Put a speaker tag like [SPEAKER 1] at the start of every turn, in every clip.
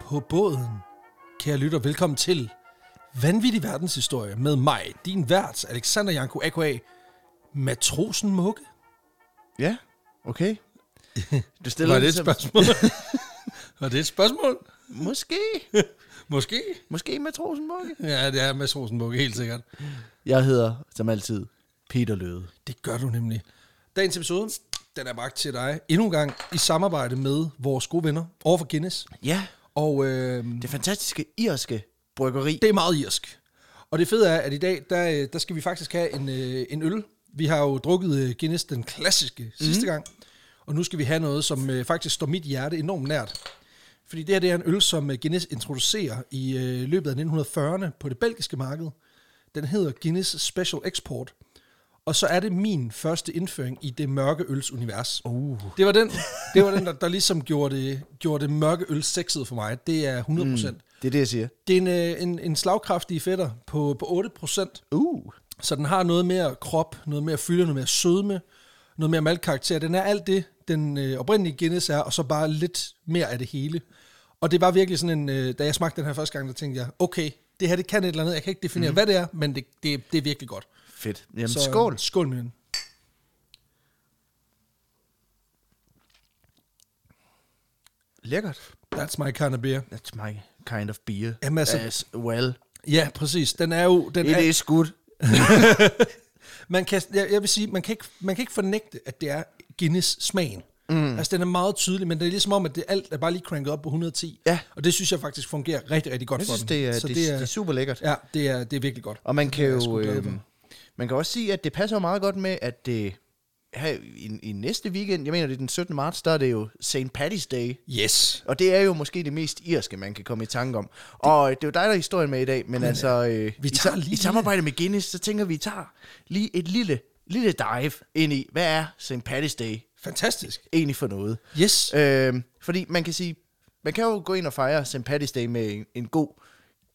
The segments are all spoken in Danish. [SPEAKER 1] på båden. Kære lytter, velkommen til Vanvittig Verdenshistorie med mig, din vært, Alexander Janko, a.k.a. Matrosen Mugge.
[SPEAKER 2] Ja, okay. Du stiller
[SPEAKER 1] Var det et
[SPEAKER 2] som-
[SPEAKER 1] spørgsmål? Ligesom- Var det et spørgsmål?
[SPEAKER 2] Måske.
[SPEAKER 1] Måske?
[SPEAKER 2] Måske matrosen Mugge.
[SPEAKER 1] Ja, det er Matrosen Mugge, helt sikkert.
[SPEAKER 2] Jeg hedder, som altid, Peter Løde.
[SPEAKER 1] Det gør du nemlig. Dagens episode, den er bragt til dig endnu en gang i samarbejde med vores gode venner over for Guinness.
[SPEAKER 2] Ja,
[SPEAKER 1] Og øh,
[SPEAKER 2] det fantastiske irske bryggeri.
[SPEAKER 1] Det er meget irsk. Og det fede er, at i dag, der, øh, der skal vi faktisk have en, øh, en øl. Vi har jo drukket øh, Guinness den klassiske sidste gang. Og nu skal vi have noget, som øh, faktisk står mit hjerte enormt nært. Fordi det her det er en øl, som øh, Guinness introducerer i øh, løbet af 1940'erne på det belgiske marked. Den hedder Guinness Special Export. Og så er det min første indføring i det mørke øls univers.
[SPEAKER 2] Uh.
[SPEAKER 1] Det var den, det var den der, der ligesom gjorde det, gjorde det mørke øl sexet for mig. Det er 100%. Mm.
[SPEAKER 2] Det er det, jeg siger.
[SPEAKER 1] Det er en, øh, en, en slagkraftig fætter på, på 8%,
[SPEAKER 2] Uh.
[SPEAKER 1] så den har noget mere krop, noget mere fylde, noget mere sødme, noget mere maltkarakter. Den er alt det, den øh, oprindelige Guinness er, og så bare lidt mere af det hele. Og det var virkelig sådan en, øh, da jeg smagte den her første gang, der tænkte jeg, okay, det her det kan et eller andet. Jeg kan ikke definere, mm. hvad det er, men det, det, det er virkelig godt.
[SPEAKER 2] Fedt. Mhm. Jamen,
[SPEAKER 1] Så,
[SPEAKER 2] så, øhm,
[SPEAKER 1] øh,
[SPEAKER 2] skål.
[SPEAKER 1] Skål med den.
[SPEAKER 2] Lækkert.
[SPEAKER 1] That's my kind of beer.
[SPEAKER 2] That's my kind of beer.
[SPEAKER 1] Jamen, altså-
[SPEAKER 2] As well.
[SPEAKER 1] Ja, præcis. Den er jo... Den
[SPEAKER 2] It
[SPEAKER 1] er,
[SPEAKER 2] is good.
[SPEAKER 1] man kan, jeg, jeg vil sige, man kan, ikke, man kan ikke fornægte, at det er Guinness-smagen. Mm. Altså, den er meget tydelig, men det er ligesom om, at det alt er bare lige cranket op på 110.
[SPEAKER 2] Ja.
[SPEAKER 1] Og det synes jeg faktisk fungerer rigtig, rigtig godt
[SPEAKER 2] Jeg synes,
[SPEAKER 1] for
[SPEAKER 2] det
[SPEAKER 1] den.
[SPEAKER 2] er,
[SPEAKER 1] Så
[SPEAKER 2] det, det, er, det er super lækkert.
[SPEAKER 1] Ja, det er, det er virkelig godt.
[SPEAKER 2] Og man kan
[SPEAKER 1] jeg sgu
[SPEAKER 2] jo...
[SPEAKER 1] glad for.
[SPEAKER 2] Øh, man kan også sige, at det passer jo meget godt med, at det her i, i næste weekend, jeg mener det er den 17. marts, der er det jo St. Patty's Day.
[SPEAKER 1] Yes.
[SPEAKER 2] Og det er jo måske det mest irske, man kan komme i tanke om. Og øh, det er jo dig, der er historien med i dag, men altså øh,
[SPEAKER 1] vi
[SPEAKER 2] i,
[SPEAKER 1] tager
[SPEAKER 2] sa-
[SPEAKER 1] lige
[SPEAKER 2] i samarbejde med Guinness, så tænker vi, vi tager lige et lille, lille dive ind i, hvad er St. Patty's Day
[SPEAKER 1] Fantastisk.
[SPEAKER 2] egentlig for noget?
[SPEAKER 1] Yes.
[SPEAKER 2] Øh, fordi man kan sige, man kan jo gå ind og fejre St. Patty's Day med en, en god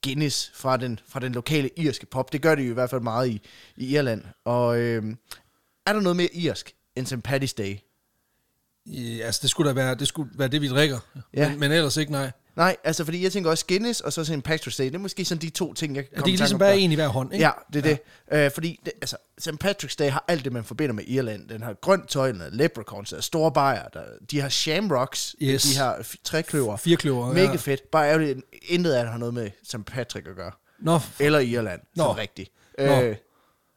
[SPEAKER 2] Guinness fra den, fra den lokale irske pop. Det gør det jo i hvert fald meget i, i Irland. Og øh, er der noget mere irsk end St. Patty's Day?
[SPEAKER 1] Øh, altså, det skulle da være det, skulle være det vi drikker.
[SPEAKER 2] Ja.
[SPEAKER 1] Men, men ellers ikke, nej.
[SPEAKER 2] Nej, altså fordi jeg tænker også Guinness og så St. Patrick's Day. Det er måske sådan de to ting, jeg kan
[SPEAKER 1] Ja, det
[SPEAKER 2] komme i
[SPEAKER 1] kan
[SPEAKER 2] tanke
[SPEAKER 1] ligesom
[SPEAKER 2] om
[SPEAKER 1] være
[SPEAKER 2] der.
[SPEAKER 1] en i hver hånd, ikke?
[SPEAKER 2] Ja, det er det. Øh, fordi, det, altså, St. Patrick's Day har alt det, man forbinder med Irland. Den har grønt tøj, den har leprechauns, der er store bajer, der, de har shamrocks,
[SPEAKER 1] Yes.
[SPEAKER 2] de har f- trækløver.
[SPEAKER 1] Firkløver,
[SPEAKER 2] Mega
[SPEAKER 1] ja.
[SPEAKER 2] fedt. Bare ærgerligt, intet af det har noget med St. Patrick at gøre.
[SPEAKER 1] Nå, f-
[SPEAKER 2] Eller Irland, Nå.
[SPEAKER 1] Nå.
[SPEAKER 2] sådan rigtigt. Øh,
[SPEAKER 1] Nå.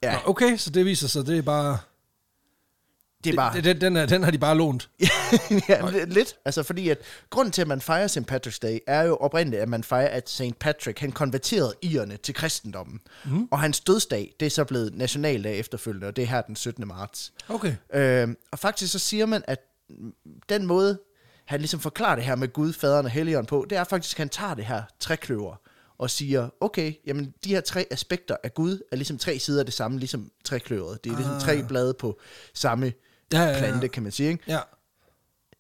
[SPEAKER 2] Ja,
[SPEAKER 1] nå, okay, så det viser sig, det er bare...
[SPEAKER 2] det er bare...
[SPEAKER 1] Det, det, den, er, den har de bare lånt.
[SPEAKER 2] ja, lidt- lidt. Altså fordi, at grunden til, at man fejrer St. Patrick's Day, er jo oprindeligt, at man fejrer, at St. Patrick, han konverterede irerne til kristendommen. Mm. Og hans dødsdag, det er så blevet nationaldag efterfølgende, og det er her den 17. marts.
[SPEAKER 1] Okay.
[SPEAKER 2] Øh, og faktisk så siger man, at den måde, han ligesom forklarer det her med Gud, faderen og helligånden på, det er faktisk, at han tager det her trækløver og siger, okay, jamen de her tre aspekter af Gud er ligesom tre sider af det samme, ligesom trækløveret. Det er ligesom tre blade på samme
[SPEAKER 1] Ja, ja, ja.
[SPEAKER 2] plante, kan man sige. Ikke?
[SPEAKER 1] Ja.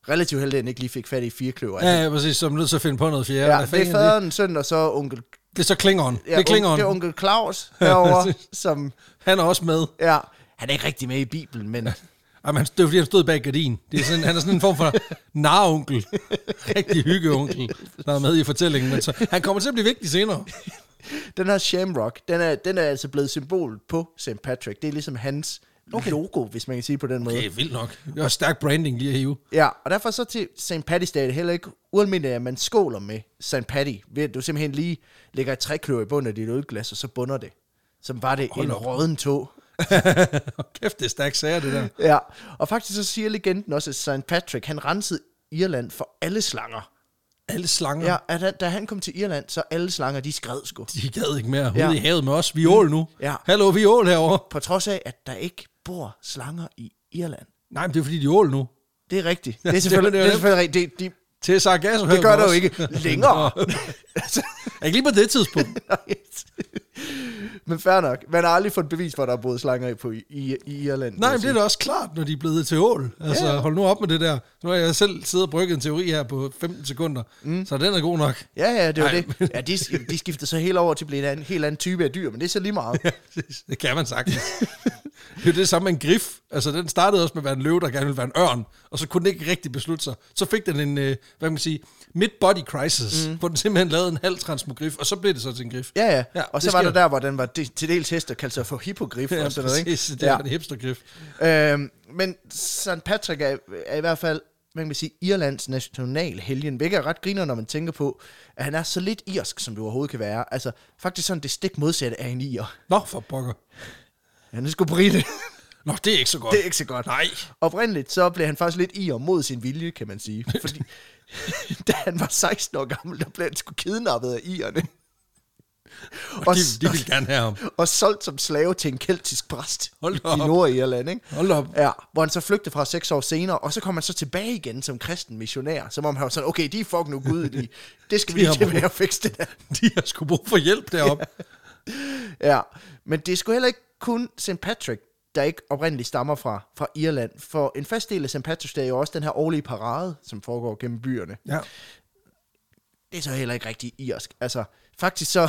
[SPEAKER 2] relativt heldig, at den ikke lige fik fat i firekløver.
[SPEAKER 1] Ja, ja, præcis. Så er man nødt til at finde på noget fjerde.
[SPEAKER 2] ja,
[SPEAKER 1] Hvad
[SPEAKER 2] det
[SPEAKER 1] fanden
[SPEAKER 2] er faderen, søn og så onkel...
[SPEAKER 1] Det er så Klingon. Ja,
[SPEAKER 2] Ja,
[SPEAKER 1] det er Klingon.
[SPEAKER 2] onkel, det er onkel Claus herovre, som...
[SPEAKER 1] Han er også med.
[SPEAKER 2] Ja, han er ikke rigtig med i Bibelen, men...
[SPEAKER 1] Jamen, han, det var fordi, han stod bag gardinen. Det er sådan, han er sådan en form for naronkel. Rigtig hyggeonkel, der er med i fortællingen. Men så, han kommer til at blive vigtig senere.
[SPEAKER 2] den her shamrock, den er, den er altså blevet symbol på St. Patrick. Det er ligesom hans okay. logo, hvis man kan sige det på den måde.
[SPEAKER 1] Det er vildt nok. Det er stærk branding lige at hive.
[SPEAKER 2] Ja, og derfor så til St. Patty's Day er det heller ikke ualmindeligt, at man skåler med St. Patty, ved at du simpelthen lige lægger et trækløver i bunden af dit ølglas, og så bunder det. Som var det
[SPEAKER 1] Hold
[SPEAKER 2] en
[SPEAKER 1] op.
[SPEAKER 2] råden tog.
[SPEAKER 1] Og kæft, det er stærk sager, det der.
[SPEAKER 2] Ja, og faktisk så siger legenden også, at St. Patrick, han rensede Irland for alle slanger.
[SPEAKER 1] Alle slanger.
[SPEAKER 2] Ja,
[SPEAKER 1] Ja.
[SPEAKER 2] at han, da han kom til Irland, så alle slanger, de skred sgu.
[SPEAKER 1] De gad ikke mere. Ude
[SPEAKER 2] Ja.
[SPEAKER 1] i havet med os. Vi er ål nu.
[SPEAKER 2] Ja.
[SPEAKER 1] Hallo, vi er ål herovre.
[SPEAKER 2] På trods af, at der ikke bor slanger i Irland.
[SPEAKER 1] Nej, men det er fordi, de er ål nu.
[SPEAKER 2] Det er rigtigt.
[SPEAKER 1] det
[SPEAKER 2] Det
[SPEAKER 1] er
[SPEAKER 2] er selvfølgelig,
[SPEAKER 1] det.
[SPEAKER 2] det er selvfølgelig rigtigt. Det, de,
[SPEAKER 1] Til sargasso
[SPEAKER 2] det gør der jo ikke længere. Altså,
[SPEAKER 1] Ikke lige på det tidspunkt.
[SPEAKER 2] nej. men fair nok. Man har aldrig fået bevis for, at der er boet slanger i, på, i, i, i Irland. vil
[SPEAKER 1] Nej,
[SPEAKER 2] jeg
[SPEAKER 1] men det er
[SPEAKER 2] sige.
[SPEAKER 1] da også klart, når de er blevet til ål. Altså, ja. hold nu op med det der. Nu har jeg selv siddet og brygget en teori her på 15 sekunder, mm. så den er god nok.
[SPEAKER 2] Ja, ja, det var
[SPEAKER 1] Nej, men-
[SPEAKER 2] det. Ja, de, de skiftede så helt over til at blive en anden, helt anden type af dyr, men det er så lige meget.
[SPEAKER 1] det kan man sagtens. Det er jo det samme med en grif. Altså, den startede også med at være en løve, der gerne ville være en ørn, og så kunne den ikke rigtig beslutte sig. Så fik den en, øh, hvad kan man sige, mid-body crisis, mm. hvor den simpelthen lavede en halv transmogrif, og så blev det så til en grif.
[SPEAKER 2] Ja, ja.
[SPEAKER 1] Ja,
[SPEAKER 2] ja
[SPEAKER 1] det
[SPEAKER 2] og så var
[SPEAKER 1] sker.
[SPEAKER 2] der der, hvor den var de, til dels hest, og kaldte sig for hippogrif
[SPEAKER 1] Ja,
[SPEAKER 2] og sådan noget, ikke?
[SPEAKER 1] præcis. Det er en hipstergrif.
[SPEAKER 2] Øhm, men St. Patrick er, er i hvert fald, man kan sige, Irlands national helgen, hvilket er ret griner, når man tænker på, at han er så lidt irsk, som du overhovedet kan være. Altså, faktisk sådan det stik modsatte af en irer.
[SPEAKER 1] Nå, for pokker.
[SPEAKER 2] Han er sgu brite.
[SPEAKER 1] Nå, det er ikke så godt.
[SPEAKER 2] det er ikke så godt.
[SPEAKER 1] Nej.
[SPEAKER 2] Oprindeligt, så blev han faktisk lidt irer mod sin vilje, kan man sige. Fordi da han var 16 år gammel, der blev han sgu kidnappet af irerne. Og,
[SPEAKER 1] Og
[SPEAKER 2] og,
[SPEAKER 1] de, de vil gerne have ham.
[SPEAKER 2] og solgt som slave til en keltisk præst
[SPEAKER 1] Hold
[SPEAKER 2] i,
[SPEAKER 1] da
[SPEAKER 2] i
[SPEAKER 1] op.
[SPEAKER 2] Nordirland, ikke?
[SPEAKER 1] Hold da op.
[SPEAKER 2] Ja, hvor han så flygtede fra seks år senere, og så kom han så tilbage igen som kristen missionær, som om han var sådan, okay, de er fucking nu gudelige, det skal vi
[SPEAKER 1] De
[SPEAKER 2] lige
[SPEAKER 1] har brug-
[SPEAKER 2] tilbage og fikse det der.
[SPEAKER 1] De har sgu brug for hjælp deroppe.
[SPEAKER 2] Ja, men det skulle heller ikke kun St. Patrick, der ikke oprindeligt stammer fra, fra Irland, for en fast del af St. Patrick's Day er jo også den her årlige parade, som foregår gennem byerne.
[SPEAKER 1] Ja.
[SPEAKER 2] Det er så heller ikke rigtig irsk. Altså, faktisk så,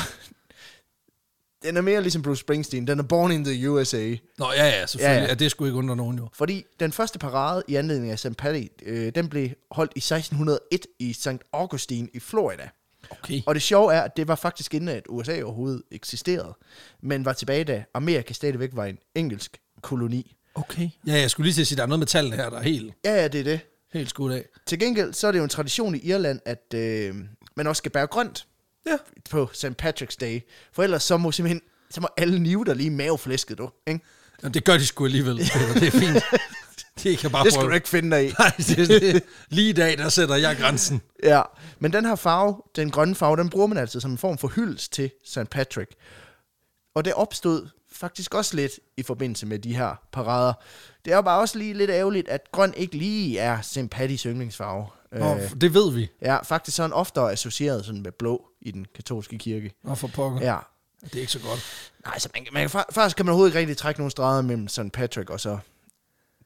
[SPEAKER 2] den er mere ligesom Bruce Springsteen, den er born in the USA.
[SPEAKER 1] Nå, ja, ja, selvfølgelig. Ja,
[SPEAKER 2] Ja,
[SPEAKER 1] ja.
[SPEAKER 2] ja.
[SPEAKER 1] ja det skulle ikke undre nogen jo.
[SPEAKER 2] Fordi den første parade i anledning af St. Patty, øh, den blev holdt i 1601 i St. Augustine i Florida.
[SPEAKER 1] Okay.
[SPEAKER 2] Og det sjove er, at det var faktisk inden, at USA overhovedet eksisterede, men var tilbage, da Amerika stadigvæk var en engelsk koloni.
[SPEAKER 1] Okay. Ja, jeg skulle lige til at sige, at der er noget med tallene her, der er helt,
[SPEAKER 2] Ja, ja, det er det.
[SPEAKER 1] helt skudt af.
[SPEAKER 2] Til gengæld, så er det jo en tradition i Irland, at øh, man også skal bære grønt
[SPEAKER 1] Ja.
[SPEAKER 2] på St. Patrick's Day, for ellers så må simpelthen så må alle nive der lige i maveflæsket, du. Ikke?
[SPEAKER 1] Jamen, det gør de sgu alligevel. Peter. Det er fint. Det kan bare
[SPEAKER 2] Det skal
[SPEAKER 1] prøve.
[SPEAKER 2] du ikke finde dig i.
[SPEAKER 1] Nej, det, det. lige i dag, der sætter jeg grænsen.
[SPEAKER 2] Ja, men den her farve, den grønne farve, den bruger man altid som en form for hyldest til St. Patrick. Og det opstod faktisk også lidt i forbindelse med de her parader. Det er jo bare også lige lidt ærgerligt, at grøn ikke lige er St. Pattys yndlingsfarve.
[SPEAKER 1] Nå,
[SPEAKER 2] Øh,
[SPEAKER 1] det ved vi.
[SPEAKER 2] ja, faktisk sådan oftere associeret sådan med blå i den katolske kirke.
[SPEAKER 1] Nå, for pokker. Ja.
[SPEAKER 2] Ja.
[SPEAKER 1] Det er ikke så godt.
[SPEAKER 2] Nej, så man, man, fa- faktisk kan man overhovedet ikke rigtig trække nogen streger mellem St. Patrick og så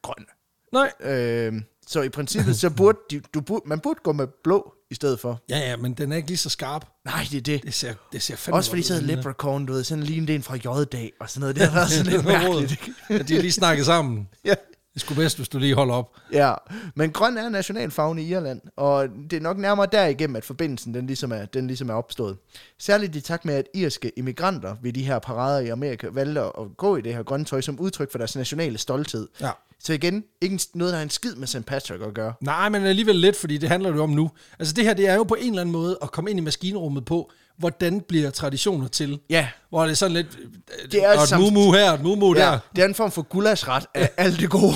[SPEAKER 2] grøn.
[SPEAKER 1] Nej.
[SPEAKER 2] Øh, så i princippet, så burde de, du, burde, man burde gå med blå i stedet for.
[SPEAKER 1] Ja, ja, men den er ikke lige så skarp.
[SPEAKER 2] Nej, det er det.
[SPEAKER 1] Det ser, det ser fandme
[SPEAKER 2] Også fordi så
[SPEAKER 1] godt ud,
[SPEAKER 2] havde
[SPEAKER 1] den der.
[SPEAKER 2] Leprechaun, du ved, sådan lignede en fra J-dag og sådan noget. Det har været sådan lidt
[SPEAKER 1] Noget rod.
[SPEAKER 2] mærkeligt. ikke?
[SPEAKER 1] Ja, de har lige snakket sammen.
[SPEAKER 2] ja.
[SPEAKER 1] Det skulle bedst, hvis du lige holder op.
[SPEAKER 2] ja, men grøn er nationalfarven i Irland, og det er nok nærmere derigennem, at forbindelsen den ligesom, er, den ligesom er opstået. Særligt i takt med, at irske immigranter ved de her parader i Amerika valgte at gå i det her grønne tøj som udtryk for deres nationale stolthed.
[SPEAKER 1] Ja.
[SPEAKER 2] Så igen, ikke en- noget, der har en skid med St. Patrick at gøre.
[SPEAKER 1] Nej, men alligevel lidt, fordi det handler det jo om nu. Altså det her, det er jo på en eller anden måde at komme ind i maskinrummet på, hvordan bliver traditioner til?
[SPEAKER 2] Ja.
[SPEAKER 1] Hvor det er sådan lidt, øh,
[SPEAKER 2] Det er
[SPEAKER 1] og et
[SPEAKER 2] samt-
[SPEAKER 1] mumu her, og et mumu ja. der.
[SPEAKER 2] det er en form for gulasret af alt det gode.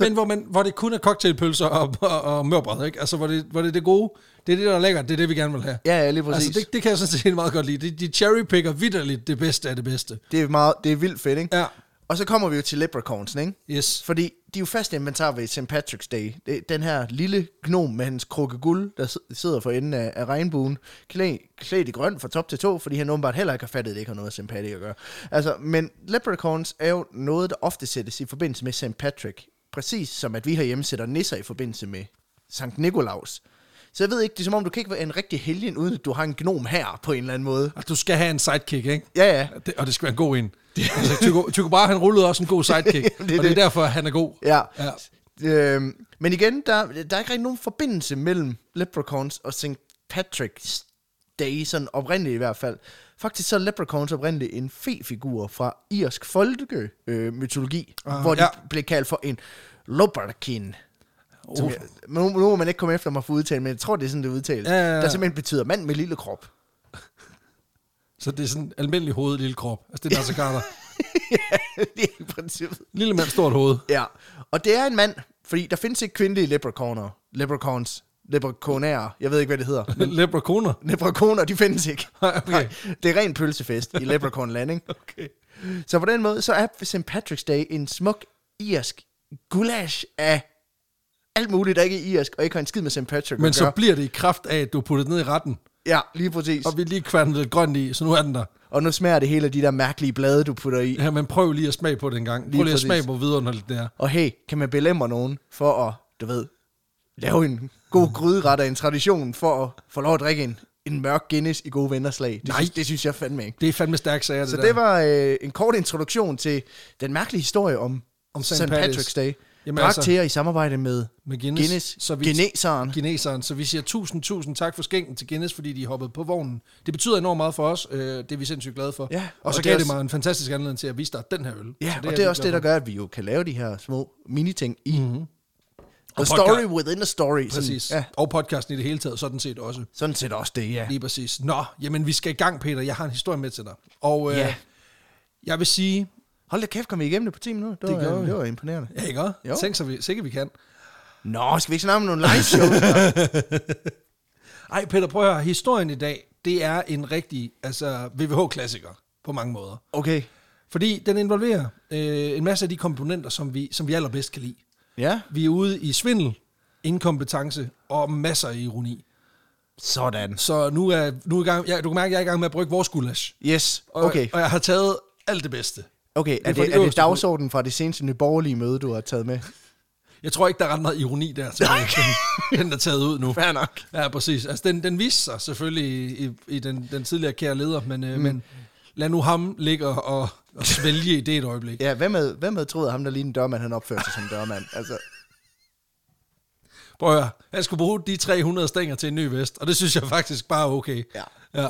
[SPEAKER 1] Men hvor, man, hvor det kun er cocktailpølser og, og, og mørbrød, ikke? Altså hvor det, hvor det er det gode, det er det, der er lækkert, det er det, vi gerne vil have.
[SPEAKER 2] ja, ja, lige præcis.
[SPEAKER 1] Altså det, det kan jeg sådan set meget godt lide. De, de cherrypicker vidderligt det bedste af det bedste.
[SPEAKER 2] Det er, meget, det er vildt fedt, ikke?
[SPEAKER 1] Ja.
[SPEAKER 2] Og så kommer vi jo til leprechaunsen, ikke?
[SPEAKER 1] Yes.
[SPEAKER 2] Fordi de er jo fast inventar ved St. Patrick's Day. Det er den her lille gnom med hans krukke guld, der sid- sidder for enden af, af regnbuen, klædt, klædt i grøn fra top til to, fordi han åbenbart heller ikke har fattet, at det ikke har noget med St. Patrick at gøre. Altså, men leprechauns er jo noget, der ofte sættes i forbindelse med St. Patrick. Præcis som at vi herhjemme sætter nisser i forbindelse med Sankt Nikolaus. Så jeg ved ikke, det er som om, du kan ikke være en rigtig helgen, uden at du har en gnom her på en eller anden måde.
[SPEAKER 1] Og Altså, du skal have en sidekick, ikke?
[SPEAKER 2] Ja, ja.
[SPEAKER 1] Det, og det skal være en god en. Altså, Tycho, Tycho Brahe, han rullede også en god sidekick, det og det er
[SPEAKER 2] det.
[SPEAKER 1] derfor, han er god.
[SPEAKER 2] Ja.
[SPEAKER 1] Ja.
[SPEAKER 2] ja. Øhm, men igen, der, der er ikke rigtig nogen forbindelse mellem Leprechauns og St. Patrick's Day, sådan oprindeligt i hvert fald. Faktisk så er Leprechauns oprindeligt en fe-figur fra irsk folkemytologi, øh, mytologi, hvor de
[SPEAKER 1] ja.
[SPEAKER 2] blev kaldt for en Loperkin. Oh. Jeg, nu, nu må man ikke komme efter mig for udtalen, men jeg tror, det er sådan, det udtales.
[SPEAKER 1] Uh. Ja, ja, ja.
[SPEAKER 2] Der simpelthen betyder mand med lille krop.
[SPEAKER 1] Så det er sådan almindelig hoved, lille krop. Altså det er Nasser Carter.
[SPEAKER 2] det er i princippet.
[SPEAKER 1] Lille mand, stort hoved.
[SPEAKER 2] Ja, og det er en mand, fordi der findes ikke kvindelige leprechauner. Leprechauns. Leprechaunærer. Jeg ved ikke, hvad det hedder.
[SPEAKER 1] Leprekoner.
[SPEAKER 2] Leprechauner, de findes ikke.
[SPEAKER 1] Nej, okay.
[SPEAKER 2] det er ren pølsefest i Leprechaun Landing.
[SPEAKER 1] Okay.
[SPEAKER 2] Så på den måde, så er St. Patrick's Day en smuk irsk gulasch af alt muligt, der ikke er irsk, og ikke har en skid med St. Patrick
[SPEAKER 1] Men
[SPEAKER 2] at
[SPEAKER 1] så
[SPEAKER 2] gøre.
[SPEAKER 1] bliver det i kraft af, at du putter det ned i retten,
[SPEAKER 2] Ja, lige præcis.
[SPEAKER 1] og vi lige kværnet lidt grønt i, så nu er den der.
[SPEAKER 2] Og nu smager det hele af de der mærkelige blade, du putter i.
[SPEAKER 1] Ja, men prøv lige at smage på det en gang. Prøv
[SPEAKER 2] Lige
[SPEAKER 1] lige at
[SPEAKER 2] præcis.
[SPEAKER 1] smage på, hvor vidunderligt det er.
[SPEAKER 2] Og hey, kan man belemre nogen for at, du ved, lave en god gryderet af en tradition for at få lov at drikke en, en mørk Guinness i gode venners lag. Det,
[SPEAKER 1] Nej.
[SPEAKER 2] Synes, det synes jeg fandme ikke.
[SPEAKER 1] Det er fandme stærkt sager, det
[SPEAKER 2] Så
[SPEAKER 1] der.
[SPEAKER 2] det var øh, en kort introduktion til den mærkelige historie om,
[SPEAKER 1] Om
[SPEAKER 2] om
[SPEAKER 1] St.
[SPEAKER 2] St. Patrick's Day.
[SPEAKER 1] Jamen
[SPEAKER 2] Jamen Bragt
[SPEAKER 1] altså-
[SPEAKER 2] altså, til jer i samarbejde med
[SPEAKER 1] med Guinness.
[SPEAKER 2] Guinness,
[SPEAKER 1] Så vi,
[SPEAKER 2] Guinnesseren.
[SPEAKER 1] Guinnesseren. Så vi siger tusind, tusind tak for skænken til Guinness, fordi de hoppede på vognen. Det betyder enormt meget for os. Øh, det er vi sindssygt glade for.
[SPEAKER 2] Ja,
[SPEAKER 1] og, og så
[SPEAKER 2] og det
[SPEAKER 1] gav
[SPEAKER 2] er
[SPEAKER 1] det
[SPEAKER 2] også-
[SPEAKER 1] mig en fantastisk anledning til at vise dig den her øl.
[SPEAKER 2] Ja,
[SPEAKER 1] Så
[SPEAKER 2] det og det er også det, der gør, at vi jo kan lave de her små mini-ting i. Mm-hmm. A story within a story.
[SPEAKER 1] vi glade for. Mhm. Præcis.
[SPEAKER 2] Sådan,
[SPEAKER 1] Ja.
[SPEAKER 2] ja,
[SPEAKER 1] Og podcasten i det hele taget, sådan set også.
[SPEAKER 2] sådan set også det, ja.
[SPEAKER 1] Lige præcis. Nå, jamen vi skal i gang, Peter. Jeg har en historie med til dig. Og øh,
[SPEAKER 2] Ja.
[SPEAKER 1] jeg vil sige...
[SPEAKER 2] Hold da kæft, kom I igennem det på 10 minutter? Det, var,
[SPEAKER 1] gjorde
[SPEAKER 2] det,
[SPEAKER 1] vi.
[SPEAKER 2] det var imponerende.
[SPEAKER 1] Ja, ikke også?
[SPEAKER 2] Jo.
[SPEAKER 1] Tænk så vi, sikkert vi kan.
[SPEAKER 2] Nå, skal vi ikke snakke om nogle live shows?
[SPEAKER 1] Ej, Peter, prøv at høre. Historien i dag, det er en rigtig altså, VVH-klassiker på mange måder.
[SPEAKER 2] Okay.
[SPEAKER 1] Fordi den involverer øh, en masse af de komponenter, som vi, som vi allerbedst kan lide.
[SPEAKER 2] Ja.
[SPEAKER 1] Vi er ude i svindel, inkompetence og masser af ironi.
[SPEAKER 2] Sådan.
[SPEAKER 1] Så nu er, nu er i gang, ja, du kan mærke, at jeg er i gang med at brygge vores gulasch.
[SPEAKER 2] Yes,
[SPEAKER 1] Og,
[SPEAKER 2] okay.
[SPEAKER 1] og jeg har taget alt det bedste.
[SPEAKER 2] Okay,
[SPEAKER 1] er
[SPEAKER 2] er
[SPEAKER 1] fra de
[SPEAKER 2] det, er det
[SPEAKER 1] øverste punkt.
[SPEAKER 2] dagsordenen fra det seneste nyborgerlige møde, du har taget med?
[SPEAKER 1] Jeg tror ikke, der er ret meget ironi der til den, den, der er taget ud nu.
[SPEAKER 2] Fair nok.
[SPEAKER 1] Ja, præcis. Altså, den, den viste sig selvfølgelig i, i, i den, den tidligere kære leder, men, øh, mm. men lad nu ham ligge og, og, og svælge i det et øjeblik.
[SPEAKER 2] Ja, hvem havde, hvem havde troet, at ham, der lignede en dørmand, han opførte sig som dørmand? Altså,
[SPEAKER 1] Prøv at høre, han skulle bruge de 300 stænger til en ny vest, og det synes jeg faktisk bare er okay.
[SPEAKER 2] Ja.
[SPEAKER 1] ja.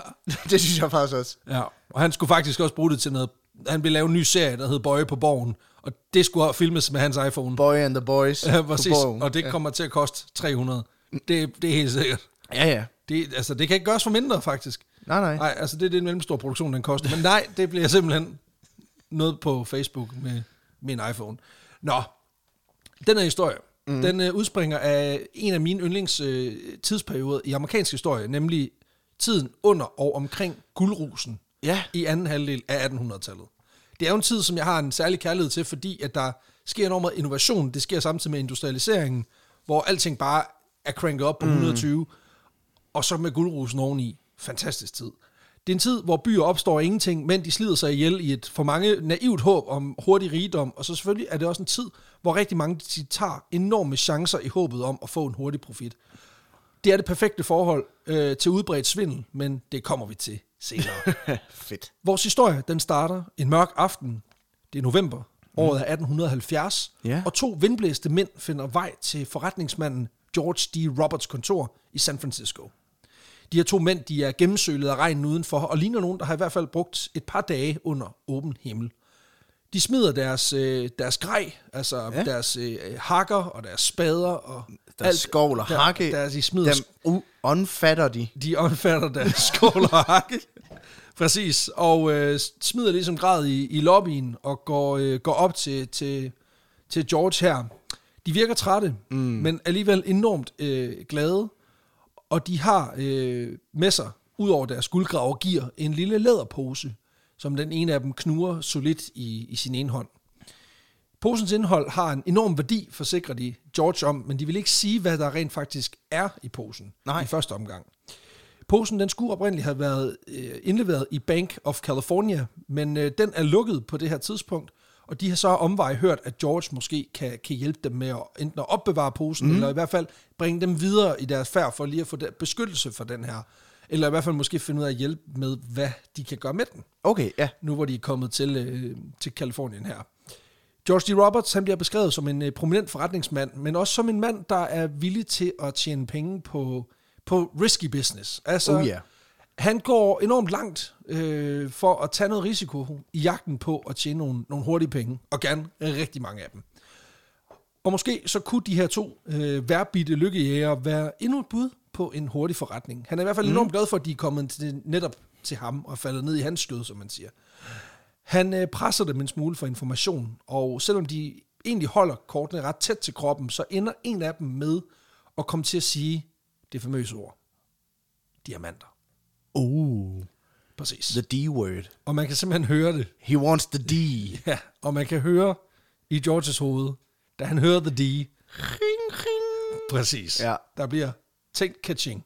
[SPEAKER 2] det synes jeg faktisk også.
[SPEAKER 1] Ja, og han skulle faktisk også bruge det til noget. Han ville lave en ny serie, der hed Bøje på Borgen, og det skulle filmes med hans iPhone.
[SPEAKER 2] Boy and the Boys.
[SPEAKER 1] ja,
[SPEAKER 2] på
[SPEAKER 1] præcis,
[SPEAKER 2] Borgen.
[SPEAKER 1] og det kommer til at koste 300. Det, det er helt sikkert.
[SPEAKER 2] Ja, ja.
[SPEAKER 1] Det, altså, det kan ikke gøres for mindre, faktisk.
[SPEAKER 2] Nej, nej.
[SPEAKER 1] Nej, altså det er den mellemstore produktion, den koster. Men nej, det bliver simpelthen noget på Facebook med min iPhone. Nå, den her historie, mm. den øh, udspringer af en af mine yndlings øh, tidsperioder i amerikansk historie, nemlig tiden under og omkring guldrusen
[SPEAKER 2] Ja.
[SPEAKER 1] i anden halvdel af 1800-tallet. Det er jo en tid, som jeg har en særlig kærlighed til, fordi at der sker enormt meget innovation. Det sker samtidig med industrialiseringen, hvor alting bare er cranket op på 120, og så med guldrusen oveni. Fantastisk tid. Det er en tid, hvor byer opstår af ingenting, men de slider sig ihjel i et for mange naivt håb om hurtig rigdom, og så selvfølgelig er det også en tid, hvor rigtig mange de tager enorme chancer i håbet om at få en hurtig profit. Det er det perfekte forhold øh, til udbredt svindel, men det kommer vi til senere.
[SPEAKER 2] Fedt.
[SPEAKER 1] Vores historie, den starter en mørk aften. Det er november. Året er 1870.
[SPEAKER 2] Mm. Ja.
[SPEAKER 1] Og to vindblæste mænd finder vej til forretningsmanden George D. Roberts kontor i San Francisco. De her to mænd, de er gennemsølet af regnen udenfor, og ligner nogen, der har i hvert fald brugt et par dage under åben himmel. De smider deres, øh, deres grej, altså ja.
[SPEAKER 2] Ja.
[SPEAKER 1] deres øh, hakker og deres spader og
[SPEAKER 2] Der er skovl og
[SPEAKER 1] der-
[SPEAKER 2] hakke.
[SPEAKER 1] Deres, de smider
[SPEAKER 2] Dem u- åndfatter de.
[SPEAKER 1] de omfatter deres skål og hakke. Præcis, og øh, smider ligesom grad i, i lobbyen og går, øh, går op til, til, til George her. De virker trætte, mm. men alligevel enormt øh, glade, og de har øh, med sig, ud over deres guldgraver, giver en lille læderpose, som den ene af dem knuger solidt i, i sin ene hånd. Posens indhold har en enorm værdi, forsikrer de George om, men de vil ikke sige, hvad der rent faktisk er i posen
[SPEAKER 2] Nej.
[SPEAKER 1] i første omgang. Posen den skulle oprindeligt have været øh, indleveret i Bank of California, men øh, den er lukket på det her tidspunkt, og de har så omvej hørt, at George måske kan, kan hjælpe dem med at enten at opbevare
[SPEAKER 2] Mhm.
[SPEAKER 1] posen, mm. eller i hvert fald bringe dem videre i deres færd for lige at få der, beskyttelse for den her, eller i hvert fald måske finde ud af at hjælpe med, hvad de kan gøre med den
[SPEAKER 2] Okay, ja.
[SPEAKER 1] nu hvor de er kommet til, øh, til Kalifornien her. George D. Roberts han bliver beskrevet som en øh, prominent forretningsmand, men også som en mand, der er villig til at tjene penge på, på risky business. Altså,
[SPEAKER 2] Oh, yeah.
[SPEAKER 1] han går enormt langt øh, for at tage noget risiko i jagten på at tjene nogle, nogle hurtige penge, og gerne rigtig mange af dem. Og måske så kunne de her to øh, værbitte lykkejæger være endnu et bud på en hurtig forretning. Han er i hvert fald mm. enormt glad for, at de er kommet til, netop til ham og er faldet ned i hans skød, som man siger. Han øh, presser dem en smule for information, og selvom de egentlig holder kortene ret tæt til kroppen, så ender en af dem med at komme til at sige det famøse ord. Diamanter.
[SPEAKER 2] Uh,
[SPEAKER 1] Præcis.
[SPEAKER 2] the D-word.
[SPEAKER 1] Og man kan simpelthen høre det.
[SPEAKER 2] He wants the D.
[SPEAKER 1] Ja, og man kan høre i Georges hoved, da han hører The D. Ring, ring. Præcis.
[SPEAKER 2] Ja.
[SPEAKER 1] Der bliver tænkt catching.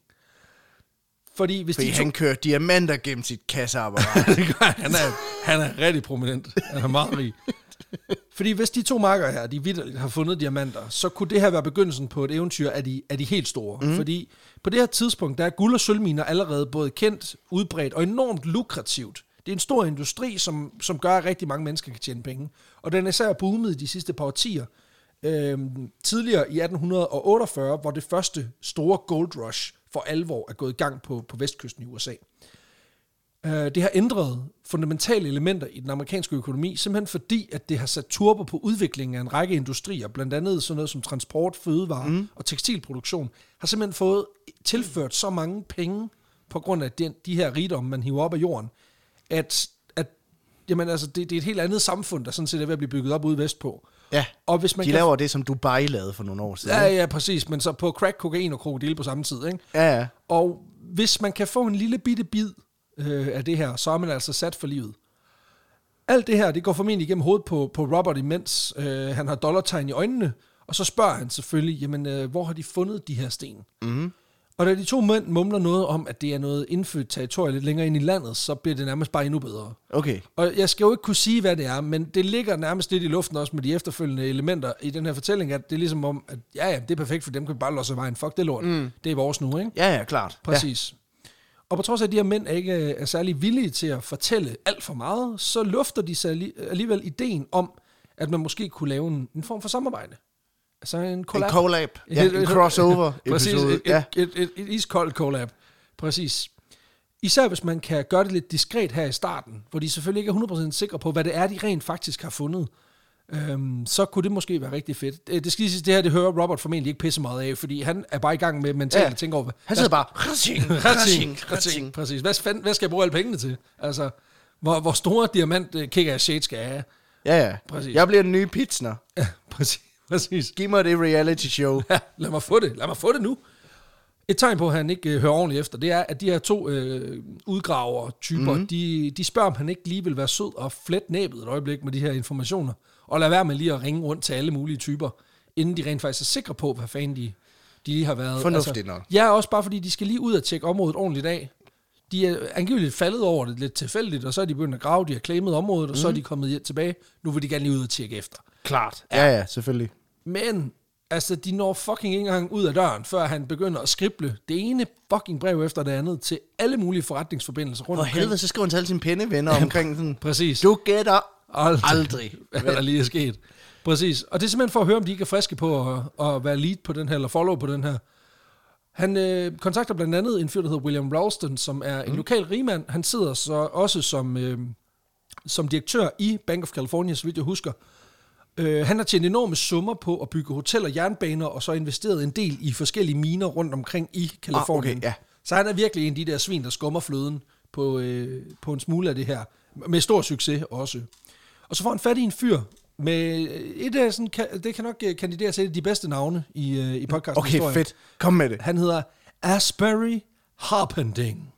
[SPEAKER 1] Fordi hvis
[SPEAKER 2] Fordi
[SPEAKER 1] de to...
[SPEAKER 2] han kører diamanter gennem sit kasseapparat.
[SPEAKER 1] Det gør han. han, er, han er rigtig prominent. Han er meget rig. Fordi hvis de to marker her, de vidderligt har fundet diamanter, så kunne det her være begyndelsen på et eventyr af de, af de helt store. Mm. Fordi på det her tidspunkt, der er guld- og sølvminer allerede både kendt, udbredt og enormt lukrativt. Det er en stor industri, som, som gør, at rigtig mange mennesker kan tjene penge. Og den er især boomet de sidste par årtier. Øhm, tidligere i 1848, hvor det første store gold rush for alvor er gået i gang på, på vestkysten i USA. Øh, det har ændret fundamentale elementer i den amerikanske økonomi, simpelthen fordi, at det har sat turbo på udviklingen af en række industrier, blandt andet sådan noget som transport, fødevare mm. og tekstilproduktion, har simpelthen fået tilført så mange penge på grund af den, de her rigdomme, man hiver op af jorden, at, at jamen, altså, det, det er et helt andet samfund, der sådan set er ved at blive bygget op ude vestpå.
[SPEAKER 2] Ja,
[SPEAKER 1] Og hvis man
[SPEAKER 2] de
[SPEAKER 1] kan-
[SPEAKER 2] laver det, som Dubai lavede for nogle år siden.
[SPEAKER 1] Ja,
[SPEAKER 2] ikke?
[SPEAKER 1] ja, præcis, men så på crack, kokain og krokodil på samme tid, ikke?
[SPEAKER 2] ja. ja.
[SPEAKER 1] Og hvis man kan få en lille bitte bid øh, af det her, så er man altså sat for livet. Alt det her, det går formentlig igennem hovedet på, på Robert, imens øh, han har dollartegn i øjnene. Og så spørger han selvfølgelig, jamen, øh, hvor har de fundet de her sten? Mm. Og da de to mænd mumler noget om, at det er noget indfødt territorie lidt længere ind i landet, så bliver det nærmest bare endnu bedre.
[SPEAKER 2] Okay.
[SPEAKER 1] Og jeg skal jo ikke kunne sige, hvad det er, men det ligger nærmest lidt i luften også med de efterfølgende elementer i den her fortælling, at det er ligesom om, at ja, ja, det er perfekt for dem, kan vi bare låse af vejen. Fuck det lort. Mm. Det er vores nu, ikke?
[SPEAKER 2] Ja, ja, klart.
[SPEAKER 1] Præcis. Ja. Og på trods af, at de her mænd ikke øh, er særlig villige til at fortælle alt for meget, så lufter de sig alli- alligevel ideen om, at man måske kunne lave en, en form for samarbejde. Altså en
[SPEAKER 2] Ja.
[SPEAKER 1] collab.
[SPEAKER 2] En collab. Ja, en crossover
[SPEAKER 1] Præcis,
[SPEAKER 2] episode.
[SPEAKER 1] et,
[SPEAKER 2] Ja.
[SPEAKER 1] et, et, et, et iskoldt collab. Præcis. Især hvis man kan gøre det lidt diskret her i starten, hvor de selvfølgelig ikke er 100% sikre på, hvad det er, de rent faktisk har fundet, øhm, så kunne det måske være rigtig fedt. Øh, Det skal lige sige, det her, det hører Robert formentlig ikke pisse meget af, fordi han er bare i gang med mentalt
[SPEAKER 2] Ja.
[SPEAKER 1] ja. at tænke over, hvad-
[SPEAKER 2] Han sidder bare, rating, rating,
[SPEAKER 1] Rating,
[SPEAKER 2] rating.
[SPEAKER 1] Præcis. Hvad, fanden, hvad skal jeg bruge alle pengene til? Altså, hvor, hvor store diamant øh, kigger jeg shade skal jeg have?
[SPEAKER 2] Ja, ja.
[SPEAKER 1] Præcis.
[SPEAKER 2] Jeg bliver den nye Pitsner.
[SPEAKER 1] Ja, præcis. præcis.
[SPEAKER 2] Giv mig det reality show.
[SPEAKER 1] Ja, lad mig få det. Lad mig få det nu. Et tegn på, at han ikke øh, hører ordentligt efter, det er, at de her to øh, udgraver-typer,
[SPEAKER 2] Mhm.
[SPEAKER 1] mm-hmm. de, de spørger, om han ikke lige vil være sød og flet næbet et øjeblik med de her informationer, og lad være med lige at ringe rundt til alle mulige typer, inden de rent faktisk er sikre på, hvad fanden de, de lige har været. Altså,
[SPEAKER 2] Fornuftigt nok.
[SPEAKER 1] Ja, også bare fordi de skal lige ud og tjekke området ordentligt af. De er angiveligt faldet over det lidt tilfældigt, og så er de begyndt at grave, de har claimet området, og mm. så
[SPEAKER 2] Mhm.
[SPEAKER 1] er de kommet hjem tilbage. Nu vil de gerne lige ud og tjekke efter.
[SPEAKER 2] Klart. Ja, ja, selvfølgelig.
[SPEAKER 1] Men, altså, de når fucking ikke engang ud af døren, før han begynder at skrible det ene fucking brev efter det andet til alle mulige forretningsforbindelser rundt
[SPEAKER 2] For helvede, så skriver han til alle sine pennevenner omkring sådan,
[SPEAKER 1] Præcis.
[SPEAKER 2] du gætter
[SPEAKER 1] Aldrig.
[SPEAKER 2] aldrig.
[SPEAKER 1] Hvad der lige er sket. Præcis. Og det er simpelthen for at høre, om de ikke er friske på at, at være lead på den her, eller follow på den her. Han øh, kontakter blandt andet en fyr, der hedder William Ralston, som er en mm. lokal rigmand. Han sidder så også som, øh, som direktør i Bank of California, så vidt jeg husker. Øh, han har tjent enorme summer på at bygge hoteller, jernbaner, og så investeret en del i forskellige miner rundt omkring i Kalifornien.
[SPEAKER 2] Ah, okay, ja.
[SPEAKER 1] Så han er virkelig en af de der svin, der skummer fløden på, øh, på en smule af det her. Med stor succes også. Og så får han fat i en fyr med øh, et af sådan, ka- det kan nok øh, kandidere til et af de bedste navne i, øh, i podcasten.
[SPEAKER 2] Okay, fedt. Kom med det.
[SPEAKER 1] Han hedder Asbury Harpending.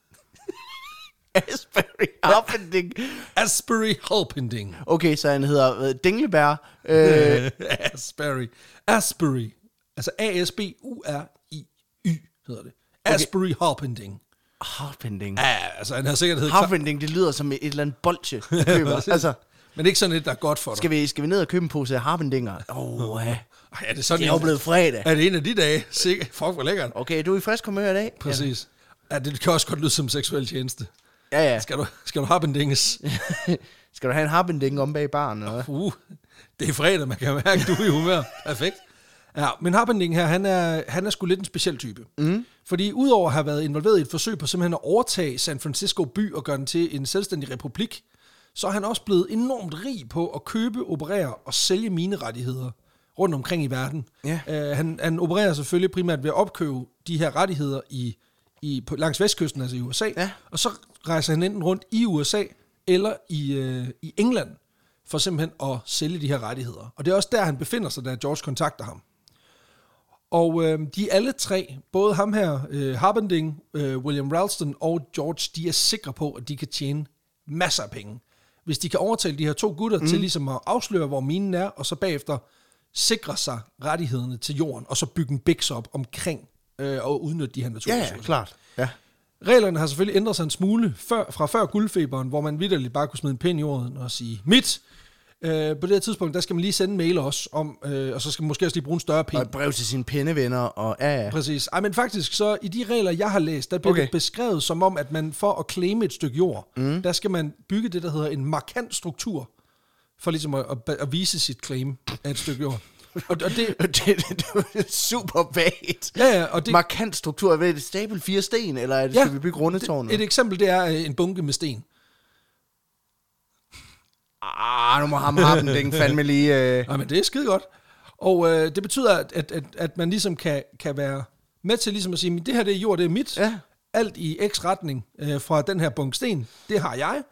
[SPEAKER 2] Asbury Harpending.
[SPEAKER 1] Asbury Harpending.
[SPEAKER 2] Okay, så han hedder øh, Dinglebær. Øh,
[SPEAKER 1] Asbury. Asbury. Altså A-S-B-U-R-I-Y hedder det. Asbury Harpending.
[SPEAKER 2] Harpending.
[SPEAKER 1] Ja, altså han har sikkert heddet...
[SPEAKER 2] Harpending, det lyder som et eller andet bolche. du køber. altså,
[SPEAKER 1] Men ikke sådan et, der er godt for dig.
[SPEAKER 2] skal vi, skal vi ned og købe en pose af harpendinger? Åh, oh, ja.
[SPEAKER 1] Ej, er det sådan
[SPEAKER 2] Det er jo
[SPEAKER 1] en-
[SPEAKER 2] blevet fredag.
[SPEAKER 1] Er det en af de dage? Sikkert. Fuck, hvor lækkert.
[SPEAKER 2] Okay, du er i frisk humør i dag?
[SPEAKER 1] Præcis. Ja, det kan også godt lyde som seksuel tjeneste.
[SPEAKER 2] Ja, ja.
[SPEAKER 1] Skal du, skal du harpendinges?
[SPEAKER 2] Skal du have en harpending om bag baren, eller hvad?
[SPEAKER 1] Uh, det er fredag, man kan mærke, du er i humør. Perfekt. Ja, men Harpending her, han er, han er sgu lidt en speciel type. Mm. Fordi udover at have været involveret i et forsøg på simpelthen at overtage San Francisco by og gøre den til en selvstændig republik, så er han også blevet enormt rig på at købe, operere og sælge minerettigheder rundt omkring i verden.
[SPEAKER 2] Ja.
[SPEAKER 1] Øh, han, han opererer selvfølgelig primært ved at opkøbe de her rettigheder i, i, på, langs vestkysten, altså i USA,
[SPEAKER 2] Ja.
[SPEAKER 1] og så rejser han enten rundt i USA eller i, øh, i England for simpelthen at sælge de her rettigheder. Og det er også der, han befinder sig, da George kontakter ham. Og øh, de er alle tre, både ham her, øh, Harbending, øh, William Ralston og George, de er sikre på, at de kan tjene masser af penge. Hvis de kan overtale de her to gutter mm. til ligesom at afsløre, hvor minen er, og så bagefter sikre sig rettighederne til jorden, og så bygge en biks op omkring øh, og udnytte de her naturressourcer.
[SPEAKER 2] klart. Ja.
[SPEAKER 1] Reglerne har selvfølgelig ændret sig en smule før, fra før guldfeberen, hvor man vidderligt bare kunne smide en pind i jorden og sige, mit, Øh, på det her tidspunkt, der skal man lige sende en mail også om, øh, og så skal man måske også lige bruge en større
[SPEAKER 2] Og
[SPEAKER 1] pind.
[SPEAKER 2] et brev til sine pindevenner, og ja, ja.
[SPEAKER 1] Præcis. Ej, men faktisk, så i de regler, jeg har læst, der bliver
[SPEAKER 2] Okay.
[SPEAKER 1] okay. det beskrevet som om, at man for at claime et stykke jord, mm. der skal man bygge det, der hedder en markant struktur, for ligesom at, at, at vise sit claim af et stykke jord. Og, og det,
[SPEAKER 2] Det, det, det er super vagt.
[SPEAKER 1] ja, ja, og det,
[SPEAKER 2] Markant struktur. Er det et stabel fire sten, eller er det,
[SPEAKER 1] Ja,
[SPEAKER 2] skal vi bygge rundetårnet?
[SPEAKER 1] et eksempel, det er øh, en bunke med sten.
[SPEAKER 2] Ah, nu må ham have den, den fandme lige... Øh.
[SPEAKER 1] Nej, men det er skide godt. Og øh, det betyder, at, at, at, at man ligesom kan, kan være med til ligesom at sige, "Men det her det er jord, det er mit.
[SPEAKER 2] Ja.
[SPEAKER 1] Alt i x retning øh, fra den her bunke sten, det har jeg.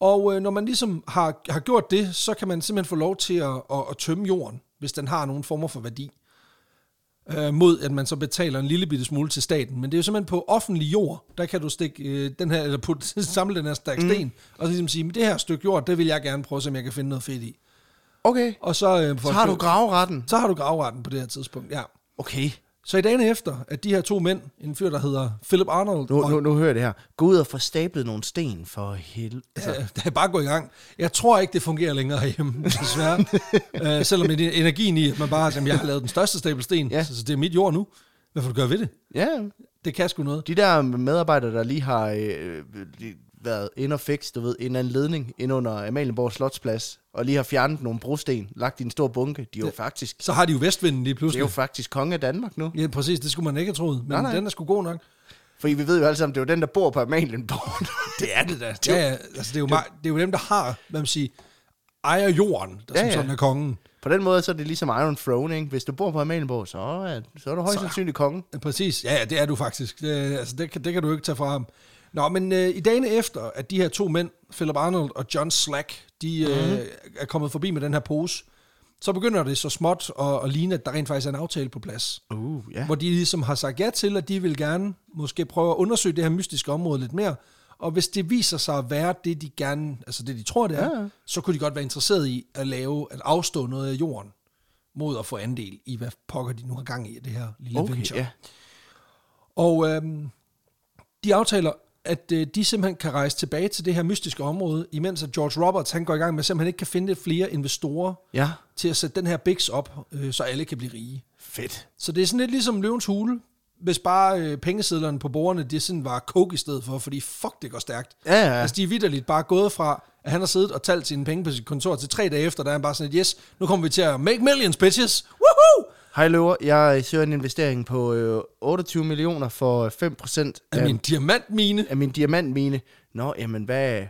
[SPEAKER 1] Og øh, når man ligesom har, har gjort det, så kan man simpelthen få lov til at, at, at tømme jorden, hvis den har nogen former for værdi. Øh, mod at man så betaler en lille bitte smule til staten. Men det er jo simpelthen på offentlig jord, der kan du stikke øh, den her, eller putte, samle den her stak
[SPEAKER 2] Mm.
[SPEAKER 1] sten, og så ligesom sige, "Men det her stykke jord, det vil jeg gerne prøve, som jeg kan finde noget fedt i.
[SPEAKER 2] Okay,
[SPEAKER 1] Og så, øh, får
[SPEAKER 2] så har
[SPEAKER 1] du-
[SPEAKER 2] du graveretten.
[SPEAKER 1] så har du graveretten på det her tidspunkt, ja.
[SPEAKER 2] Okay.
[SPEAKER 1] Så i dagene efter, at de her to mænd, en fyr, der hedder Philip Arnold,
[SPEAKER 2] Nu,
[SPEAKER 1] og,
[SPEAKER 2] nu, nu hører jeg det her. Gå ud og få stablet nogle sten for helvede.
[SPEAKER 1] øh, der er bare gået i gang. Jeg tror ikke, det fungerer længere herhjemme, desværre. øh, selvom en- energien i, at man bare jamen, jeg har lavet den største stabelsten,
[SPEAKER 2] Ja.
[SPEAKER 1] ja. så, så det er mit jord nu. Hvad får du gøre ved det?
[SPEAKER 2] Ja,
[SPEAKER 1] Det kan sgu noget.
[SPEAKER 2] de der medarbejdere, der lige har øh, lige været inde og fikse, du ved, en eller anden ledning ind under Amalienborg Slotsplads, og lige har fjernet nogle brosten, lagt i en stor bunke, de er jo faktisk,
[SPEAKER 1] Så har de jo vestvinden lige
[SPEAKER 2] det er jo
[SPEAKER 1] pludselig.
[SPEAKER 2] faktisk konge af Danmark nu.
[SPEAKER 1] Ja, præcis, det skulle man ikke have troet, men
[SPEAKER 2] Nej, nej.
[SPEAKER 1] den er sgu god nok.
[SPEAKER 2] Fordi vi ved jo alle sammen, det er jo den, der bor på Amalienborg. det er det da.
[SPEAKER 1] Ja, ja, altså, det, er jo meget, det er jo dem, der har, hvad man siger, ejer jorden, der
[SPEAKER 2] Ja,
[SPEAKER 1] ja, som
[SPEAKER 2] ja.
[SPEAKER 1] sådan er kongen.
[SPEAKER 2] På den måde, så er det ligesom Iron Throne, ikke? Hvis du bor på Amalienborg, så er, så er du højst
[SPEAKER 1] Så-
[SPEAKER 2] sandsynligt konge.
[SPEAKER 1] Ja, Præcis, ja, ja, det er du faktisk. Det, altså, det, kan, det kan du ikke tage fra ham. Nå, men øh, i dagene efter, at de her to mænd, Philip Arnold og John Slack, de mm-hmm.
[SPEAKER 2] Mhm.
[SPEAKER 1] øh, er kommet forbi med den her pose, så begynder det så småt at, at ligne, at der rent faktisk er en aftale på plads.
[SPEAKER 2] Uh, ja.
[SPEAKER 1] Ja. Hvor de ligesom har sagt ja til, at de vil gerne måske prøve at undersøge det her mystiske område lidt mere. Og hvis det viser sig at være det, de gerne, altså det de tror, det er,
[SPEAKER 2] Ja.
[SPEAKER 1] ja. så kunne de godt være interesseret i at lave, at afstå noget af jorden mod at få andel i, hvad pokker de nu har gang i det her lille
[SPEAKER 2] Okay,
[SPEAKER 1] venture.
[SPEAKER 2] ja.
[SPEAKER 1] Og øhm, de aftaler, at øh, de simpelthen kan rejse tilbage til det her mystiske område, imens at George Roberts han går i gang med simpelthen ikke kan finde flere investorer
[SPEAKER 2] Ja.
[SPEAKER 1] til at sætte den her Bix op, øh, så alle kan blive rige.
[SPEAKER 2] Fedt.
[SPEAKER 1] Så det er sådan lidt ligesom løvens hule, hvis bare øh, pengesedlerne på bordene, det sådan var coke i stedet for, fordi fuck, det går stærkt.
[SPEAKER 2] Ja, ja.
[SPEAKER 1] Altså, de er vidderligt bare gået fra, at han har siddet og talt sine penge på sit kontor, til tre dage efter, der er han bare sådan et, yes, nu kommer vi til at make millions, bitches! Woohoo!
[SPEAKER 2] Hej Løver, jeg søger en investering på øh, 28 millioner for 5%
[SPEAKER 1] Af
[SPEAKER 2] af,
[SPEAKER 1] min diamantmine.
[SPEAKER 2] af min diamantmine. Nå, jamen hvad...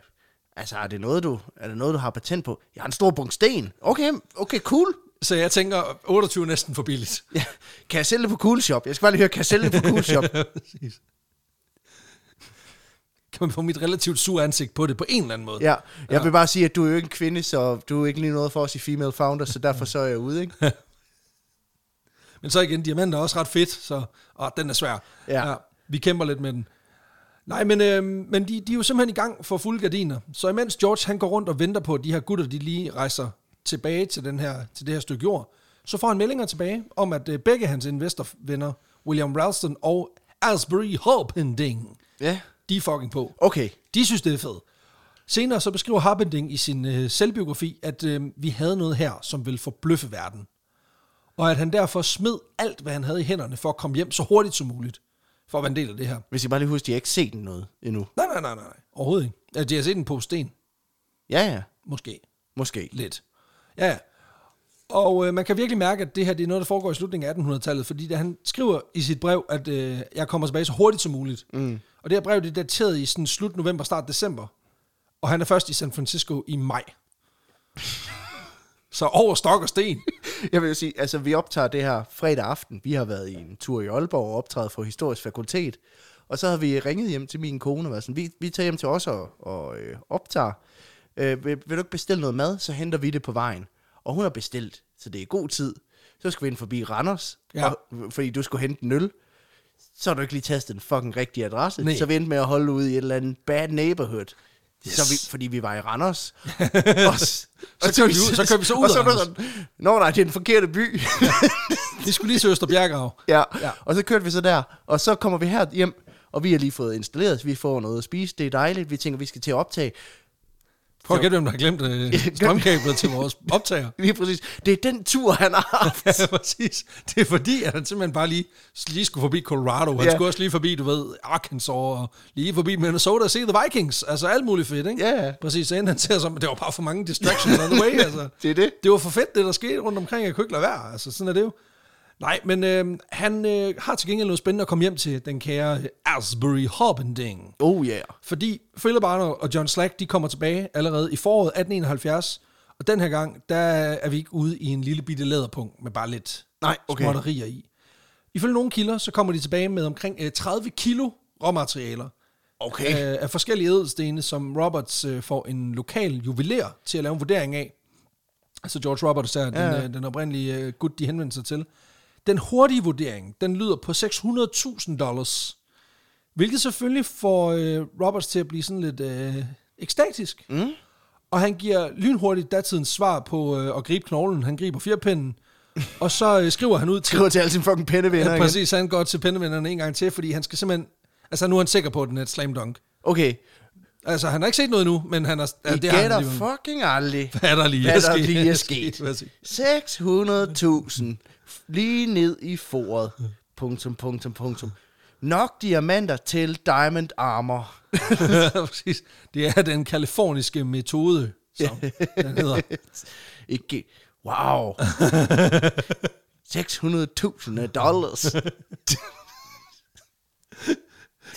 [SPEAKER 2] Altså, er det, noget, du, er det noget, du har patent på? Jeg har en stor bunke sten. Okay, okay, cool.
[SPEAKER 1] Så jeg tænker, 28 er næsten for billigt.
[SPEAKER 2] Ja. Kan jeg sælge det på Cool Shop? Jeg skal bare lige høre, kan jeg sælge det på Cool Shop?
[SPEAKER 1] Præcis. Kan man få mit relativt sure ansigt på det på en eller anden måde?
[SPEAKER 2] Ja, jeg vil bare sige, at du er jo ikke en kvinde, så du er jo ikke lige noget for os i Female Founders, så derfor så er jeg ude, ikke?
[SPEAKER 1] Men så igen, diamanter er også ret fedt, så åh, den er svær.
[SPEAKER 2] Ja.
[SPEAKER 1] vi kæmper lidt med den. Nej, men, øh, men de, de er jo simpelthen i gang for fulde gardiner. Så imens George han går rundt og venter på, at de her gutter de lige rejser tilbage til, den her, til det her stykke jord, så får han meldinger tilbage om, at øh, begge hans investorvenner, William Ralston og Asbury Hopending,
[SPEAKER 2] Ja.
[SPEAKER 1] de er fucking på.
[SPEAKER 2] Okay.
[SPEAKER 1] De synes, det er fedt. Senere så beskriver Harpending i sin øh, selvbiografi, at øh, vi havde noget her, som ville forbløffe verden. Og at han derfor smed alt, hvad han havde i hænderne, for at komme hjem så hurtigt som muligt, for at være en del af det her.
[SPEAKER 2] Hvis I bare lige husker, at jeg har ikke set noget endnu.
[SPEAKER 1] Nej, nej, nej, nej, nej. Overhovedet ikke. Altså, de har set en på sten,
[SPEAKER 2] Ja, ja.
[SPEAKER 1] måske.
[SPEAKER 2] Måske.
[SPEAKER 1] Lidt. Ja, ja. Og øh, man kan virkelig mærke, at det her det er noget, der foregår i slutningen af 1800-tallet, fordi da han skriver i sit brev, at øh, jeg kommer tilbage så hurtigt som muligt. Mm. Og det her brev det er dateret i sådan slut november, start december. Og han er først i San Francisco i maj. så over stok og sten.
[SPEAKER 2] Jeg vil jo sige, altså vi optager det her fredag aften. Vi har været i en tur i Aalborg og optrædet for Historisk Fakultet. Og så har vi ringet hjem til min kone og været sådan, vi, vi tager hjem til os og, og øh, optager. Øh, vil, vil du ikke bestille noget mad, så henter vi det på vejen. Og hun har bestilt, så det er god tid. Så skal vi ind forbi Randers,
[SPEAKER 1] Ja.
[SPEAKER 2] og, fordi du skulle hente en øl. Så har du ikke lige tastet den fucking rigtige adresse.
[SPEAKER 1] Nej.
[SPEAKER 2] Så vi endte med at holde ud i et eller andet bad neighborhood. Yes. Så vi, fordi vi var i Randers. og, s-
[SPEAKER 1] Så
[SPEAKER 2] og
[SPEAKER 1] kører vi ud- så kører vi så ud
[SPEAKER 2] og så
[SPEAKER 1] af
[SPEAKER 2] er der
[SPEAKER 1] Randers.
[SPEAKER 2] sådan, Nå nej, det er den forkerte by.
[SPEAKER 1] De skulle lige til Østerbjerggrav.
[SPEAKER 2] Ja. ja,
[SPEAKER 1] Ja.
[SPEAKER 2] og så kørte vi så der, og så kommer vi her hjem, og vi har lige fået installeret, så vi får noget at spise, det er dejligt, vi tænker, vi skal til at optage.
[SPEAKER 1] Prøv at gætte, hvem der har glemt øh, strømkablet til vores optager.
[SPEAKER 2] Lige præcis. Det er den tur, han har haft.
[SPEAKER 1] Ja, præcis. Det er fordi, at han simpelthen bare lige, lige skulle forbi Colorado. Han
[SPEAKER 2] Ja.
[SPEAKER 1] ja. skulle også lige forbi, du ved, Arkansas, og lige forbi Minnesota og se The Vikings. Altså alt muligt fedt, ikke?
[SPEAKER 2] Ja, ja.
[SPEAKER 1] Præcis, så endte han til at som, det var bare for mange distractions on the way, altså.
[SPEAKER 2] Det er det.
[SPEAKER 1] Det var for fedt, det der skete rundt omkring, jeg kunne ikke lade være. Altså, sådan er det jo. Nej, men øh, han øh, har til gengæld noget spændende at komme hjem til, den kære øh, Asbury Hoppending.
[SPEAKER 2] Oh yeah.
[SPEAKER 1] Fordi Philip Arnold og John Slack, de kommer tilbage allerede i foråret 1871, og den her gang, der er vi ikke ude i en lille bitte læderpunkt med bare lidt
[SPEAKER 2] Nej, okay.
[SPEAKER 1] småtterier i. Ifølge nogle kilder, så kommer de tilbage med omkring øh, 30 kilo råmaterialer
[SPEAKER 2] Okay.
[SPEAKER 1] øh, af forskellige edelstene, som Roberts øh, får en lokal juveler til at lave en vurdering af. Altså George Roberts er ja. den, øh, den oprindelige øh, gut, de henvender sig til. Den hurtige vurdering, den lyder på 600.000 dollars. Hvilket selvfølgelig får øh, Roberts til at blive sådan lidt øh, ekstatisk. Mm. Og han giver lynhurtigt datidens svar på øh, at gribe knoglen. Han griber firpinden, og så øh, skriver han ud til
[SPEAKER 2] Skriver til alle sine fucking pennevenner
[SPEAKER 1] Ja,
[SPEAKER 2] igen.
[SPEAKER 1] præcis, han går til pindevinderne en gang til, fordi han skal simpelthen... Altså, nu er han sikker på, at den er et slam dunk.
[SPEAKER 2] Okay.
[SPEAKER 1] Altså, han har ikke set noget nu, men han er... Ja, har
[SPEAKER 2] I
[SPEAKER 1] han
[SPEAKER 2] gætter
[SPEAKER 1] alligevel.
[SPEAKER 2] fucking aldrig.
[SPEAKER 1] Hvad er der lige
[SPEAKER 2] Hvad der lige er sket.
[SPEAKER 1] Præcis.
[SPEAKER 2] 600.000 lige ned i foret. Punktum, punktum, punktum. Nok diamanter til Diamond Armor.
[SPEAKER 1] Præcis. Det er den kaliforniske metode, som den hedder.
[SPEAKER 2] Ikke... Wow. 600.000 dollars.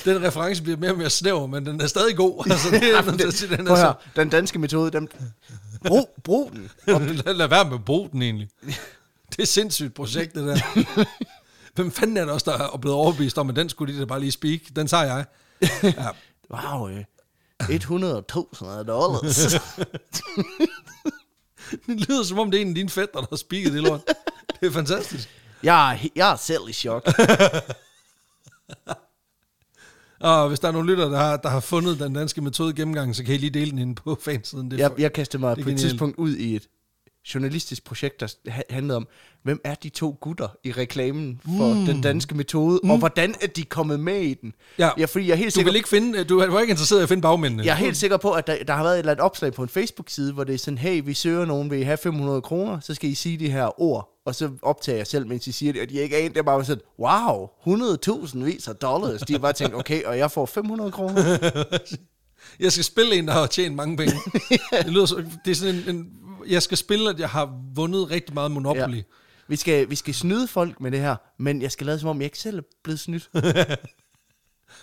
[SPEAKER 1] Den reference bliver mere og mere snæver, men den er stadig god. Altså, det er, den, den, den er
[SPEAKER 2] Prøv at
[SPEAKER 1] så,
[SPEAKER 2] høre, den danske metode, den... Brug, brug den.
[SPEAKER 1] lad, lad være med at bruge den egentlig. Det er sindssygt projekt, det der. Hvem fanden er der også, der er blevet overbevist om, at den skulle de da bare lige speak? Den tager jeg. Ja.
[SPEAKER 2] Wow, øh. 100.000 dollars.
[SPEAKER 1] Det lyder som om, det er en af dine fætter, der har speaket det lort. Det er fantastisk.
[SPEAKER 2] Jeg er, he- jeg er selv i chok.
[SPEAKER 1] Og hvis der er nogle lytter, der har, der har fundet den danske metode gennemgang, så kan I lige dele den inde på fansiden. Det er
[SPEAKER 2] Jeg,
[SPEAKER 1] for-
[SPEAKER 2] jeg kastede mig
[SPEAKER 1] Det er
[SPEAKER 2] på et
[SPEAKER 1] genialt.
[SPEAKER 2] tidspunkt ud i et journalistisk projekt, der ha- handlede om, hvem er de to gutter i reklamen for mm. den danske metode, mm. og hvordan er de kommet med i den?
[SPEAKER 1] Ja.
[SPEAKER 2] ja fordi jeg er
[SPEAKER 1] du
[SPEAKER 2] helt sikker
[SPEAKER 1] vil ikke finde, du var ikke interesseret i at finde bagmændene.
[SPEAKER 2] Jeg er helt sikker på, at der, der har været et eller andet opslag på en Facebook-side, hvor det er sådan, hey, vi søger nogen, vil I have 500 kroner? Så skal I sige de her ord, og så optager jeg selv, mens I siger det, og de er ikke anet, det er bare sådan, wow, 100.000 vis af dollars. De har bare tænkt, okay, og jeg får 500 kroner.
[SPEAKER 1] Jeg skal spille en, der har tjent mange penge. det, lyder så, det er sådan en, en, jeg skal spille, at jeg har vundet rigtig meget Monopoly.
[SPEAKER 2] Ja. Vi, skal, vi skal snyde folk med det her, men jeg skal lade som om, jeg ikke selv er blevet snydt.
[SPEAKER 1] Men på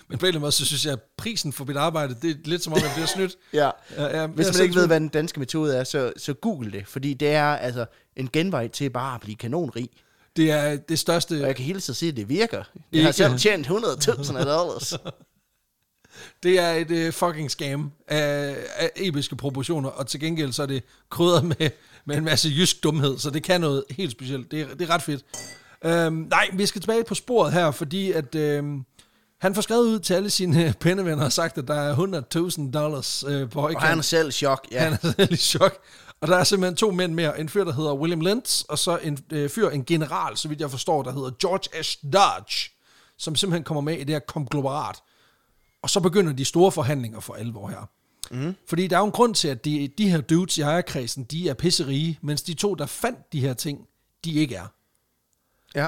[SPEAKER 1] en eller anden måde, så synes jeg, at prisen for mit arbejde, det er lidt som om, jeg bliver snydt.
[SPEAKER 2] Ja.
[SPEAKER 1] Ja, ja,
[SPEAKER 2] Hvis
[SPEAKER 1] jeg
[SPEAKER 2] man
[SPEAKER 1] selv-
[SPEAKER 2] ikke ved, hvad den danske metode er, så, så google det, fordi det er altså en genvej til bare at blive kanonrig.
[SPEAKER 1] Det er det største...
[SPEAKER 2] Og jeg kan hele tiden sige, at det virker. Jeg har
[SPEAKER 1] Ikke.
[SPEAKER 2] selv tjent 100.000 af dollars.
[SPEAKER 1] Det er et øh, fucking scam af, af episke proportioner, og til gengæld så er det krydret med, med en masse jysk dumhed, så det kan noget helt specielt. Det er, det er ret fedt. Øhm, nej, vi skal tilbage på sporet her, fordi at øhm, han får skrevet ud til alle sine øh, pennevenner og sagt, at der er 100.000 dollars øh, på
[SPEAKER 2] Og han er
[SPEAKER 1] højkant.
[SPEAKER 2] selv i chok, ja.
[SPEAKER 1] Han er lidt i chok. Og der er simpelthen to mænd mere. En fyr, der hedder William Lentz, og så en øh, fyr, en general, så vidt jeg forstår, der hedder George S. Dodge, som simpelthen kommer med i det her konglomerat. Og så begynder de store forhandlinger for alvor her. Mm. Fordi der er jo en grund til, at de, de her dudes i ejerkredsen, de er pisserige, mens de to, der fandt de her ting, de ikke er.
[SPEAKER 2] Ja.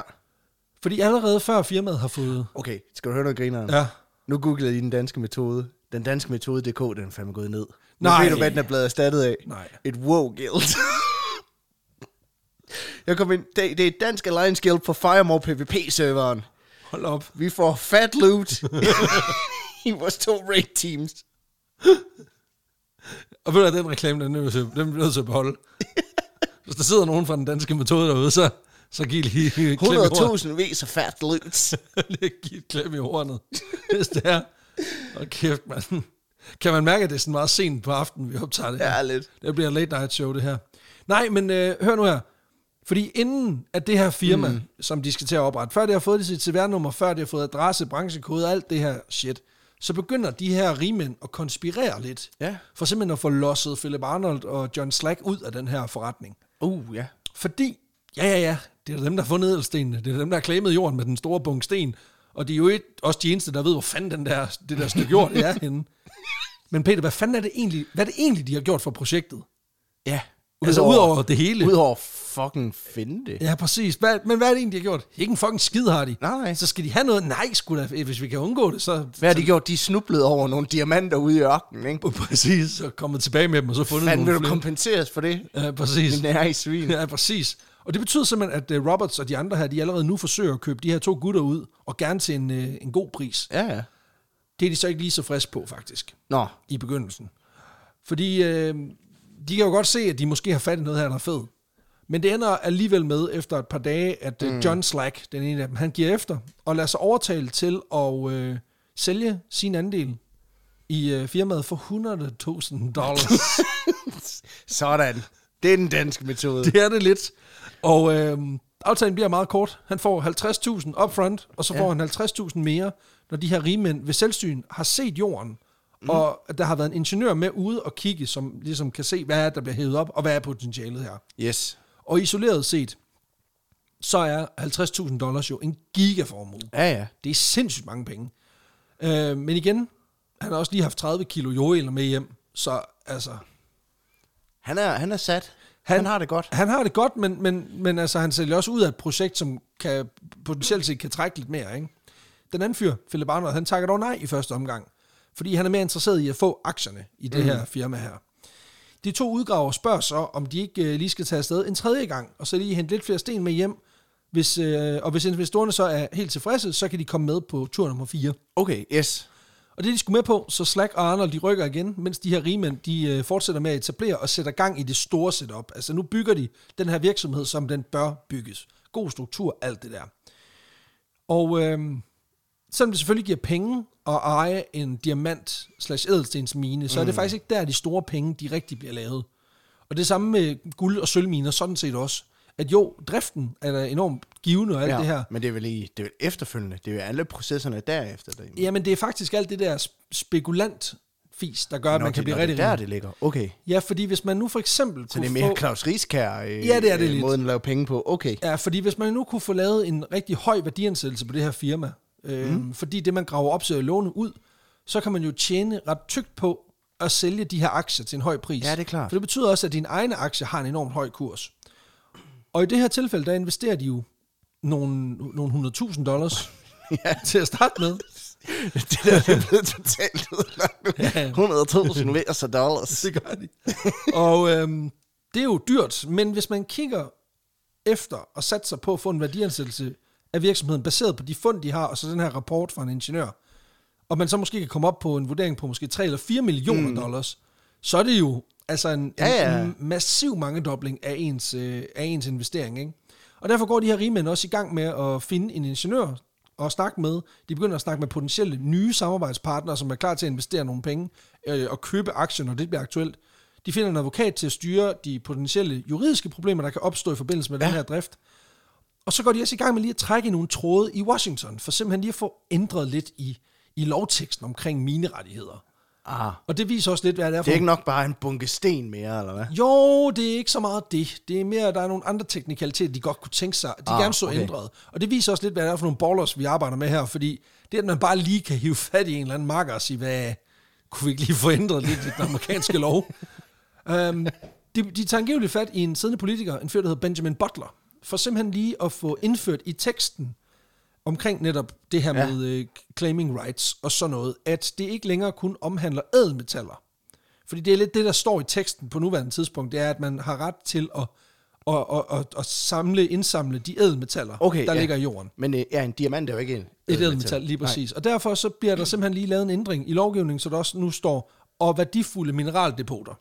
[SPEAKER 1] Fordi allerede før firmaet har fået...
[SPEAKER 2] Okay, skal du høre noget grineren?
[SPEAKER 1] Ja.
[SPEAKER 2] Nu googlede jeg lige den danske metode. Den danske metode.dk, den er fandme gået ned. Nu
[SPEAKER 1] Nej.
[SPEAKER 2] ved du, hvad den er blevet erstattet af.
[SPEAKER 1] Nej.
[SPEAKER 2] Et wow guild. jeg kom ind, det, det er et dansk alliance guild på Firemore PvP-serveren.
[SPEAKER 1] Hold op.
[SPEAKER 2] Vi får fat loot i vores to raid teams.
[SPEAKER 1] Og ved du, hvad, den reklame, den er nødt til, den er vi nødt til at beholde. Hvis der sidder nogen fra den danske metode derude, så, så giv lige et klem i hornet.
[SPEAKER 2] 100.000 vis af fat loot.
[SPEAKER 1] Lige giv et klem i hornet, hvis det er. Og kæft, mand. Kan man mærke, at det er sådan meget sent på aftenen, vi optager det? her?
[SPEAKER 2] Ja, lidt.
[SPEAKER 1] Det bliver late night show, det her. Nej, men øh, hør nu her. Fordi inden at det her firma, mm. som de skal til at oprette, før de har fået sit CVR-nummer, før de har fået adresse, branchekode, alt det her shit, så begynder de her rigmænd at konspirere lidt.
[SPEAKER 2] Ja.
[SPEAKER 1] For simpelthen at få losset Philip Arnold og John Slack ud af den her forretning.
[SPEAKER 2] Uh, ja.
[SPEAKER 1] Fordi, ja ja ja, det er dem, der har fundet edelstenene. Det er dem, der har klæmet jorden med den store bunke sten. Og de er jo ikke også de eneste, der ved, hvor fanden den der, det der stykke jord det er henne. Men Peter, hvad fanden er det egentlig, hvad er det egentlig, de har gjort for projektet?
[SPEAKER 2] Ja.
[SPEAKER 1] Altså, udover det hele.
[SPEAKER 2] Udover at fucking finde det.
[SPEAKER 1] Ja, præcis. Hvad, men hvad er det egentlig, de har gjort? Ikke en fucking skid har de.
[SPEAKER 2] Nej, nej.
[SPEAKER 1] Så skal de have noget? Nej, sgu da. Hvis vi kan undgå det, så...
[SPEAKER 2] Hvad har de gjort? De snublede over nogle diamanter ude i ørkenen, ikke?
[SPEAKER 1] Præcis. Så kommer tilbage med dem, og så fundet
[SPEAKER 2] Fanden vil
[SPEAKER 1] nogle
[SPEAKER 2] du
[SPEAKER 1] flere.
[SPEAKER 2] kompenseres for det?
[SPEAKER 1] Ja, præcis.
[SPEAKER 2] Den er i svin.
[SPEAKER 1] Ja, præcis. Og det betyder simpelthen, at øh, Roberts og de andre her, de allerede nu forsøger at købe de her to gutter ud, og gerne til en, øh, en god pris.
[SPEAKER 2] Ja, ja.
[SPEAKER 1] Det er de så ikke lige så friske på, faktisk,
[SPEAKER 2] Nå,
[SPEAKER 1] i begyndelsen. Fordi øh, de kan jo godt se, at de måske har fat i noget her, der er fedt. Men det ender alligevel med, efter et par dage, at mm. John Slack, den ene af dem, han giver efter, og lader sig overtale til at øh, sælge sin andel i øh, firmaet for 100.000 dollars.
[SPEAKER 2] sådan. Det er den danske metode.
[SPEAKER 1] Det er det lidt. Og øh, aftalen bliver meget kort. Han får 50.000 upfront, og så får han 50.000 mere, når de her rigmænd ved selvsyn har set jorden. Mm. Og der har været en ingeniør med ude og kigge, som ligesom kan se, hvad er det, der bliver hævet op, og hvad er potentialet her.
[SPEAKER 2] Yes.
[SPEAKER 1] Og isoleret set, så er 50.000 dollars jo en gigaformue.
[SPEAKER 2] Ja, ja.
[SPEAKER 1] Det er sindssygt mange penge. Øh, men igen, han har også lige haft 30 kilo jordel med hjem, så altså,
[SPEAKER 2] Han er, han er sat. Han, han har det godt.
[SPEAKER 1] Han har det godt, men, men, men altså, han sælger også ud af et projekt, som kan, potentielt set kan trække lidt mere. Ikke? Den anden fyr, Philip Arnold, han takker dog nej i første omgang, fordi han er mere interesseret i at få aktierne i det mm. her firma her. De to udgraver spørger så, om de ikke øh, lige skal tage afsted en tredje gang, og så lige hente lidt flere sten med hjem. Hvis, øh, og hvis investorerne så er helt tilfredse, så kan de komme med på tur nummer 4.
[SPEAKER 2] Okay, yes.
[SPEAKER 1] Og det er de skulle med på, så Slack og Arnold de rykker igen, mens de her rigmænd de øh, fortsætter med at etablere og sætter gang i det store setup. Altså nu bygger de den her virksomhed, som den bør bygges. God struktur, alt det der. Og øh, selvom det selvfølgelig giver penge at eje en diamant slash edelstensmine, så er det faktisk ikke der, de store penge de rigtig bliver lavet. Og det samme med guld- og sølvminer, sådan set også. At jo, driften er da enormt givende og alt ja. det her,
[SPEAKER 2] Men det er vel i, det er vel efterfølgende. Det er jo alle processerne derefter. Der. Nå,
[SPEAKER 1] Jamen, det er faktisk alt det der spekulant fis, der gør, at man
[SPEAKER 2] det-
[SPEAKER 1] kan blive
[SPEAKER 2] nå, det
[SPEAKER 1] rigtig
[SPEAKER 2] er der,
[SPEAKER 1] rig.
[SPEAKER 2] det ligger. Okay.
[SPEAKER 1] Ja, fordi hvis man nu for eksempel
[SPEAKER 2] Så
[SPEAKER 1] kunne
[SPEAKER 2] det er mere
[SPEAKER 1] få...
[SPEAKER 2] Claus Rieskær øh,
[SPEAKER 1] Ja, det er det
[SPEAKER 2] øh,
[SPEAKER 1] lidt.
[SPEAKER 2] måden at lave penge på. Okay.
[SPEAKER 1] Ja, fordi hvis man nu kunne få lavet en rigtig høj værdiansættelse på det her firma, øh, mm. fordi det, man graver op til at låne ud, så kan man jo tjene ret tygt på at sælge de her aktier til en høj pris.
[SPEAKER 2] Ja, det er klart.
[SPEAKER 1] For det betyder også, at dine egne aktier har en enormt høj kurs. Og i det her tilfælde, der investerer de jo nogle, nogle 100.000 dollars ja. til at starte med.
[SPEAKER 2] det der det er blevet totalt udlagt. 100.000 ved så dollars.
[SPEAKER 1] Det gør de. og øhm, det er jo dyrt, men hvis man kigger efter og satser på at få en værdiansættelse af virksomheden, baseret på de fund, de har, og så den her rapport fra en ingeniør, og man så måske kan komme op på en vurdering på måske 3 eller 4 millioner mm. dollars, så er det jo altså en,
[SPEAKER 2] Ja, ja.
[SPEAKER 1] en, en massiv mangedobling af ens, øh, af ens investering. Ikke? Og derfor går de her rigmænd også i gang med at finde en ingeniør og snakke med. De begynder at snakke med potentielle nye samarbejdspartnere, som er klar til at investere nogle penge øh, og købe aktier, når det bliver aktuelt. De finder en advokat til at styre de potentielle juridiske problemer, der kan opstå i forbindelse med ja. den her drift. Og så går de også i gang med lige at trække i nogle tråde i Washington, for simpelthen lige at få ændret lidt i, i lovteksten omkring minerettigheder.
[SPEAKER 2] Ah.
[SPEAKER 1] Og det viser også lidt, hvad det er for
[SPEAKER 2] Det er ikke nok bare en bunke sten mere, eller hvad?
[SPEAKER 1] jo, det er ikke så meget det. Det er mere, at der er nogle andre teknikaliteter, de godt kunne tænke sig, de ah,
[SPEAKER 2] Ah,
[SPEAKER 1] gerne så okay.
[SPEAKER 2] okay.
[SPEAKER 1] ændret. Og det viser også lidt, hvad det er for nogle ballers, vi arbejder med her, fordi det, at man bare lige kan hive fat i en eller anden marker og sige, hvad kunne vi ikke lige få ændret lidt i den amerikanske lov? Um, de, de tager angiveligt fat i en siddende politiker, en fyr, der hedder Benjamin Butler, for simpelthen lige at få indført i teksten omkring netop det her ja.
[SPEAKER 2] Ja.
[SPEAKER 1] med øh, claiming rights og sådan noget, at det ikke længere kun omhandler ædelmetaller. Fordi det er lidt det, der står i teksten på nuværende tidspunkt, det er, at man har ret til at, at, at, at, at samle, indsamle de ædelmetaller,
[SPEAKER 2] Okay,
[SPEAKER 1] der
[SPEAKER 2] ja.
[SPEAKER 1] ligger i jorden.
[SPEAKER 2] Men øh, ja, en diamant er jo ikke øh, en
[SPEAKER 1] Et ædelmetal, lige præcis. Nej. Og derfor så bliver der simpelthen lige lavet en ændring i lovgivningen, så der også nu står, og værdifulde mineraldepoter.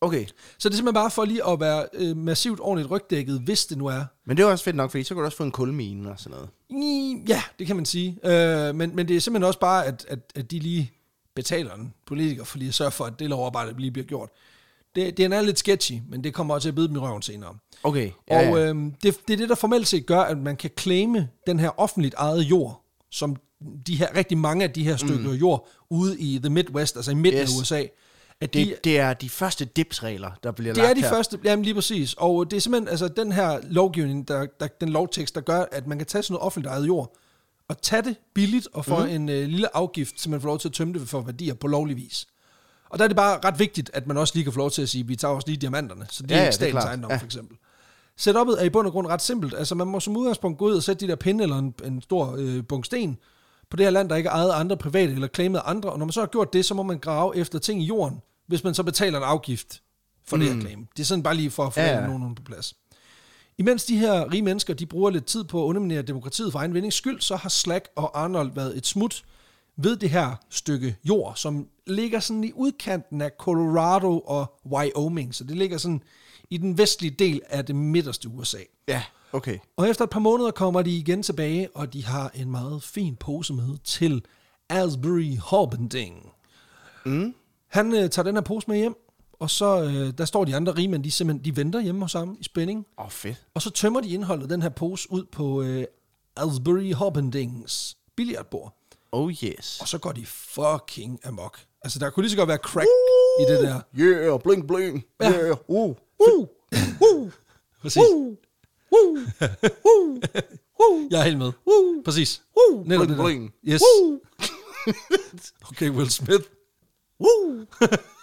[SPEAKER 2] Okay.
[SPEAKER 1] Så det er simpelthen bare for lige at være øh, massivt ordentligt rygdækket, hvis det nu er.
[SPEAKER 2] Men det er jo også fedt nok, fordi så kan du også få en kulmine og sådan noget.
[SPEAKER 1] I- Mm, Ja, det kan man sige. Øh, men, men det er simpelthen også bare, at, at, at de lige betaler en politiker for lige at sørge for, at det lovarbejde lige bliver gjort. Det, det er lidt sketchy, men det kommer også til at bide dem i røven senere.
[SPEAKER 2] Okay.
[SPEAKER 1] Ja, og øh, det, det er det, der formelt set gør, at man kan claime den her offentligt ejet jord, som de her, rigtig mange af de her stykker mm. jord ude i the Midwest, altså i midten yes.
[SPEAKER 2] Yes.
[SPEAKER 1] af USA, at de,
[SPEAKER 2] Det, det er de første dipsregler, der bliver
[SPEAKER 1] det
[SPEAKER 2] lagt
[SPEAKER 1] er de
[SPEAKER 2] her.
[SPEAKER 1] første, jamen lige præcis. Og det er simpelthen altså, den her lovgivning, der, der, den lovtekst, der gør, at man kan tage sådan noget offentligt ejet jord,
[SPEAKER 2] Mhm.
[SPEAKER 1] og tage det billigt og få mm. en øh, lille afgift, så man får lov til at tømme det for værdier på lovlig vis. Og der er det bare ret vigtigt, at man også lige kan få lov til at sige, vi tager også lige diamanterne, så det
[SPEAKER 2] Ja,
[SPEAKER 1] ja,
[SPEAKER 2] ja,
[SPEAKER 1] er
[SPEAKER 2] det er
[SPEAKER 1] ikke statens
[SPEAKER 2] klart.
[SPEAKER 1] ejendom
[SPEAKER 2] Ja.
[SPEAKER 1] ja. for eksempel. Setup'et er i bund og grund ret simpelt. Altså man må som udgangspunkt gå ud og sætte de der pinde eller en, en stor øh, bunke sten på det her land, der ikke er ejet af andre private eller claimet af andre. Og når man så har gjort det, så må man grave efter ting i jorden, hvis man så betaler en afgift for mm. det her claim. Det er sådan bare lige for at få
[SPEAKER 2] Ja,
[SPEAKER 1] ja,
[SPEAKER 2] ja.
[SPEAKER 1] nogen på plads. Imens de her rige mennesker, de bruger lidt tid på at underminere demokratiet for egen vindings skyld, så har Slack og Arnold været et smut ved det her stykke jord, som ligger sådan i udkanten af Colorado og Wyoming, så det ligger sådan i den vestlige del af det midterste USA.
[SPEAKER 2] Ja, okay.
[SPEAKER 1] Og efter et par måneder kommer de igen tilbage, og de har en meget fin pose med til Asbury Harbending. Mm. Han øh, tager den her pose med hjem, og så øh, der står de andre rigmænd, de simpelthen de venter hjemme hos ham i spænding.
[SPEAKER 2] Åh, oh, fedt.
[SPEAKER 1] Og så tømmer de indholdet af den her pose ud på øh, Asbury Harbendings billiardbord.
[SPEAKER 2] Oh yes.
[SPEAKER 1] Og så går de fucking amok. Altså, der kunne lige så godt være crack i det der.
[SPEAKER 2] Yeah, bling bling.
[SPEAKER 1] Ja.
[SPEAKER 2] Yeah, uh.
[SPEAKER 1] Uh, uh, Præcis. Uh, uh, uh, Jeg er helt med. Uh, Præcis. Uh, Netop
[SPEAKER 2] bling,
[SPEAKER 1] det
[SPEAKER 2] bling.
[SPEAKER 1] der. Yes. Okay, Will Smith.
[SPEAKER 2] Woo!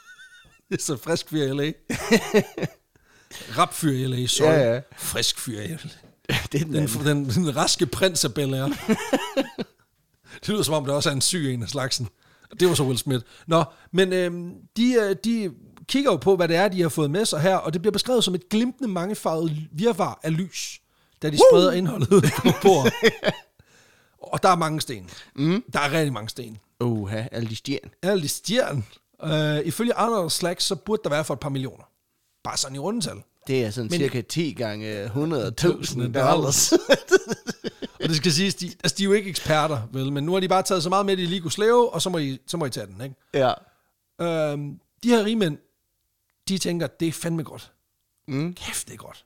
[SPEAKER 1] Det er så frisk fyr i LA. Rap fyr i LA, sorry.
[SPEAKER 2] Ja, ja.
[SPEAKER 1] Frisk fyr i LA.
[SPEAKER 2] det er den
[SPEAKER 1] Den,
[SPEAKER 2] anden.
[SPEAKER 1] den, den raske prins af Bel Air. det lyder som om, der også er en syg en af slagsen. Og Det var så Will Smith. Nå, men øhm, de, øh, de kigger jo på, hvad det er, de har fået med sig her, og det bliver beskrevet som et glimtende mangefarvet virvar af lys, da de spreder indholdet ud på bordet. og der er mange sten. Mm. Der er rigtig mange sten.
[SPEAKER 2] Uha, alle de stjerne.
[SPEAKER 1] Alle de stjerne. Øh, ifølge Arnold Slack, så burde der være for et par millioner. Bare sådan i rundetal.
[SPEAKER 2] Det er sådan Men... cirka 10 gange 100.000
[SPEAKER 1] dollars.
[SPEAKER 2] dollars.
[SPEAKER 1] Og det skal siges, de, altså de er jo ikke eksperter, vel, men nu har de bare taget så meget med, at de lige kunne slæve, og så må I, så må I tage den, ikke?
[SPEAKER 2] ja.
[SPEAKER 1] Øhm, de her rigmænd, de tænker, det er fandme godt.
[SPEAKER 2] Mm.
[SPEAKER 1] Kæft, det er godt.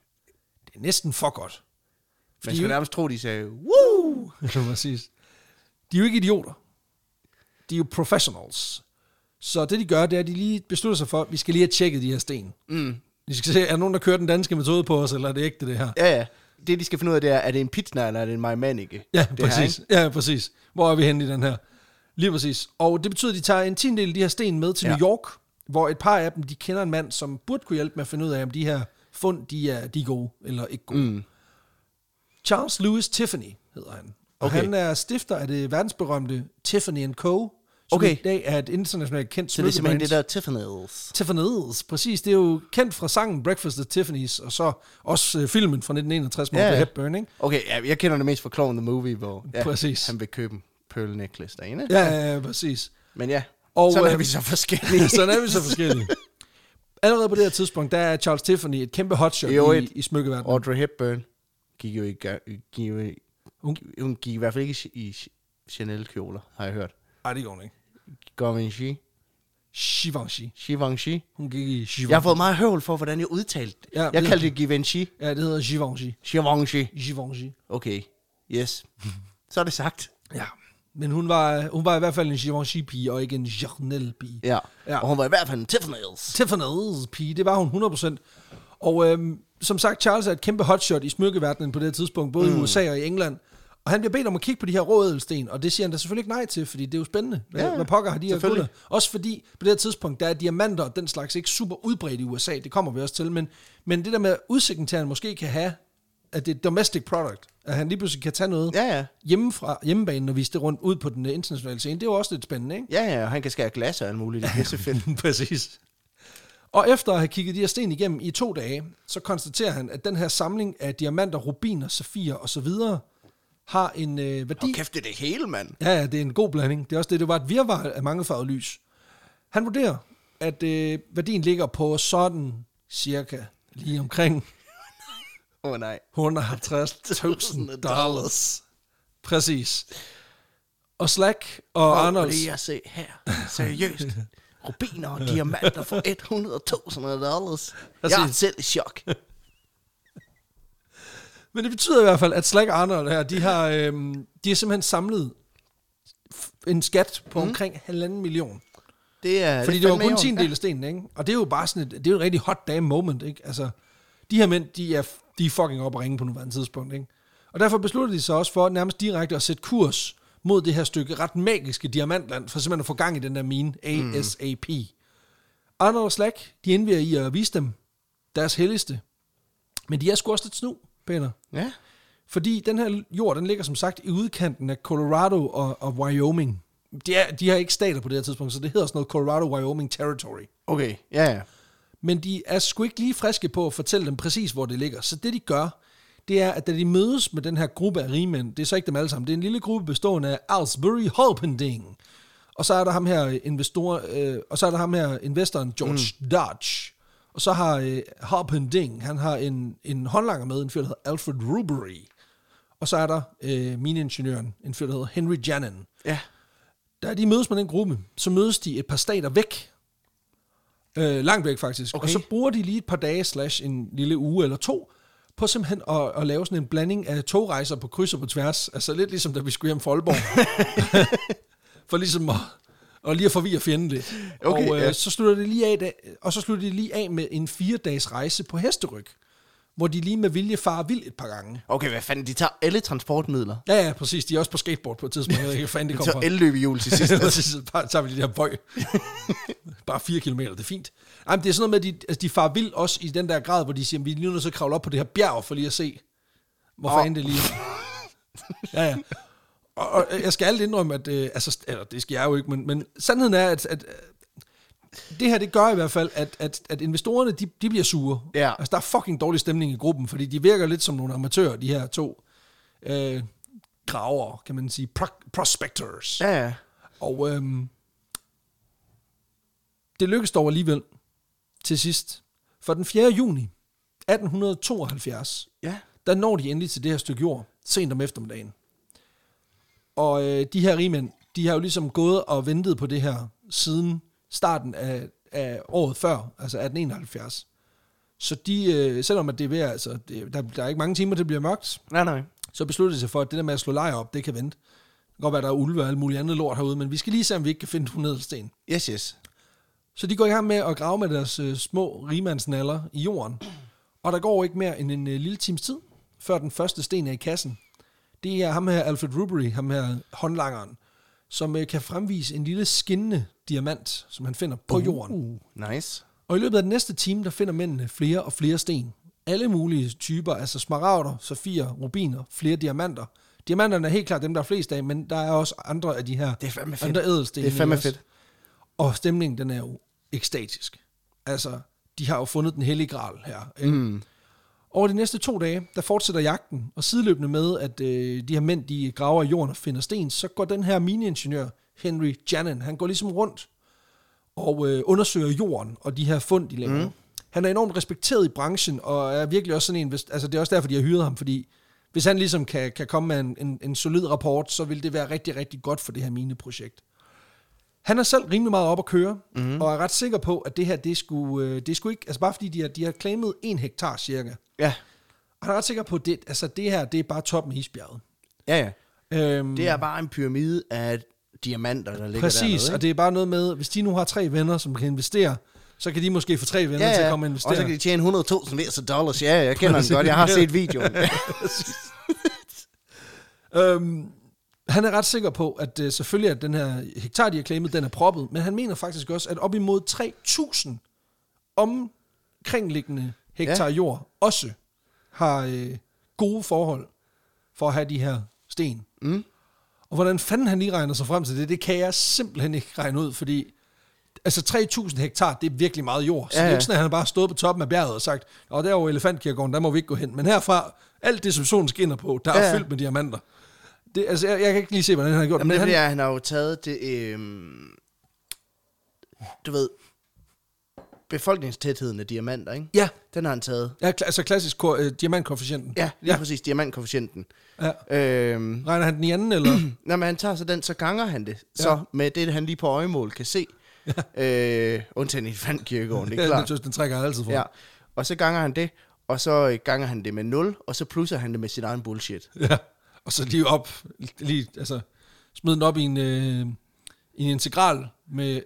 [SPEAKER 1] Det er næsten for godt.
[SPEAKER 2] Man
[SPEAKER 1] er
[SPEAKER 2] skal
[SPEAKER 1] jo-
[SPEAKER 2] nærmest tro, de sagde,
[SPEAKER 1] Woo! Præcis. De er jo ikke idioter. De er jo professionals. Så det, de gør, det er, at de lige beslutter sig for, at vi skal lige have tjekket de her sten. Mm. Vi skal se, er der nogen, der kører den danske metode på os, eller er det ægte, det her?
[SPEAKER 2] Ja, ja. Det, de skal finde ud af, det er, er det en pizza, eller er det en majmanike?
[SPEAKER 1] Ja,
[SPEAKER 2] det
[SPEAKER 1] præcis. ja, præcis. Hvor er vi henne i den her? Lige præcis. Og det betyder, at de tager en tiendel af de her sten med til
[SPEAKER 2] Ja.
[SPEAKER 1] ja. New York, hvor et par af dem, de kender en mand, som burde kunne hjælpe med at finde ud af, om de her fund, de er, de er gode eller ikke gode. Mm. Charles Lewis Tiffany hedder han. Og
[SPEAKER 2] Okay.
[SPEAKER 1] okay. han er stifter af det verdensberømte Tiffany Co., som
[SPEAKER 2] Okay.
[SPEAKER 1] okay. i dag er et internationalt kendt
[SPEAKER 2] Så det er simpelthen
[SPEAKER 1] smykkebrands.
[SPEAKER 2] det der Tiffany's.
[SPEAKER 1] Tiffany's, præcis. Det er jo kendt fra sangen Breakfast at Tiffany's, og så også øh, filmen fra 1961 med
[SPEAKER 2] Ja,
[SPEAKER 1] yeah.
[SPEAKER 2] ja.
[SPEAKER 1] Hepburn, ikke?
[SPEAKER 2] Okay, ja, jeg kender det mest fra Clown the Movie, hvor ja,
[SPEAKER 1] Præcis.
[SPEAKER 2] han vil købe en pearl necklace derinde.
[SPEAKER 1] Ja, ja, ja, præcis.
[SPEAKER 2] Men ja,
[SPEAKER 1] Og,
[SPEAKER 2] sådan er
[SPEAKER 1] øh,
[SPEAKER 2] vi så forskellige.
[SPEAKER 1] Sådan er vi så forskellige. Allerede på det her tidspunkt, der er Charles Tiffany et kæmpe hotshot
[SPEAKER 2] Jo,
[SPEAKER 1] i,
[SPEAKER 2] et-
[SPEAKER 1] i smykkeverdenen.
[SPEAKER 2] Audrey Hepburn gik jo i, gang- gik jo i,
[SPEAKER 1] Hun-
[SPEAKER 2] hun gik i hvert fald ikke i, i Chanel-kjoler, har jeg hørt.
[SPEAKER 1] Nej, det går hun ikke.
[SPEAKER 2] Givenchy.
[SPEAKER 1] Givenchy.
[SPEAKER 2] Givenchy.
[SPEAKER 1] Hun gik i Givenchy.
[SPEAKER 2] Jeg har fået meget høvl for, hvordan jeg udtalte det.
[SPEAKER 1] Ja,
[SPEAKER 2] jeg
[SPEAKER 1] det-
[SPEAKER 2] kaldte det Givenchy.
[SPEAKER 1] Ja, det hedder Givenchy.
[SPEAKER 2] Givenchy.
[SPEAKER 1] Givenchy.
[SPEAKER 2] Okay, yes. Så er det sagt.
[SPEAKER 1] Ja. Men hun var, hun var i hvert fald en Givenchy-pige, og ikke en Jarnel-pige.
[SPEAKER 2] Ja.
[SPEAKER 1] Ja.
[SPEAKER 2] ja. Og hun var i hvert fald en Tiffany's.
[SPEAKER 1] Tiffany's pige, det var hun 100%. Og øhm, som sagt, Charles er et kæmpe hotshot i smykkeverdenen på det her tidspunkt, både mm. i USA og i England. Og han bliver bedt om at kigge på de her rådelsten, og det siger han da selvfølgelig ikke nej til, fordi det er jo spændende. Hvad,
[SPEAKER 2] Ja,
[SPEAKER 1] ja, hvad pokker har de her
[SPEAKER 2] selvfølgelig.
[SPEAKER 1] gutter? Også fordi på det her tidspunkt, der er diamanter og den slags ikke super udbredt i USA, det kommer vi også til. Men, men det der med udsigten til, at han måske kan have, at det er et domestic product, at han lige pludselig kan tage noget
[SPEAKER 2] Ja, ja.
[SPEAKER 1] hjemmefra, hjemmebanen og vise det rundt ud på den øh, internationale scene, det er jo også lidt spændende, ikke?
[SPEAKER 2] Ja, ja, og han kan skære glas og alt muligt. Det er pissefedt.
[SPEAKER 1] Præcis. Og efter at have kigget de her sten igennem i to dage, så konstaterer han, at den her samling af diamanter, rubiner, safirer osv. har en øh, værdi.
[SPEAKER 2] Og kæft, det er det hele, mand.
[SPEAKER 1] Ja, ja, det er en god blanding. Det er også det, det var et virvar af mangefarvet lys. Han vurderer, at øh, værdien ligger på sådan cirka lige omkring
[SPEAKER 2] Åh, oh, nej.
[SPEAKER 1] 150.000 dollars. Præcis. Og Slack og
[SPEAKER 2] Og
[SPEAKER 1] Arnold...
[SPEAKER 2] det jeg ser her, seriøst. Rubiner og diamanter for 100.000 dollars. Jeg er
[SPEAKER 1] Præcis.
[SPEAKER 2] selv i chok.
[SPEAKER 1] Men det betyder i hvert fald, at Slack og Arnold her, de har, øhm, de har simpelthen samlet f- en skat på mm. omkring halvanden million.
[SPEAKER 2] Det er,
[SPEAKER 1] Fordi
[SPEAKER 2] er
[SPEAKER 1] det var
[SPEAKER 2] fandme
[SPEAKER 1] kun
[SPEAKER 2] i
[SPEAKER 1] 10
[SPEAKER 2] orden.
[SPEAKER 1] del af stenen, ikke? Og det er jo bare sådan et, det er jo et rigtig hot damn moment, ikke? Altså, de her mænd, de er, f- de er fucking op at ringe på nuværende tidspunkt, ikke? Og derfor besluttede de sig også for nærmest direkte at sætte kurs
[SPEAKER 2] Mm.
[SPEAKER 1] mod det her stykke ret magiske diamantland, for simpelthen at få gang i den der mine ASAP. Arnold og Slack, de indviger i at vise dem deres helligste. Men de er sgu også lidt snu, Peter.
[SPEAKER 2] Ja.
[SPEAKER 1] Fordi den her jord, den ligger som sagt i udkanten af Colorado og, og Wyoming. De, er, de har ikke stater på det her tidspunkt, så det hedder sådan noget Colorado-Wyoming Territory.
[SPEAKER 2] Okay, ja, ja.
[SPEAKER 1] Men de er sgu ikke lige friske på at fortælle dem præcis, hvor det ligger. Så det de gør, det er, at da de mødes med den her gruppe af rigmænd, det er så ikke dem alle sammen, det er en lille gruppe bestående af Alsbury Holpending. Og så er der ham her, investor, øh, og så er der ham her investoren George mm. Dodge. Og så har øh, Holpending, han har en, en håndlanger med, en fyr, der hedder Alfred Rubery. Og så er der øh, miningeniøren, en fyr, der hedder Henry Janin.
[SPEAKER 2] Ja.
[SPEAKER 1] Da de mødes med den gruppe, så mødes de et par stater væk. Øh, langt væk faktisk. Okay.
[SPEAKER 2] Okay.
[SPEAKER 1] Og så bruger de lige et par dage slash en lille uge eller to på simpelthen at, at lave sådan en blanding af togrejser på kryds og på tværs. Altså lidt ligesom da vi skulle hjem fra Aalborg. For ligesom at, og lige at forvirre fjenden lidt.
[SPEAKER 2] Okay,
[SPEAKER 1] og, øh,
[SPEAKER 2] ja.
[SPEAKER 1] så slutter det lige af, da- og så slutter de lige af med en fire dages rejse på hesteryg, hvor de lige med vilje farer vild et par gange.
[SPEAKER 2] Okay, hvad fanden, de tager alle transportmidler.
[SPEAKER 1] Ja, ja, præcis. De er også på skateboard på et tidspunkt. Jeg ved ikke, hvor fanden det
[SPEAKER 2] De
[SPEAKER 1] kommer fra.
[SPEAKER 2] tager elløbehjul til sidst.
[SPEAKER 1] Sidst, så bare tager vi det der bøj. bare 4 km, det er fint. Ej, men det er sådan noget med, at de, altså, de farer vild også i den der grad, hvor de siger, vi er lige nødt til at kravle op på det her bjerg, for lige at se, hvor oh.
[SPEAKER 2] Åh.
[SPEAKER 1] fanden det lige Ja, ja. Og, og jeg skal alt indrømme, at, øh, altså, eller, det skal jeg jo ikke, men, men sandheden er, at, at øh, det her, det gør i hvert fald, at, at, at investorerne, de, de bliver sure.
[SPEAKER 2] Ja.
[SPEAKER 1] Altså, der er fucking dårlig stemning i gruppen, fordi de virker lidt som nogle amatører, de her to øh, graver, kan man sige, pro- prospectors.
[SPEAKER 2] Ja, ja.
[SPEAKER 1] Og øhm, det lykkedes dog alligevel til sidst. For den 4. juni 1872,
[SPEAKER 2] Ja.
[SPEAKER 1] der når de endelig til det her stykke jord, sent om eftermiddagen. Og øh, de her rigmænd, de har jo ligesom gået og ventet på det her siden starten af, af året før, altså 1871. Så de, øh, selvom at det er ved, altså, det, der, der er ikke mange timer, det bliver mørkt,
[SPEAKER 2] Nej, nej.
[SPEAKER 1] så besluttede de sig for, at det der med at slå lejr op, det kan vente. Det kan godt være, der er ulve og alt muligt andet lort herude, men vi skal lige se, om vi ikke kan finde nogle ædelsten.
[SPEAKER 2] Yes, yes.
[SPEAKER 1] Så de går i gang med at grave med deres øh, små rimandsnaller i jorden. Og der går ikke mere end en øh, lille times tid, før den første sten er i kassen. Det er ham her, Alfred Rubery, ham her håndlangeren, som øh, kan fremvise en lille skinnende diamant, som han finder på jorden.
[SPEAKER 2] Uh, nice.
[SPEAKER 1] Og i løbet af den næste time, der finder mændene flere og flere sten. Alle mulige typer, altså smaragder, safirer, rubiner, flere diamanter. Diamanterne er helt klart dem, der er flest af, men der er også andre af de her
[SPEAKER 2] Det er fandme fedt.
[SPEAKER 1] andre ædelsten.
[SPEAKER 2] Det er fandme fedt.
[SPEAKER 1] Og stemningen, den er jo ekstatisk. Altså, de har jo fundet den hellige gral her. Mm. Over de næste to dage, der fortsætter jagten, og sideløbende med, at øh, de her mænd, de graver i jorden og finder sten, så går den her mineingeniør, Henry Janin, han går ligesom rundt og øh, undersøger jorden og de her fund, de laver. Mm. Han er enormt respekteret i branchen, og er virkelig også sådan en, hvis, altså det er også derfor, de har hyret ham, fordi hvis han ligesom kan, kan komme med en, en, en solid rapport, så vil det være rigtig, rigtig godt for det her mineprojekt. Han er selv rimelig meget op at køre,
[SPEAKER 2] Mhm.
[SPEAKER 1] mm. og er ret sikker på, at det her, det skulle, øh, det skulle ikke, altså bare fordi de har, de har claimet en hektar cirka,
[SPEAKER 2] Ja.
[SPEAKER 1] og han er ret sikker på, at det, altså det her, det er bare toppen af isbjerget.
[SPEAKER 2] Ja, ja.
[SPEAKER 1] Øhm,
[SPEAKER 2] Det er bare en pyramide af diamanter, der ligger
[SPEAKER 1] Præcis,
[SPEAKER 2] dernede.
[SPEAKER 1] og det er bare noget med, hvis de nu har tre venner, som kan investere, så kan de måske få tre venner til at komme og investere.
[SPEAKER 2] Og så kan de tjene 100.000 mere til dollars. Ja, jeg kender den godt. Jeg har set videoen.
[SPEAKER 1] Øhm, han er ret sikker på, at øh, selvfølgelig at den her hektar, de har claimet, den er proppet, men han mener faktisk også, at op imod 3.000 omkringliggende hektar ja. jord også har øh, gode forhold for at have de her sten. Mm. Og hvordan fanden han lige regner sig frem til det, det kan jeg simpelthen ikke regne ud, fordi altså 3.000 hektar, det er virkelig meget jord. Så ja,
[SPEAKER 2] Ja,
[SPEAKER 1] det er jo
[SPEAKER 2] ja.
[SPEAKER 1] ikke sådan, at han bare har stået på toppen af bjerget og sagt, og derovre i elefantkirkegården, der må vi ikke gå hen. Men herfra, alt det, som solen skinner på, der er
[SPEAKER 2] Ja,
[SPEAKER 1] ja.
[SPEAKER 2] ja.
[SPEAKER 1] fyldt med diamanter. Det, altså, jeg, jeg kan ikke lige se, hvordan han har gjort
[SPEAKER 2] Jamen, det er
[SPEAKER 1] men
[SPEAKER 2] fordi,
[SPEAKER 1] han,
[SPEAKER 2] at han har jo taget det... Øhm, du ved... Befolkningstætheden af diamanter, ikke?
[SPEAKER 1] Ja.
[SPEAKER 2] Den har han taget.
[SPEAKER 1] ja, kla- altså klassisk kor, øh, diamantkoefficienten.
[SPEAKER 2] Ja, lige
[SPEAKER 1] ja.
[SPEAKER 2] ja. præcis. Diamantkoefficienten.
[SPEAKER 1] ja.
[SPEAKER 2] Øhm,
[SPEAKER 1] Regner han den i anden, eller?
[SPEAKER 2] når man tager så den, så ganger han det. Så med det, han lige på øjemål kan se. Ja. Øh, undtagen i Fandkirkegården, det er
[SPEAKER 1] ja,
[SPEAKER 2] klart.
[SPEAKER 1] det, synes, den trækker jeg altid fra.
[SPEAKER 2] Ja, og så ganger han det, og så øh, ganger han det med 0, og så plusser han det med sin egen bullshit.
[SPEAKER 1] ja. Og så lige op, lige, altså, smid den op i en, øh, i en integral med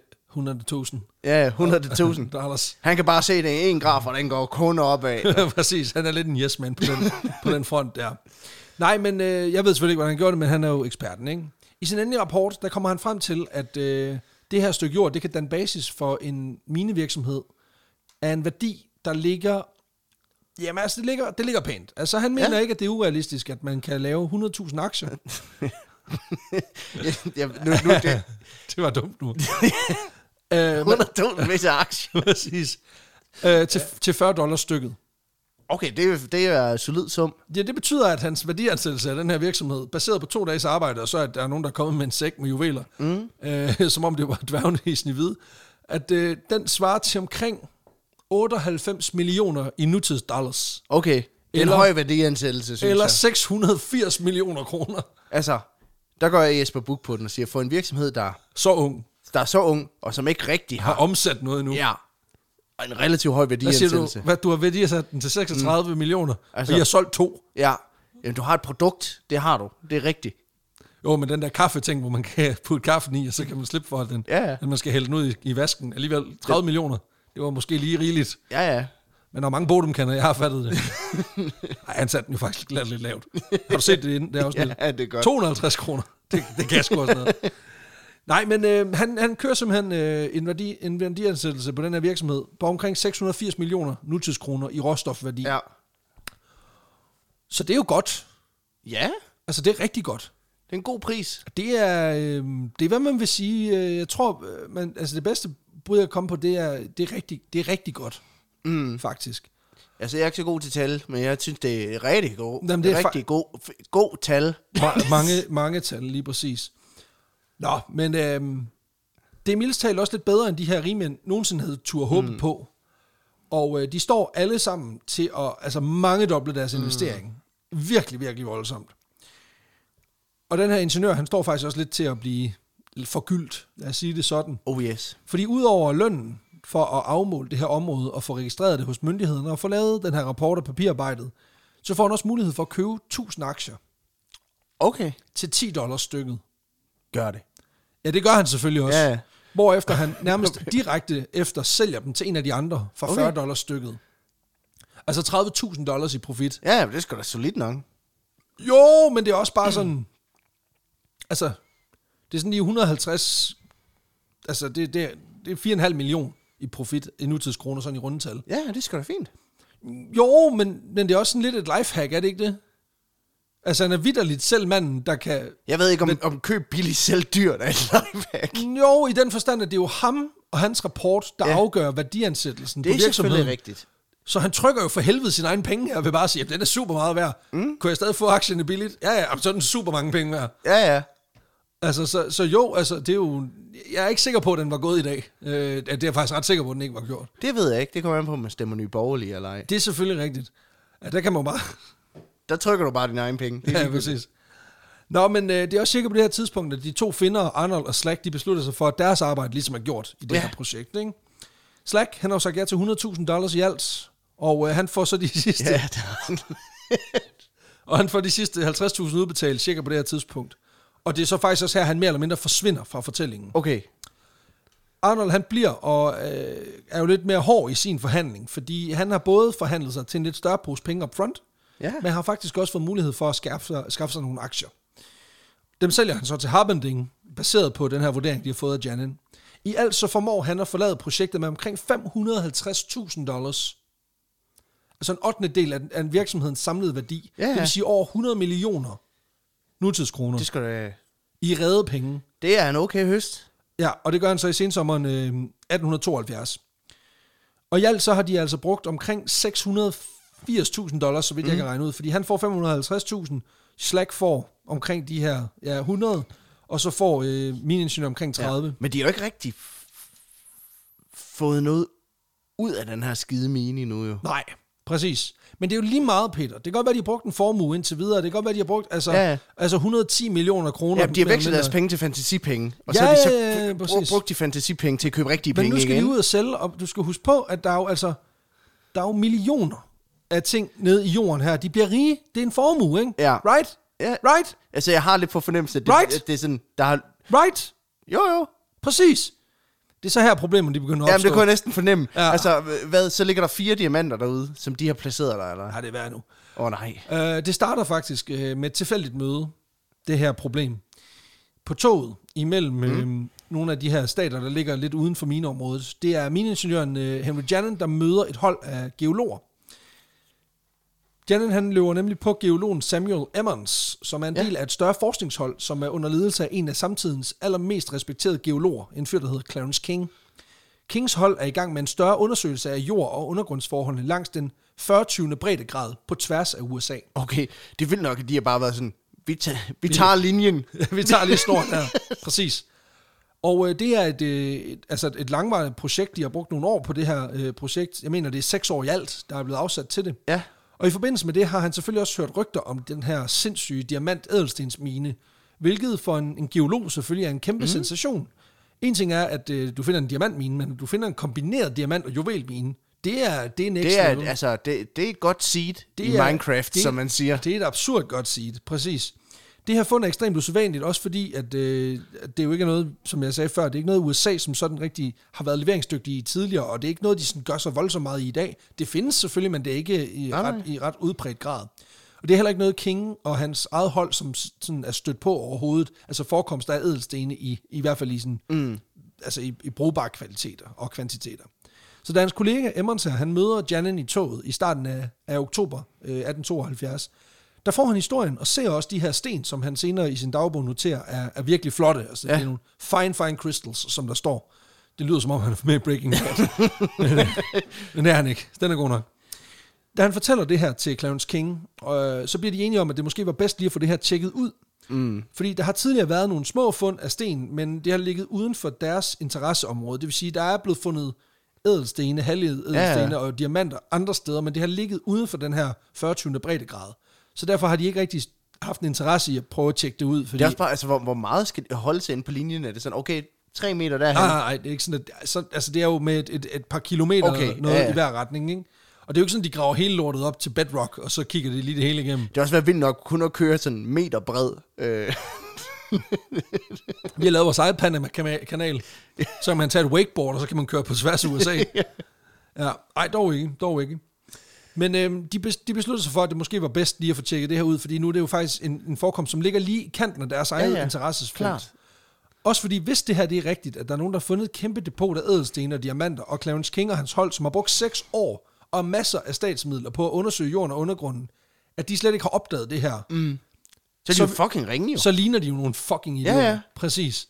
[SPEAKER 1] 100.000
[SPEAKER 2] Ja, 100.000.
[SPEAKER 1] dollars.
[SPEAKER 2] Han kan bare se det i en graf, og den går kun opad.
[SPEAKER 1] Præcis, han er lidt en yes man på den, på den front der. Nej, men øh, jeg ved selvfølgelig ikke, hvordan han gjorde det, men han er jo eksperten, ikke? I sin endelige rapport, der kommer han frem til, at øh, det her stykke jord, det kan danne basis for en minevirksomhed af en værdi, der ligger... Jamen altså, det ligger, det ligger pænt. Altså, han mener
[SPEAKER 2] Ja.
[SPEAKER 1] ja. ikke, at det er urealistisk, at man kan lave 100.000 aktier.
[SPEAKER 2] ja, nu, nu er det
[SPEAKER 1] det var dumt nu. øh, men,
[SPEAKER 2] 100.000 visse aktier.
[SPEAKER 1] præcis. Øh, til, til 40 dollars stykket.
[SPEAKER 2] Okay, det, er- det er en solid sum.
[SPEAKER 1] Ja, det betyder, at hans værdiansættelse af den her virksomhed, baseret på to dages arbejde, og så at der er nogen, der er kommet med en sæk med juveler, mm. øh, som om det var dværgene i Snehvide, at øh, den svarer til omkring 98 millioner i nutids dollars.
[SPEAKER 2] Okay, det er en
[SPEAKER 1] Eller-
[SPEAKER 2] høj værdiansættelse, synes
[SPEAKER 1] Eller
[SPEAKER 2] jeg.
[SPEAKER 1] 680 millioner kroner.
[SPEAKER 2] Altså, der går jeg Jesper Buk på den og siger, for en virksomhed, der,
[SPEAKER 1] Så ung.
[SPEAKER 2] der er så ung, og som ikke rigtig
[SPEAKER 1] Har
[SPEAKER 2] har
[SPEAKER 1] omsat noget nu.
[SPEAKER 2] ja, og en relativt høj
[SPEAKER 1] Hvad siger du?
[SPEAKER 2] værdiansættelse.
[SPEAKER 1] Hvad, du har værdiansat den til 36 mm. millioner, altså.
[SPEAKER 2] Altså-
[SPEAKER 1] og I har solgt to.
[SPEAKER 2] Ja, Jamen, du har et produkt, det har du, det er rigtigt.
[SPEAKER 1] Jo, men den der kaffeting, hvor man kan putte kaffen i, og så kan man slippe for, at, den,
[SPEAKER 2] Ja, ja.
[SPEAKER 1] at man skal hælde den ud i, i vasken. Alligevel 30 millioner. Det var måske lige rigeligt.
[SPEAKER 2] Ja, ja.
[SPEAKER 1] Men der er mange bodumkander, jeg har fattet det. Ej, han satte den jo faktisk lidt, lidt lavt. Har du set det inden? Det er også
[SPEAKER 2] Ja, det er godt.
[SPEAKER 1] 250 kroner. Det, det kan jeg sgu også noget. Nej, men øh, han, han kører simpelthen øh, en, værdi, en værdiansættelse på den her virksomhed på omkring 680 millioner nutidskroner i råstofværdi. Ja.
[SPEAKER 2] Ja.
[SPEAKER 1] Så det er jo godt.
[SPEAKER 2] Ja,
[SPEAKER 1] Altså, det er rigtig godt.
[SPEAKER 2] det er en god pris.
[SPEAKER 1] Det er, øh, det er hvad man vil sige. Øh, jeg tror, øh, man, altså det bedste bud, jeg kom på, det er, det er, rigtig, det er rigtig godt, mm. faktisk.
[SPEAKER 2] Altså, jeg er ikke så god til tal, men jeg synes, det er rigtig god.
[SPEAKER 1] Jamen, det
[SPEAKER 2] det
[SPEAKER 1] er
[SPEAKER 2] er
[SPEAKER 1] fa-
[SPEAKER 2] rigtig god, f- god tal.
[SPEAKER 1] Ma- mange, mange tal, lige præcis. Nå, men øhm, det er mildest talt også lidt bedre, end de her rigmænd nogensinde havde tur håbe mm. på. Og øh, de står alle sammen til at altså, mange doble deres investering. Virkelig, virkelig voldsomt. Og den her ingeniør, han står faktisk også lidt til at blive forgyldt, lad os sige det sådan.
[SPEAKER 2] Oh yes.
[SPEAKER 1] Fordi udover lønnen for at afmåle det her område og få registreret det hos myndighederne og få lavet den her rapport og papirarbejdet, så får han også mulighed for at købe 1000 aktier
[SPEAKER 2] Okay.
[SPEAKER 1] til 10 dollars stykket.
[SPEAKER 2] Gør det.
[SPEAKER 1] Ja, det gør han selvfølgelig også.
[SPEAKER 2] Ja.
[SPEAKER 1] Hvorefter han nærmest direkte efter sælger dem til en af de andre for 40
[SPEAKER 2] Okay.
[SPEAKER 1] dollars stykket. Altså 30.000 dollars i profit.
[SPEAKER 2] Ja, men det er sgu da solidt nok.
[SPEAKER 1] Jo, men det er også bare sådan... altså, det er sådan lige 150... Altså, det, det, er- det er 4,5 million i profit i nutidskroner, sådan i rundetal.
[SPEAKER 2] Ja, det er sgu da fint.
[SPEAKER 1] Jo, men, men det er også sådan lidt et lifehack, er det ikke det? Altså, han er vidderligt selv manden, der kan
[SPEAKER 2] Jeg ved ikke, om, om køb billigt selv dyrt er et lifehack.
[SPEAKER 1] Jo, i den forstand, at det er jo ham og hans rapport, der ja.
[SPEAKER 2] Ja.
[SPEAKER 1] afgør værdiansættelsen
[SPEAKER 2] Det
[SPEAKER 1] på
[SPEAKER 2] er
[SPEAKER 1] virksomheden.
[SPEAKER 2] selvfølgelig rigtigt.
[SPEAKER 1] Så han trykker jo for helvede sin egen penge her, og vil bare sige, at den er super meget værd. Mm. Kunne jeg stadig få aktierne billigt? Ja, ja, jamen, så er den super mange penge værd.
[SPEAKER 2] Ja, ja.
[SPEAKER 1] Altså, så, så jo, altså, det er jo... Jeg er ikke sikker på, at den var gået i dag. Øh, det er jeg faktisk ret sikker på, at den ikke var gjort.
[SPEAKER 2] Det ved jeg ikke. Det kommer an på, om man stemmer nye borgerlige eller ej.
[SPEAKER 1] Det er selvfølgelig rigtigt. Ja, der kan man jo bare...
[SPEAKER 2] Der trykker du bare dine egne penge. Det er
[SPEAKER 1] ja,
[SPEAKER 2] lige-
[SPEAKER 1] præcis. Nå, men øh, det er også cirka på det her tidspunkt, at de to finder, Arnold og Slack, de beslutter sig for, at deres arbejde ligesom er gjort i det ja.
[SPEAKER 2] Ja.
[SPEAKER 1] her projekt. Ikke? Slack, han har jo sagt ja til 100.000 dollars i alt, og øh, han får så de sidste, ja.
[SPEAKER 2] Ja, det er
[SPEAKER 1] og han får de sidste 50.000 udbetalt cirka på det her tidspunkt. Og det er så faktisk også her, han mere eller mindre forsvinder fra fortællingen.
[SPEAKER 2] Okay.
[SPEAKER 1] Arnold han bliver og øh, er jo lidt mere hård i sin forhandling, fordi han har både forhandlet sig til en lidt større pose penge up front,
[SPEAKER 2] Ja.
[SPEAKER 1] men har faktisk også fået mulighed for at skaffe sig, skaffe sig nogle aktier. Dem sælger han så til Harbending, baseret på den her vurdering, de har fået af Janin. I alt så formår han at forlade projektet med omkring 550.000 dollars. Altså en 8. del af, af virksomhedens samlede værdi.
[SPEAKER 2] Ja, ja.
[SPEAKER 1] Det vil sige over 100 millioner nutidskroner
[SPEAKER 2] Det, skal da...
[SPEAKER 1] i redde penge.
[SPEAKER 2] det er en okay høst.
[SPEAKER 1] Ja, og det gør han så i sensommeren øh, 1872. Og i alt så har de altså brugt omkring 680.000 dollars, så vidt
[SPEAKER 2] Mhm.
[SPEAKER 1] mm. jeg kan regne ud, fordi han får 550.000, Slack får omkring de her ja, 100, og så får øh, min ingeniør omkring 30. Ja.
[SPEAKER 2] Men de har jo ikke rigtig f- fået noget ud af den her skide mine nu jo.
[SPEAKER 1] Nej, præcis. Men det er jo lige meget, Peter. Det kan godt være, de har brugt en formue indtil videre. Det kan godt være, de har brugt altså,
[SPEAKER 2] Ja, ja.
[SPEAKER 1] altså 110 millioner kroner.
[SPEAKER 2] Ja, de har
[SPEAKER 1] mere
[SPEAKER 2] vekslet
[SPEAKER 1] eller
[SPEAKER 2] deres
[SPEAKER 1] mindre.
[SPEAKER 2] penge til fantasipenge,
[SPEAKER 1] øh,
[SPEAKER 2] og
[SPEAKER 1] Ja,
[SPEAKER 2] så har de så
[SPEAKER 1] ja, ja, ja,
[SPEAKER 2] br-
[SPEAKER 1] præcis.
[SPEAKER 2] brugt de fantasipenge til at købe rigtige
[SPEAKER 1] Men
[SPEAKER 2] penge
[SPEAKER 1] nu skal
[SPEAKER 2] igen.
[SPEAKER 1] de ud og sælge, og du skal huske på, at der er jo, altså, der er jo millioner af ting nede i jorden her. De bliver rige. Det er en formue, ikke?
[SPEAKER 2] Ja.
[SPEAKER 1] Right?
[SPEAKER 2] Ja.
[SPEAKER 1] Right?
[SPEAKER 2] Altså, jeg har lidt på fornemmelse, at det,
[SPEAKER 1] Right?
[SPEAKER 2] at det er sådan, der har...
[SPEAKER 1] Right?
[SPEAKER 2] Jo, jo.
[SPEAKER 1] Præcis. Det er så her problemerne, de begynder at
[SPEAKER 2] Jamen,
[SPEAKER 1] opstå.
[SPEAKER 2] det kunne jeg næsten fornemme.
[SPEAKER 1] Ja.
[SPEAKER 2] Ja. Altså, hvad, så ligger der fire diamanter derude, som de har placeret der, eller? Åh,
[SPEAKER 1] Ja, det er værd nu.
[SPEAKER 2] oh, nej.
[SPEAKER 1] Uh, det starter faktisk øh, uh, med et tilfældigt møde, det her problem. På toget imellem mm. nogle af de her stater, der ligger lidt uden for mineområdet. Det er mineingeniøren øh, Henry Jannen, der møder et hold af geologer. Jannen han løber nemlig på geologen Samuel Emmons, som er en
[SPEAKER 2] Ja.
[SPEAKER 1] ja. del af et større forskningshold, som er under ledelse af en af samtidens allermest respekterede geologer, en fyr, der hedder Clarence King. Kings hold er i gang med en større undersøgelse af jord- og undergrundsforholdene langs den 40. breddegrad på tværs af USA.
[SPEAKER 2] Okay, det er vildt nok, at de har bare været sådan, vi, tager, vi tager linjen.
[SPEAKER 1] vi tager lige snor der. Præcis. Og øh, det er et, øh, et, altså et- et langvarigt projekt, de har brugt nogle år på det her øh, projekt. Jeg mener, det er seks år i alt, der er blevet afsat til det.
[SPEAKER 2] Ja.
[SPEAKER 1] Og i forbindelse med det har han selvfølgelig også hørt rygter om den her sindssyge diamant ædelstensmine, hvilket for en, en geolog selvfølgelig er en
[SPEAKER 2] Mhm.
[SPEAKER 1] kæmpe mm. sensation. En ting er, at øh, du finder en diamantmine, men du finder en kombineret diamant- og juvelmine. Det er, det er next
[SPEAKER 2] Det er,
[SPEAKER 1] level.
[SPEAKER 2] altså, det, det er et godt seed det i
[SPEAKER 1] er-
[SPEAKER 2] Minecraft,
[SPEAKER 1] det-
[SPEAKER 2] som man siger.
[SPEAKER 1] Det er et absurd godt seed, præcis. Det her fund er ekstremt usædvanligt, også fordi, at øh, at det jo ikke er noget, som jeg sagde før, det er ikke noget, USA som sådan rigtig har været leveringsdygtige i tidligere, og det er ikke noget, de sådan gør så voldsomt meget i i dag. Det findes selvfølgelig, men det er ikke i,
[SPEAKER 2] Nej, nej.
[SPEAKER 1] ret, i ret udbredt grad. Og det er heller ikke noget, King og hans eget hold, som s- sådan er stødt på overhovedet, altså forekomst af ædelstene i, i hvert fald i sådan mm altså i, i brugbare kvaliteter og kvantiteter. Så da hans kollega Emmons her, han møder Jannen i toget i starten af, af oktober øh, 1872, der får han historien og ser også de her sten, som han senere i sin dagbog noterer, er, er virkelig flotte. Altså, ja. Det er nogle fine, fine crystals, som der står. Det lyder som om, han er med i Breaking Bad. Men det er han ikke. Den er god nok. Da han fortæller det her til Clarence King, øh, så bliver de enige om, at det måske var bedst lige at få det her tjekket ud. Mm. Fordi der har tidligere været nogle små fund af sten, men det har ligget uden for deres interesseområde. Det vil sige, der er blevet fundet ædelstene, halvede
[SPEAKER 2] Ja,
[SPEAKER 1] ædelstene
[SPEAKER 2] ja.
[SPEAKER 1] og diamanter andre steder, men det har ligget uden for den her 40. breddegrad. Så derfor har de ikke rigtig haft en interesse i at prøve at tjekke det ud. Fordi
[SPEAKER 2] Det er også bare, altså, hvor, hvor meget skal det holde sig inde på linjen? Er det sådan, okay, tre meter derhen?
[SPEAKER 1] Nej, nej, nej, det er ikke sådan, at, så, altså det er jo med et, et, et par kilometer
[SPEAKER 2] Okay,
[SPEAKER 1] okay, noget
[SPEAKER 2] ja, ja.
[SPEAKER 1] i hver retning, ikke? Og det er jo ikke sådan, at de graver hele lortet op til bedrock, og så kigger de lige det hele igennem.
[SPEAKER 2] Det har også været vildt nok kun at køre sådan en meter bred. Øh,
[SPEAKER 1] Vi har lavet vores eget Panama-kanal, så kan man tage et wakeboard, og så kan man køre på tværs af USA. Ja, ej, dog ikke, dog ikke. Men øhm, de, bes, de besluttede sig for, at det måske var bedst lige at få tjekket det her ud, fordi nu er det jo faktisk en, en forekomst, som ligger lige i kanten af deres eget
[SPEAKER 2] ja,
[SPEAKER 1] ja, interesses
[SPEAKER 2] klart.
[SPEAKER 1] Også fordi, hvis det her det er rigtigt, at der er nogen, der har fundet et kæmpe depot af ædelstene og diamanter, og Clarence King og hans hold, som har brugt 6 år og masser af statsmidler på at undersøge jorden og undergrunden, at de slet ikke har opdaget det her, mm.
[SPEAKER 2] så er de
[SPEAKER 1] Så-
[SPEAKER 2] jo fucking ringe jo.
[SPEAKER 1] så ligner de jo nogle fucking
[SPEAKER 2] Ja,
[SPEAKER 1] idioter.
[SPEAKER 2] ja.
[SPEAKER 1] Præcis.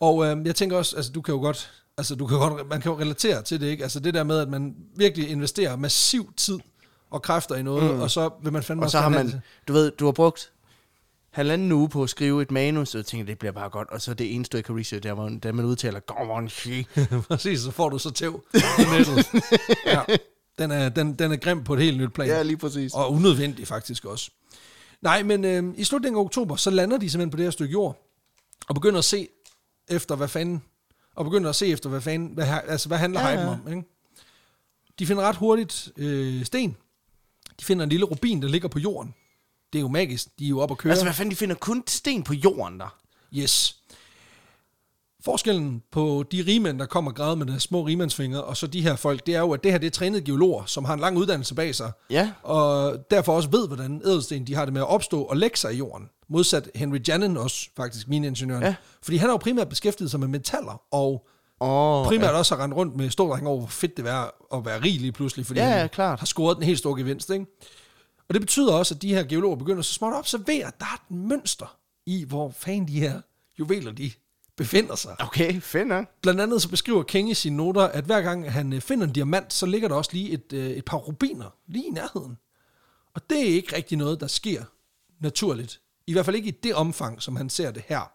[SPEAKER 1] Og øh, jeg tænker også, altså du kan jo godt, altså du kan godt, man kan jo relatere til det, ikke? Altså det der med, at man virkelig investerer massiv tid og kræfter i noget, mm. og så vil man fandme
[SPEAKER 2] Og
[SPEAKER 1] også
[SPEAKER 2] så har
[SPEAKER 1] gerne have
[SPEAKER 2] man, du ved, du har brugt halvanden uge på at skrive et manus, og tænker, det bliver bare godt. Og så det eneste, jeg kan research, der man, der man udtaler, go on, she.
[SPEAKER 1] det. Præcis, så får du så tæv på nettet. Ja. Den er, den, den er grim på et helt nyt plan.
[SPEAKER 2] lige præcis.
[SPEAKER 1] Og unødvendig faktisk også. Nej, men øh, i slutningen af oktober, så lander de simpelthen på det her stykke jord, og begynder at se efter, hvad fanden, og begynder at se efter, hvad fanden, hvad, ha- altså, hvad handler
[SPEAKER 2] Ja,
[SPEAKER 1] ja,
[SPEAKER 2] ja.
[SPEAKER 1] hypen om, ikke? De finder ret hurtigt øh, sten. De finder en lille rubin, der ligger på jorden. Det er jo magisk. De er jo op og køre.
[SPEAKER 2] Altså, hvad fanden, de finder kun sten på jorden der.
[SPEAKER 1] Yes. Forskellen på de rigmænd, der kommer gravet med deres små rigmandsfingre, og så de her folk, det er jo, at det her det er trænede geologer, som har en lang uddannelse bag sig,
[SPEAKER 2] Ja.
[SPEAKER 1] og derfor også ved, hvordan ædelsten de har det med at opstå og lægge sig i jorden. Modsat Henry Jannen også, faktisk min ingeniør.
[SPEAKER 2] Ja.
[SPEAKER 1] Ja. Fordi han har jo primært beskæftiget sig med metaller, og
[SPEAKER 2] Åh,
[SPEAKER 1] primært også har rendt rundt med stor dreng over, hvor fedt det er at være rig lige pludselig, fordi
[SPEAKER 2] Ja, ja,
[SPEAKER 1] han
[SPEAKER 2] klart.
[SPEAKER 1] har scoret den helt store gevinst. Ikke? Og det betyder også, at de her geologer begynder så småt at observere, at der er et mønster i, hvor fanden de her juveler de befinder sig.
[SPEAKER 2] Okay, fedt nok.
[SPEAKER 1] Blandt andet så beskriver King i sine noter, at hver gang han øh, finder en diamant, så ligger der også lige et, øh, et par rubiner lige i nærheden. Og det er ikke rigtig noget, der sker naturligt. I hvert fald ikke i det omfang, som han ser det her.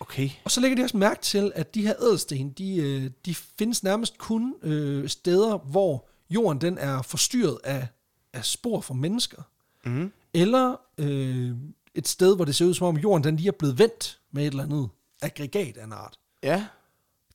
[SPEAKER 2] Okay.
[SPEAKER 1] Og så lægger de også mærke til, at de her ædelsten, de, øh, de findes nærmest kun øh, steder, hvor jorden den er forstyrret af, af spor fra mennesker. Mm. Eller øh, et sted, hvor det ser ud som om jorden den lige er blevet vendt med et eller andet aggregat af en art.
[SPEAKER 2] Ja.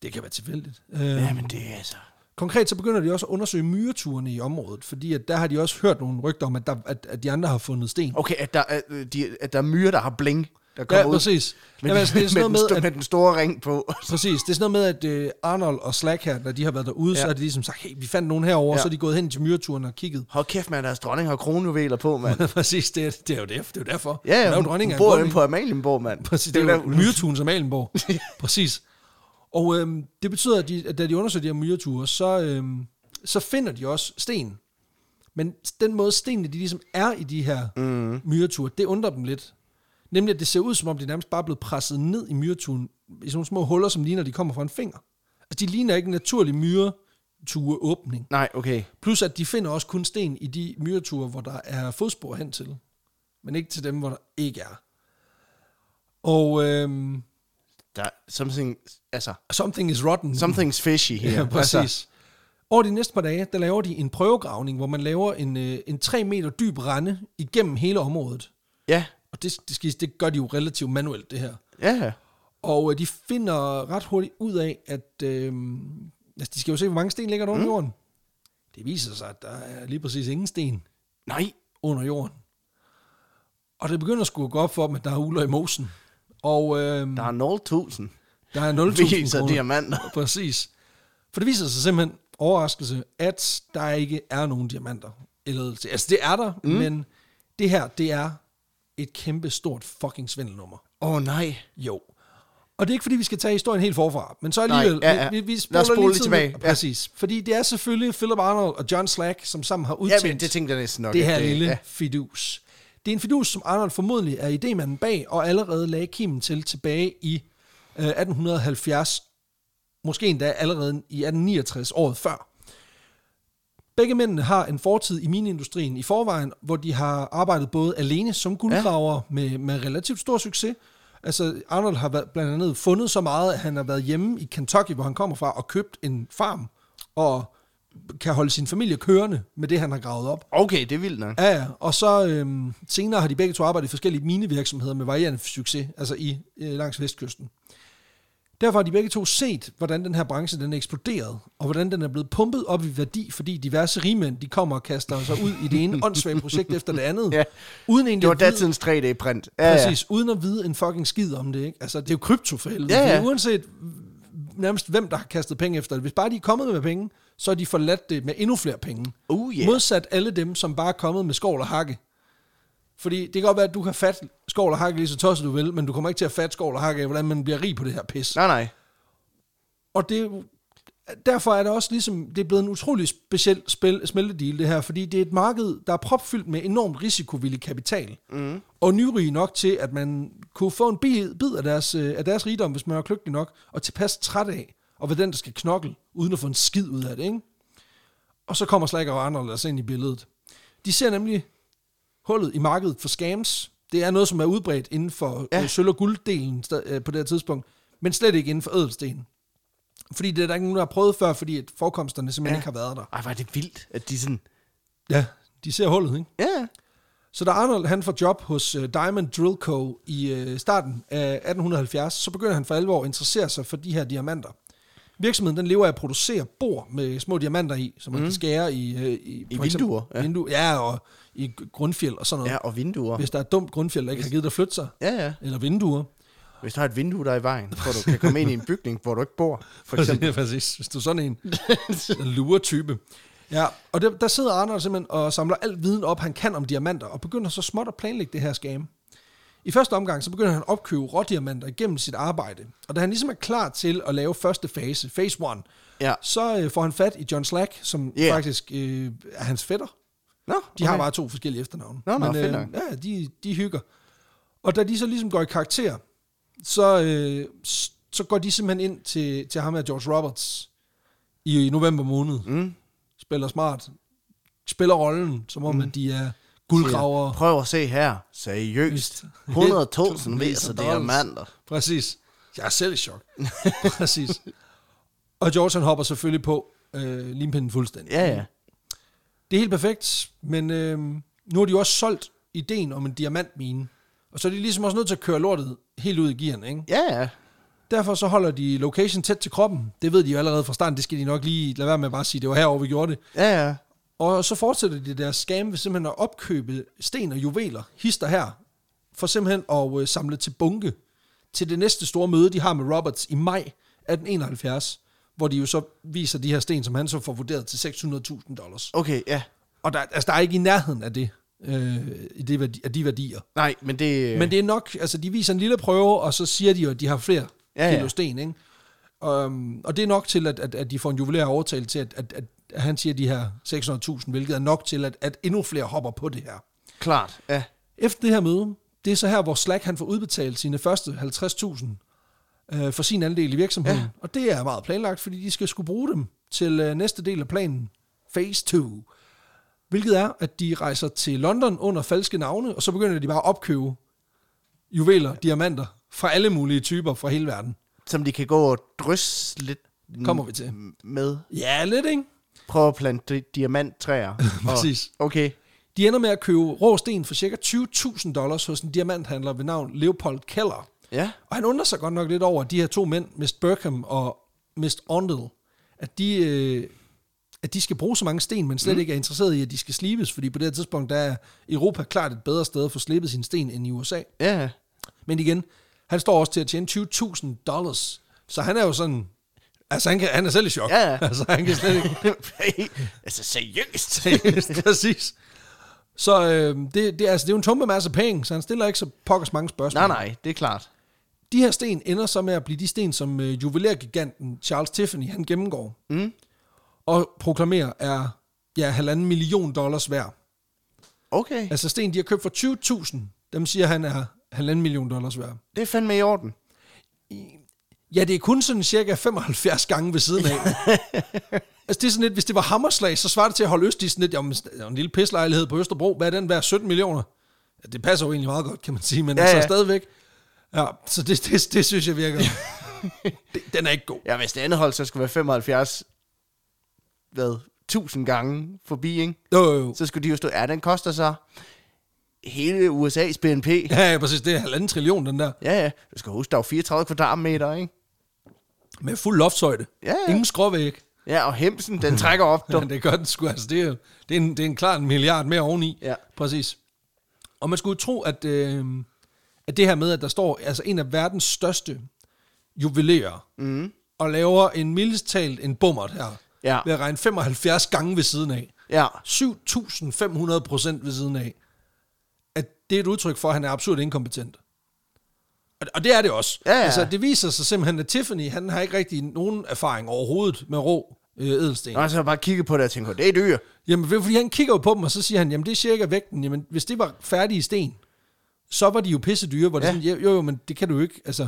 [SPEAKER 1] Det kan være tilfældigt. Øh,
[SPEAKER 2] Ja, men det er altså...
[SPEAKER 1] Konkret så begynder de også at undersøge myreturene i området, fordi at der har de også hørt nogle rygter om, at, der, at, at de andre har fundet sten.
[SPEAKER 2] Okay, at der, er, øh, de, at der er myrer, der har bling, der kommer
[SPEAKER 1] Ja,
[SPEAKER 2] ud.
[SPEAKER 1] præcis.
[SPEAKER 2] Men,
[SPEAKER 1] Jamen, altså, det er sådan
[SPEAKER 2] med,
[SPEAKER 1] noget
[SPEAKER 2] den,
[SPEAKER 1] med,
[SPEAKER 2] sto-
[SPEAKER 1] at
[SPEAKER 2] med den store ring på.
[SPEAKER 1] Præcis, det er sådan noget med, at øh, Arnold og Slack her, når de har været derude, ja. så
[SPEAKER 2] Ja.
[SPEAKER 1] har de ligesom sagt, hey, vi fandt nogen herover,
[SPEAKER 2] Ja.
[SPEAKER 1] ja. så er de gået hen til myreturen og kigget.
[SPEAKER 2] Hold kæft, man, deres dronning har kronjuveler på, mand.
[SPEAKER 1] Præcis, det er, det er jo det, det er jo derfor.
[SPEAKER 2] Ja,
[SPEAKER 1] Hun er
[SPEAKER 2] ja,
[SPEAKER 1] jo
[SPEAKER 2] hun,
[SPEAKER 1] dronningen
[SPEAKER 2] hun
[SPEAKER 1] af
[SPEAKER 2] bor
[SPEAKER 1] grunden,
[SPEAKER 2] inde på Amalienborg, mand.
[SPEAKER 1] Præcis, det er jo
[SPEAKER 2] der, hun-
[SPEAKER 1] myretun som Alenborg. Præcis. Og øhm, det betyder, at, de, at da de undersøger de her myreture, så, øhm, så finder de også sten. Men den måde stenene de ligesom er i de her mm. myreture, det undrer dem lidt. Nemlig, at det ser ud som om, de nærmest bare er blevet presset ned i myreturen, i sådan nogle små huller, som ligner, at de kommer fra en finger. Altså, de ligner ikke en naturlig myretureåbning.
[SPEAKER 2] Nej, okay.
[SPEAKER 1] Plus, at de finder også kun sten i de myreture, hvor der er fodspor hen til. Men ikke til dem, hvor der ikke er. Og øhm,
[SPEAKER 2] Der er something, altså,
[SPEAKER 1] something is rotten.
[SPEAKER 2] something's fishy her.
[SPEAKER 1] Ja,
[SPEAKER 2] Altså,
[SPEAKER 1] præcis. Over de næste par dage, der laver de en prøvegravning, hvor man laver en, øh, en 3 meter dyb rende igennem hele området.
[SPEAKER 2] ja,
[SPEAKER 1] Og det, det, skal, det gør de jo relativt manuelt, det her.
[SPEAKER 2] ja.
[SPEAKER 1] Og øh, de finder ret hurtigt ud af, at øh, altså, de skal jo se, hvor mange sten ligger der under jorden. Det viser sig, at der er lige præcis ingen sten
[SPEAKER 2] Nej,
[SPEAKER 1] under jorden. Og det begynder sgu at gå op for dem, at der er uler i mosen. Og øh,
[SPEAKER 2] der er 0.000.
[SPEAKER 1] der er 0.000
[SPEAKER 2] Viser
[SPEAKER 1] kroner.
[SPEAKER 2] diamanter.
[SPEAKER 1] Præcis. For det viser sig simpelthen overraskelse, at der ikke er nogen diamanter. Eller, altså, det er der, mm. men det her, det er et kæmpe stort fucking svindelnummer.
[SPEAKER 2] Åh oh, nej.
[SPEAKER 1] Jo. Og det er ikke, fordi vi skal tage historien helt forfra, men så alligevel,
[SPEAKER 2] Nej, ja, ja.
[SPEAKER 1] vi, vi, vi
[SPEAKER 2] Lad os
[SPEAKER 1] spoler
[SPEAKER 2] spole
[SPEAKER 1] lige
[SPEAKER 2] lidt
[SPEAKER 1] tiden
[SPEAKER 2] tilbage.
[SPEAKER 1] lidt.
[SPEAKER 2] Ja.
[SPEAKER 1] Præcis. Fordi det er selvfølgelig Philip Arnold og John Slack, som sammen har udtænkt
[SPEAKER 2] Jamen, det tænkte jeg næsten nok.
[SPEAKER 1] det
[SPEAKER 2] at
[SPEAKER 1] her lille
[SPEAKER 2] Ja.
[SPEAKER 1] fidus. Det er en fidus, som Arnold formodentlig er idémanden bag, og allerede lagde kimen til tilbage i øh, 1870, måske endda allerede i 1869, året før. Begge mændene har en fortid i mineindustrien i forvejen, hvor de har arbejdet både alene som guldgraver ja. med, med relativt stor succes. Altså, Arnold har været, blandt andet fundet så meget, at han har været hjemme i Kentucky, hvor han kommer fra, og købt en farm, og kan holde sin familie kørende med det, han har gravet op.
[SPEAKER 2] Okay, det er vildt nok.
[SPEAKER 1] Ja, ja. og så øhm, senere har de begge to arbejdet i forskellige minevirksomheder med varierende succes, altså i øh, langs vestkysten. Derfor har de begge to set, hvordan den her branche den eksploderede, og hvordan den er blevet pumpet op i værdi, fordi diverse rigmænd, de kommer og kaster sig ud i det ene åndssvage projekt efter det andet,
[SPEAKER 2] Ja.
[SPEAKER 1] uden egentlig
[SPEAKER 2] Det var
[SPEAKER 1] at vide-
[SPEAKER 2] datidens 3D-print. Ja, ja.
[SPEAKER 1] Præcis, uden at vide en fucking skid om det, ikke? Altså, det er jo krypto for helvede.
[SPEAKER 2] Ja, ja.
[SPEAKER 1] Fordi Uanset h- nærmest hvem, der har kastet penge efter det. Hvis bare de er kommet med penge, så har de forladt det med endnu flere penge.
[SPEAKER 2] Uh, yeah.
[SPEAKER 1] Modsat alle dem, som bare er kommet med skovl og hakke. Fordi det kan godt være, at du kan fatte skovl og hakke lige så tosset du vil, men du kommer ikke til at fatte skovl og hakke af, hvordan man bliver rig på det her pis.
[SPEAKER 2] Nej, nej.
[SPEAKER 1] Og det, er jo- derfor er det også ligesom, det er blevet en utrolig speciel spil, smeltedeal det her, fordi det er et marked, der er propfyldt med enormt risikovillig kapital. Mm. Og nyrig nok til, at man kunne få en bid, bid af, deres, øh, af deres rigdom, hvis man er kløgtig nok, og tilpas træt af, og ved den, der skal knokle, uden at få en skid ud af det, ikke? Og så kommer Slacker og Arnold altså ind i billedet. De ser nemlig hullet i markedet for scams. Det er noget, som er udbredt inden for ja.
[SPEAKER 2] Ja.
[SPEAKER 1] øh, sølv- og gulddelen sta- øh, på det her tidspunkt, men slet ikke inden for ædelsten. Fordi det er der ikke nogen, der har prøvet før, fordi at forekomsterne simpelthen ja.
[SPEAKER 2] Ja.
[SPEAKER 1] ikke har været der.
[SPEAKER 2] Ej, var det vildt, at de sådan...
[SPEAKER 1] Ja, de ser hullet, ikke?
[SPEAKER 2] Ja, ja.
[SPEAKER 1] Så da Arnold han får job hos øh, Diamond Drill Co. i øh, starten af 1870, så begynder han for alvor at interessere sig for de her diamanter. Virksomheden den lever af at producere bord med små diamanter i, som man mm. kan skære i, øh, i, for
[SPEAKER 2] vinduer,
[SPEAKER 1] ja.
[SPEAKER 2] ja.
[SPEAKER 1] Vindu, ja, og i grundfjeld og sådan noget.
[SPEAKER 2] ja
[SPEAKER 1] Ja.
[SPEAKER 2] og vinduer.
[SPEAKER 1] Hvis der er et dumt grundfjeld, der ikke har givet dig at flytte sig,
[SPEAKER 2] Ja, ja.
[SPEAKER 1] eller vinduer.
[SPEAKER 2] Hvis der er et vindue, der er i vejen, hvor du kan komme ind i en bygning, hvor du ikke bor, for eksempel.
[SPEAKER 1] Præcis, præcis. Hvis du er sådan en luretype. Ja, og der, der sidder Arnold simpelthen og samler al viden op, han kan om diamanter, og begynder så småt at planlægge det her skam. I første omgang, så begynder han at opkøbe rådiamanter igennem sit arbejde. Og da han ligesom er klar til at lave første fase, phase 1,
[SPEAKER 2] Ja.
[SPEAKER 1] så øh, får han fat i John Slack, som
[SPEAKER 2] Yeah.
[SPEAKER 1] yeah. faktisk øh, er hans fætter.
[SPEAKER 2] Nå,
[SPEAKER 1] De har bare to forskellige efternavne. øh,
[SPEAKER 2] Nå, nå, fedt nok.
[SPEAKER 1] ja, de, de hygger. Og da de så ligesom går i karakter, så, øh, s- så går de simpelthen ind til, til ham her, George Roberts, i, i november måned. Mm. Spiller smart. Spiller rollen, som om mm. at de er guldgraver.
[SPEAKER 2] Prøv at se her. Seriøst. 100.000 viser diamanter.
[SPEAKER 1] Præcis. Jeg er selv i chok. Præcis. Og George han hopper selvfølgelig på øh, limpinden fuldstændig.
[SPEAKER 2] Ja, ja.
[SPEAKER 1] Det er helt perfekt, men øh, nu har de jo også solgt ideen om en diamantmine. Og så er de ligesom også nødt til at køre lortet helt ud i gearne, ikke?
[SPEAKER 2] Ja, ja.
[SPEAKER 1] Derfor så holder de location tæt til kroppen. Det ved de jo allerede fra starten. Det skal de nok lige lade være med at bare sige, det var herovre, vi gjorde det.
[SPEAKER 2] Ja, ja.
[SPEAKER 1] Og så fortsætter de deres scam ved simpelthen at opkøbe sten og juveler, hister her, for simpelthen at øh, samle til bunke til det næste store møde, de har med Roberts i maj 1871, hvor de jo så viser de her sten, som han så får vurderet til 600.000 dollars.
[SPEAKER 2] Okay, ja.
[SPEAKER 1] Og der, altså, der er ikke i nærheden af det, øh, i det værdi, af de værdier.
[SPEAKER 2] Nej, men det...
[SPEAKER 1] Men det er nok, altså de viser en lille prøve, og så siger de jo, at de har flere ja,
[SPEAKER 2] Ja,
[SPEAKER 1] kilo
[SPEAKER 2] ja.
[SPEAKER 1] sten, ikke? Um, og det er nok til, at, at, at de får en juvelær overtale til, at, at, at han siger de her 600.000, hvilket er nok til, at, at endnu flere hopper på det her.
[SPEAKER 2] Klart. Ja.
[SPEAKER 1] Efter det her møde, det er så her, hvor Slack han får udbetalt sine første 50.000 øh, for sin andel i virksomheden. Ja. Og det er meget planlagt, fordi de skal skulle bruge dem til øh, næste del af planen, Phase 2. Hvilket er, at de rejser til London under falske navne, og så begynder de bare at opkøbe juveler, diamanter fra alle mulige typer fra hele verden.
[SPEAKER 2] Som de kan gå og drysse lidt
[SPEAKER 1] Kommer vi til.
[SPEAKER 2] med.
[SPEAKER 1] Ja, lidt, ikke?
[SPEAKER 2] Prøve at plante di- diamanttræer. Og-
[SPEAKER 1] Præcis.
[SPEAKER 2] Okay.
[SPEAKER 1] De ender med at købe rå sten for ca. 20.000 dollars hos en diamanthandler ved navn Leopold Keller.
[SPEAKER 2] Ja.
[SPEAKER 1] Og han undrer sig godt nok lidt over, at de her to mænd, Mr. Burkham og Mr. Ondel, at de, øh, at de skal bruge så mange sten, men slet mm. ikke er interesseret i, at de skal slibes, fordi på det her tidspunkt der er Europa klart et bedre sted at få slebet sine sten end i USA.
[SPEAKER 2] Ja.
[SPEAKER 1] Men igen, han står også til at tjene 20.000 dollars, så han er jo sådan... Altså, han, kan, han er selv i chok.
[SPEAKER 2] Ja, ja.
[SPEAKER 1] Altså, han kan slet ikke...
[SPEAKER 2] altså seriøst.
[SPEAKER 1] Præcis. Så øh, det, det, altså, det er jo en tumpe masse penge, så han stiller ikke så pokkers mange spørgsmål.
[SPEAKER 2] nej, nej, det er klart.
[SPEAKER 1] De her sten ender så med at blive de sten, som øh, juvelergiganten Charles Tiffany han gennemgår.
[SPEAKER 2] Mm.
[SPEAKER 1] Og proklamerer er ja, halvanden million dollars værd.
[SPEAKER 2] Okay,
[SPEAKER 1] Altså sten, de har købt for 20.000, dem siger han er halvanden million dollars værd.
[SPEAKER 2] det er fandme i orden.
[SPEAKER 1] Ja, det er kun sådan cirka 75 gange ved siden af. altså det er sådan lidt, hvis det var hammerslag, så svarer det til at holde øst i sådan lidt, jamen, der er en lille pislejlighed på Østerbro, hvad er den værd? 17 millioner? Ja, det passer jo egentlig meget godt, kan man sige, men ja,
[SPEAKER 2] Ja,
[SPEAKER 1] altså
[SPEAKER 2] ja.
[SPEAKER 1] stadigvæk. Ja, så det, det, det synes jeg virker. det, den er ikke god.
[SPEAKER 2] Ja, hvis det andet hold så skulle være 75, hvad, 1000 gange forbi, ikke?
[SPEAKER 1] Jo, jo, jo.
[SPEAKER 2] Så skulle de jo stå, ja, den koster så hele USA's BNP. Ja,
[SPEAKER 1] Ja, ja, præcis. Det er halvanden trillion, den der.
[SPEAKER 2] ja, du skal huske, der er jo 34 kvadratmeter, ikke?
[SPEAKER 1] Med fuld loftshøjde.
[SPEAKER 2] Ja, ja.
[SPEAKER 1] Ingen skråvæg.
[SPEAKER 2] Ja, og hemsen, den trækker op,
[SPEAKER 1] Men
[SPEAKER 2] du.
[SPEAKER 1] det gør den sgu. Altså, det, er, det, er en, det er en klar en milliard mere oveni.
[SPEAKER 2] Ja.
[SPEAKER 1] Præcis. Og man skulle jo tro, at, øh, at det her med, at der står altså en af verdens største juvelere, mm. og laver en mildest talt en bummert her,
[SPEAKER 2] Mhm. Ja.
[SPEAKER 1] ved at regne 75 gange ved siden af.
[SPEAKER 2] Ja,
[SPEAKER 1] 7.500 procent ved siden af, at det er et udtryk for, at han er absurd inkompetent. Og, og det er det også.
[SPEAKER 2] Ja, ja.
[SPEAKER 1] Altså, det viser sig simpelthen, at Tiffany, han har ikke rigtig nogen erfaring overhovedet med rå øh, edelsten.
[SPEAKER 2] og så har altså, jeg bare kigget på det og tænkt, det er dyr.
[SPEAKER 1] Jamen, det er fordi han kigger jo på dem, og så siger han, jamen det er cirka vægten. Jamen, hvis det var færdige sten, så var de jo pisse dyre, hvor ja.
[SPEAKER 2] Ja.
[SPEAKER 1] det er sådan, "Ja, jo, jo, men det kan du jo ikke, altså,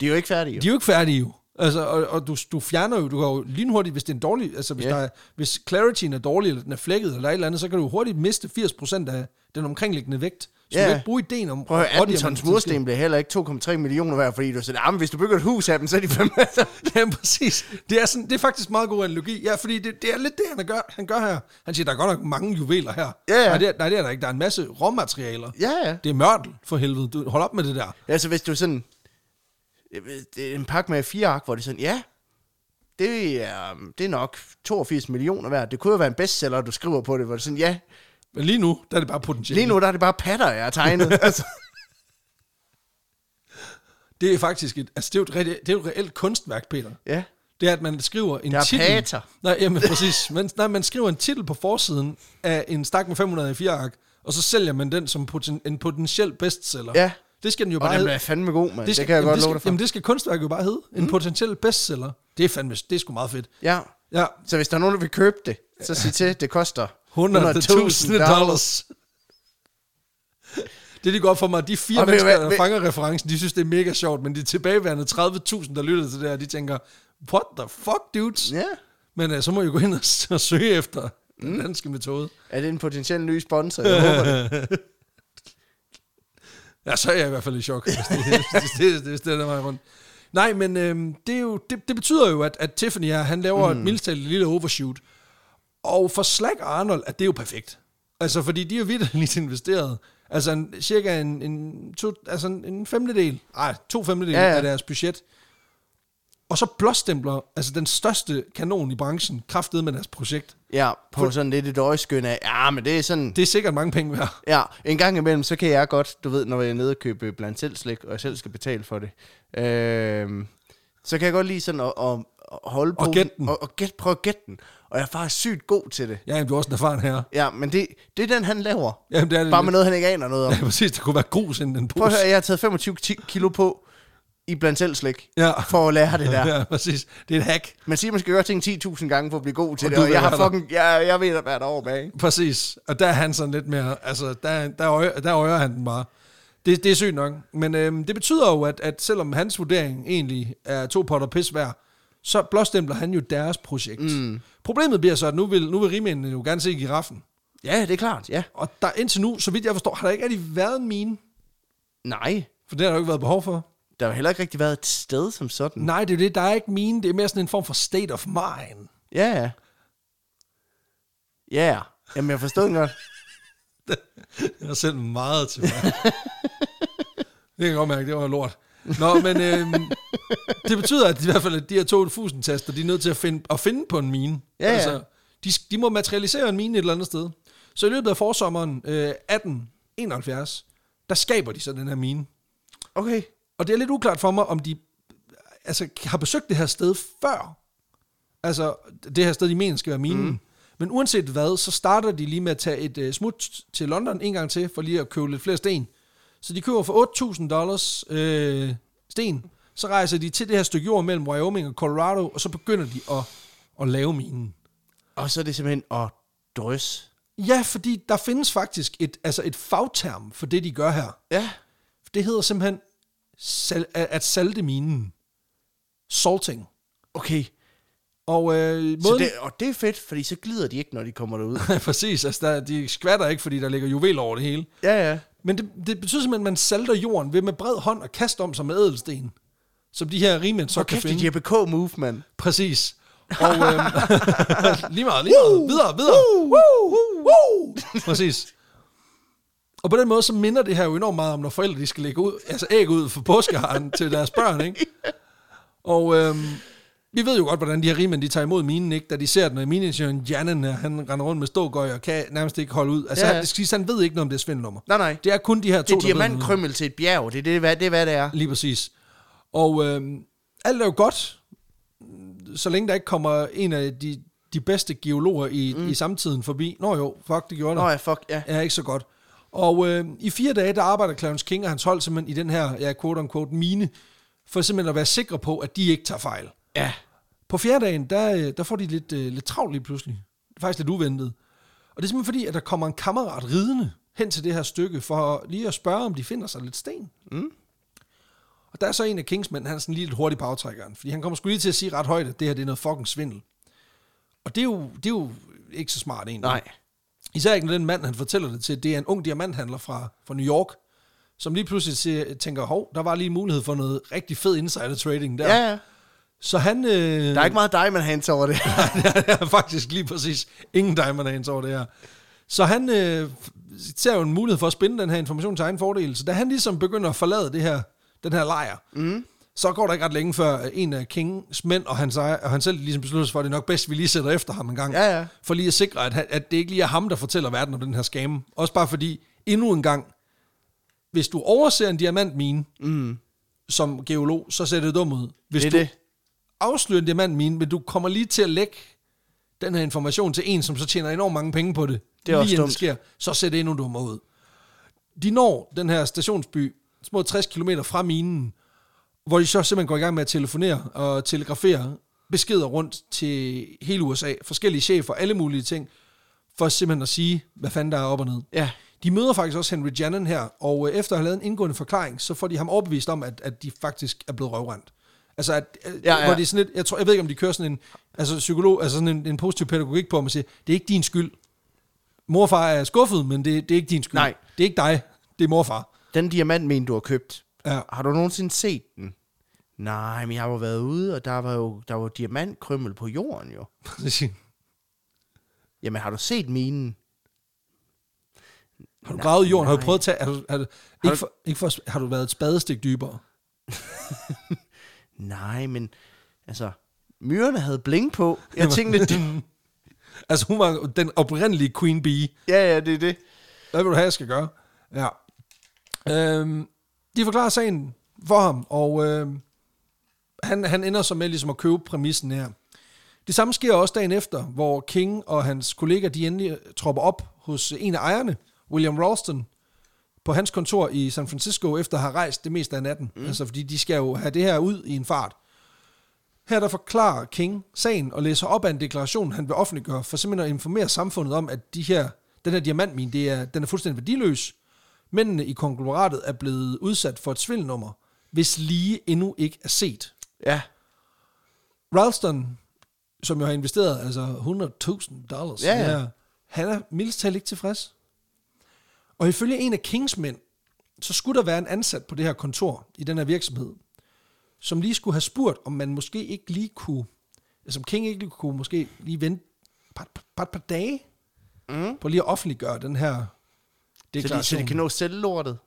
[SPEAKER 2] De er jo ikke færdige.
[SPEAKER 1] de er jo ikke færdige jo. Altså, og, og du, du fjerner jo, du kan jo lynhurtigt, hvis det er en dårlig, altså hvis,
[SPEAKER 2] Ja.
[SPEAKER 1] der er, hvis clarityen er dårlig, eller den er flækket, eller et eller andet, så kan du hurtigt miste 80% af den omkringliggende vægt. Så
[SPEAKER 2] Ja.
[SPEAKER 1] du kan ikke bruge ideen om...
[SPEAKER 2] Prøv at høre, 18
[SPEAKER 1] rådiamanten
[SPEAKER 2] tons
[SPEAKER 1] til at
[SPEAKER 2] mursten bliver heller ikke 2,3 millioner værd, fordi du sagde, ah, men hvis du bygger et hus af dem, så er de Altså,
[SPEAKER 1] ske. Ja,
[SPEAKER 2] fem
[SPEAKER 1] præcis. Det er, sådan, det er faktisk meget god analogi. Ja, fordi det, det er lidt det, han gør, han gør her. Han siger, der er godt nok mange juveler her.
[SPEAKER 2] Ja, ja.
[SPEAKER 1] Nej, det er, nej, det er der ikke. Der er en masse råmaterialer.
[SPEAKER 2] Ja, ja.
[SPEAKER 1] Det er mørtel, for helvede. Du, hold op med det der.
[SPEAKER 2] Altså, hvis du sådan... Jeg ved, Det er en pakke med fire ark, hvor det er sådan, ja, det er, um, det er nok 82 millioner værd. Det kunne jo være en bestseller, du skriver på det, hvor det er sådan, ja,
[SPEAKER 1] Men lige nu, der er det bare potentielt.
[SPEAKER 2] lige nu der er det bare patter, jeg har tegnet. altså,
[SPEAKER 1] Det er faktisk et, altså, det er jo et, rigtig- det er jo et reelt kunstværk, Peter.
[SPEAKER 2] ja.
[SPEAKER 1] Det er, at man skriver en
[SPEAKER 2] Der er
[SPEAKER 1] titel.
[SPEAKER 2] pater.
[SPEAKER 1] Nej, jamen, præcis. Man, nej, man skriver en titel på forsiden af en stak med 504 ark, og så sælger man den som poten, en potentiel bestseller.
[SPEAKER 2] Ja.
[SPEAKER 1] Det skal den jo
[SPEAKER 2] Og
[SPEAKER 1] bare
[SPEAKER 2] den
[SPEAKER 1] hedde.
[SPEAKER 2] bliver fandme god, mand. Det,
[SPEAKER 1] skal-
[SPEAKER 2] det kan jeg
[SPEAKER 1] jamen,
[SPEAKER 2] godt
[SPEAKER 1] det
[SPEAKER 2] love
[SPEAKER 1] skal,
[SPEAKER 2] dig for. Mhm.
[SPEAKER 1] Jamen, det skal kunstværket jo bare hedde. En potentiel bestseller. Det er fandme, det er sgu meget fedt.
[SPEAKER 2] Ja.
[SPEAKER 1] Ja,
[SPEAKER 2] Så hvis der er nogen, der vil købe det, så sig til, det koster
[SPEAKER 1] 100.000 dollars. Det, de går op for mig, at de fire
[SPEAKER 2] Og ved du
[SPEAKER 1] mennesker,
[SPEAKER 2] hvad,
[SPEAKER 1] der
[SPEAKER 2] ved-
[SPEAKER 1] fanger referencen, de synes, det er mega sjovt, men de tilbageværende 30.000, der lytter til det her, de tænker, what the fuck, dudes?
[SPEAKER 2] Ja.
[SPEAKER 1] Men øh, så må jeg gå ind og, s- og søge efter den danske metode.
[SPEAKER 2] Er det en potentiel ny sponsor? Jeg håber det.
[SPEAKER 1] Ja, så er jeg i hvert fald i chok, hvis det, hvis det, hvis det, hvis det er den vej rundt. Nej, men øhm, det, er jo, det, det betyder jo, at, at Tiffany her, han laver mm. et mildtalt lille overshoot. Og for Slack og Arnold er det jo perfekt. Altså, fordi de er jo vidderligt investeret. Altså, en, cirka en, en, to, altså en, en femtedel, nej, to femtedel ja,
[SPEAKER 2] Ja,
[SPEAKER 1] ja.
[SPEAKER 2] ja.
[SPEAKER 1] af deres budget. Og så blåstempler, altså den største kanon i branchen, kraftet med deres projekt.
[SPEAKER 2] Ja, på sådan lidt et øjeskøn af, ja, men det er sådan,
[SPEAKER 1] Det er sikkert mange penge værd.
[SPEAKER 2] Ja, en gang imellem, så kan jeg godt, du ved, når jeg er nede og købe blandt selv slik, og jeg selv skal betale for det, øh, så kan jeg godt lige sådan at, at, at holde
[SPEAKER 1] Og
[SPEAKER 2] på
[SPEAKER 1] gætte den.
[SPEAKER 2] Og, og gæt, prøve at gætte den. Og jeg er faktisk sygt god til det.
[SPEAKER 1] Ja, jamen, du er også en erfaren herre.
[SPEAKER 2] Ja, men det, det er den, han laver.
[SPEAKER 1] Jamen, det er det
[SPEAKER 2] Bare
[SPEAKER 1] lidt.
[SPEAKER 2] med noget, han ikke aner noget om.
[SPEAKER 1] Ja, præcis. Det kunne være grus inden den pose.
[SPEAKER 2] Prøv at høre, jeg har taget 25 ti- kilo på. i blandt selv slik,
[SPEAKER 1] Ja.
[SPEAKER 2] for at lære det der.
[SPEAKER 1] Ja, præcis. Det er et hack.
[SPEAKER 2] Man siger, man skal gøre ting 10.000 gange for at blive god til
[SPEAKER 1] Og
[SPEAKER 2] det,
[SPEAKER 1] du
[SPEAKER 2] og
[SPEAKER 1] ved,
[SPEAKER 2] jeg har
[SPEAKER 1] hvad der-
[SPEAKER 2] fucking, jeg, jeg ved, hvad der er over bag.
[SPEAKER 1] Præcis. Og der er han sådan lidt mere, altså der, der, øjer, der øjer han den bare. Det, det er sygt nok. Men øhm, det betyder jo, at, at selvom hans vurdering egentlig er to potter pis værd, så blåstempler han jo deres projekt. Mm. Problemet bliver så, at nu vil, nu vil rimændene jo gerne se giraffen.
[SPEAKER 2] Ja, det er klart, ja.
[SPEAKER 1] Og der indtil nu, så vidt jeg forstår, har der ikke rigtig været en mine.
[SPEAKER 2] Nej,
[SPEAKER 1] For det har der jo ikke været behov for.
[SPEAKER 2] der har heller ikke rigtig været et sted som sådan.
[SPEAKER 1] Nej, det er jo det. Der er ikke mine. Det er mere sådan en form for state of mind.
[SPEAKER 2] Ja, ja. Ja, yeah. jamen jeg forstod den godt.
[SPEAKER 1] Jeg er selv meget til mig. det kan jeg godt mærke, det var lort. Nå, men øhm, det betyder at i hvert fald, at de her to fusentester, de er nødt til at finde, at finde på en mine. Altså,
[SPEAKER 2] Ja, ja.
[SPEAKER 1] de, de må materialisere en mine et eller andet sted. Så i løbet af forsommeren øh, 1871, der skaber de så den her mine.
[SPEAKER 2] Okay.
[SPEAKER 1] Og det er lidt uklart for mig, om de altså, har besøgt det her sted før. Altså, det her sted, de mener skal være minen. Mm. Men uanset hvad, så starter de lige med at tage et uh, smut til London en gang til, for lige at købe lidt flere sten. Så de køber for 8.000 dollars øh, sten. Så rejser de til det her stykke jord mellem Wyoming og Colorado, og så begynder de at, at lave minen.
[SPEAKER 2] Og så er det simpelthen at drøs.
[SPEAKER 1] Ja, fordi der findes faktisk et, altså et fagterm for det, de gør her.
[SPEAKER 2] Ja.
[SPEAKER 1] Det hedder simpelthen sal- at at salte minen. Salting.
[SPEAKER 2] Okay.
[SPEAKER 1] Og øh, måden...
[SPEAKER 2] Så det, og det er fedt, fordi så glider de ikke, når de kommer derud.
[SPEAKER 1] præcis, altså der, de skvatter ikke, fordi der ligger juveler over det hele.
[SPEAKER 2] ja, ja.
[SPEAKER 1] Men det, det betyder simpelthen, at man salter jorden ved med bred hånd og kaste om sig med ædelsten, som de her rigmænd så
[SPEAKER 2] Og
[SPEAKER 1] kan
[SPEAKER 2] kæft, det
[SPEAKER 1] finde.
[SPEAKER 2] er JPK move, mand.
[SPEAKER 1] Præcis. Og øhm, lige meget, lige meget. Videre, videre. Woo, woo. Præcis. Og på den måde, så minder det her jo enormt meget om, når forældre de skal lægge ud, altså æg ud for påskeharen til deres børn, ikke? Og øhm, vi ved jo godt, hvordan de her rigmænd, de tager imod minen, ikke? Da de ser den, og miningeniøren Jannen, her, han render rundt med stågøj og kan nærmest ikke holde ud. Altså, ja,
[SPEAKER 2] Ja, ja.
[SPEAKER 1] ja. Han, det skal siges, han ved ikke noget om det er svindelnummer.
[SPEAKER 2] Nej, nej.
[SPEAKER 1] Det er kun de her to,
[SPEAKER 2] Det er
[SPEAKER 1] der ved noget.
[SPEAKER 2] diamantkrømmel til et bjerg. Det er, det, hvad, det er, hvad det er.
[SPEAKER 1] Lige præcis. Og øh, alt er jo godt, så længe der ikke kommer en af de, de bedste geologer i, mm. i samtiden forbi. Nå jo, fuck, det gjorde
[SPEAKER 2] Nå
[SPEAKER 1] der.
[SPEAKER 2] ja, fuck, ja.
[SPEAKER 1] Ja, ikke så godt. Og øh, i fire dage, der arbejder Clarence King og hans hold simpelthen i den her, ja, quote unquote, mine, for simpelthen at være sikre på, at de ikke tager fejl.
[SPEAKER 2] Ja.
[SPEAKER 1] På fjerde dagen, der, øh, der får de lidt, øh, lidt travlt lige pludselig. Det er faktisk lidt uventet. Og det er simpelthen fordi, at der kommer en kammerat ridende hen til det her stykke, for lige at spørge, om de finder sig lidt sten. Mm. Og der er så en af Kingsmænd, han er sådan lige lidt hurtig på aftrækkeren, fordi han kommer skulle lige til at sige ret højt, at det her det er noget fucking svindel. Og det er jo, det er jo ikke så smart egentlig.
[SPEAKER 2] Nej.
[SPEAKER 1] Især ikke når den mand, han fortæller det til, det er en ung diamanthandler fra, fra New York, som lige pludselig siger- tænker, hov, der var lige en mulighed for noget rigtig fed insider trading der.
[SPEAKER 2] Ja, ja.
[SPEAKER 1] Så han... Øh,
[SPEAKER 2] Der er ikke meget diamond hands over det.
[SPEAKER 1] der er faktisk lige præcis ingen diamond hands over det her. Så han øh, ser jo en mulighed for at spinde den her information til egen fordel. Så da han ligesom begynder at forlade det her, den her lejr,
[SPEAKER 2] Mhm.
[SPEAKER 1] mm. så går der ikke ret længe før en af Kings mænd og han, og han selv ligesom beslutter sig for, at det er nok bedst, at vi lige sætter efter ham en gang.
[SPEAKER 2] Ja, ja.
[SPEAKER 1] For lige at sikre, at, han- at det ikke lige er ham, der fortæller verden om den her skame. Også bare fordi, endnu en gang, hvis du overser en diamantmine mm. som geolog, så ser det dumt ud. Hvis
[SPEAKER 2] Det er
[SPEAKER 1] du
[SPEAKER 2] det.
[SPEAKER 1] afsløre en diamantmine, men du kommer lige til at lægge den her information til en, som så tjener enormt mange penge på det.
[SPEAKER 2] Det er også
[SPEAKER 1] lige inden
[SPEAKER 2] dumt.
[SPEAKER 1] sker, så ser det endnu dummere ud. De når den her stationsby, små 60 km fra minen, hvor de så simpelthen går i gang med at telefonere og telegrafere beskeder rundt til hele USA, forskellige chefer, alle mulige ting, for simpelthen at sige, hvad fanden der er op og ned.
[SPEAKER 2] Ja.
[SPEAKER 1] De møder faktisk også Henry Jannen her, og øh, efter at have lavet en indgående forklaring, så får de ham overbevist om, at, at de faktisk er blevet røvrendt. Altså, at, øh,
[SPEAKER 2] Ja, ja.
[SPEAKER 1] Hvor de er sådan lidt, jeg, tror, jeg ved ikke, om de kører sådan en, altså psykolog, altså sådan en, en positiv pædagogik på, at man siger, det er ikke din skyld. Mor og far er skuffet, men det, det er ikke din skyld.
[SPEAKER 2] Nej.
[SPEAKER 1] Det er ikke dig, det er mor og far.
[SPEAKER 2] Den diamantmine, du har købt,
[SPEAKER 1] Ja.
[SPEAKER 2] har du nogensinde set den? Nej, men jeg har jo været ude, og der var jo, der var jo diamantkrømmel på jorden jo. Jamen, har du set minen?
[SPEAKER 1] har du gravet i jorden? Har du
[SPEAKER 2] Nej.
[SPEAKER 1] prøvet at tage... Har du, har du,
[SPEAKER 2] du-
[SPEAKER 1] ikke for, ikke for, har du været et spadestik dybere?
[SPEAKER 2] Nej, men altså, myrerne havde bling på. Jeg tænkte, det,
[SPEAKER 1] Altså, hun var den oprindelige queen bee.
[SPEAKER 2] ja, ja, det er det.
[SPEAKER 1] Hvad vil du have, jeg skal gøre? Ja. Øhm, de forklarer sagen for ham, og øhm, han, han ender så med ligesom at købe præmissen her. Det samme sker også dagen efter, hvor King og hans kollega, de endelig tropper op hos en af ejerne, William Ralston, på hans kontor i San Francisco, efter at have rejst det meste af natten. Mm. Altså, fordi de skal jo have det her ud i en fart. Her der forklarer King sagen og læser op af en deklaration, han vil offentliggøre, for simpelthen at informere samfundet om, at de her, den her diamantmine, det er, den er fuldstændig værdiløs. Mændene i konglomeratet er blevet udsat for et svindelnummer, hvis lige endnu ikke er set.
[SPEAKER 2] Ja.
[SPEAKER 1] Ralston, som jo har investeret altså 100.000 dollars,
[SPEAKER 2] Ja, ja.
[SPEAKER 1] han er mildest talt ikke tilfreds. Og ifølge en af Kings mænd, så skulle der være en ansat på det her kontor i den her virksomhed, som lige skulle have spurgt, om man måske ikke lige kunne, som King ikke lige kunne måske lige vente et par, par, par dage, mm. på lige at offentliggøre den her
[SPEAKER 2] Så de, så
[SPEAKER 1] deklaration.
[SPEAKER 2] de
[SPEAKER 1] Det,
[SPEAKER 2] kan nå selv lortet.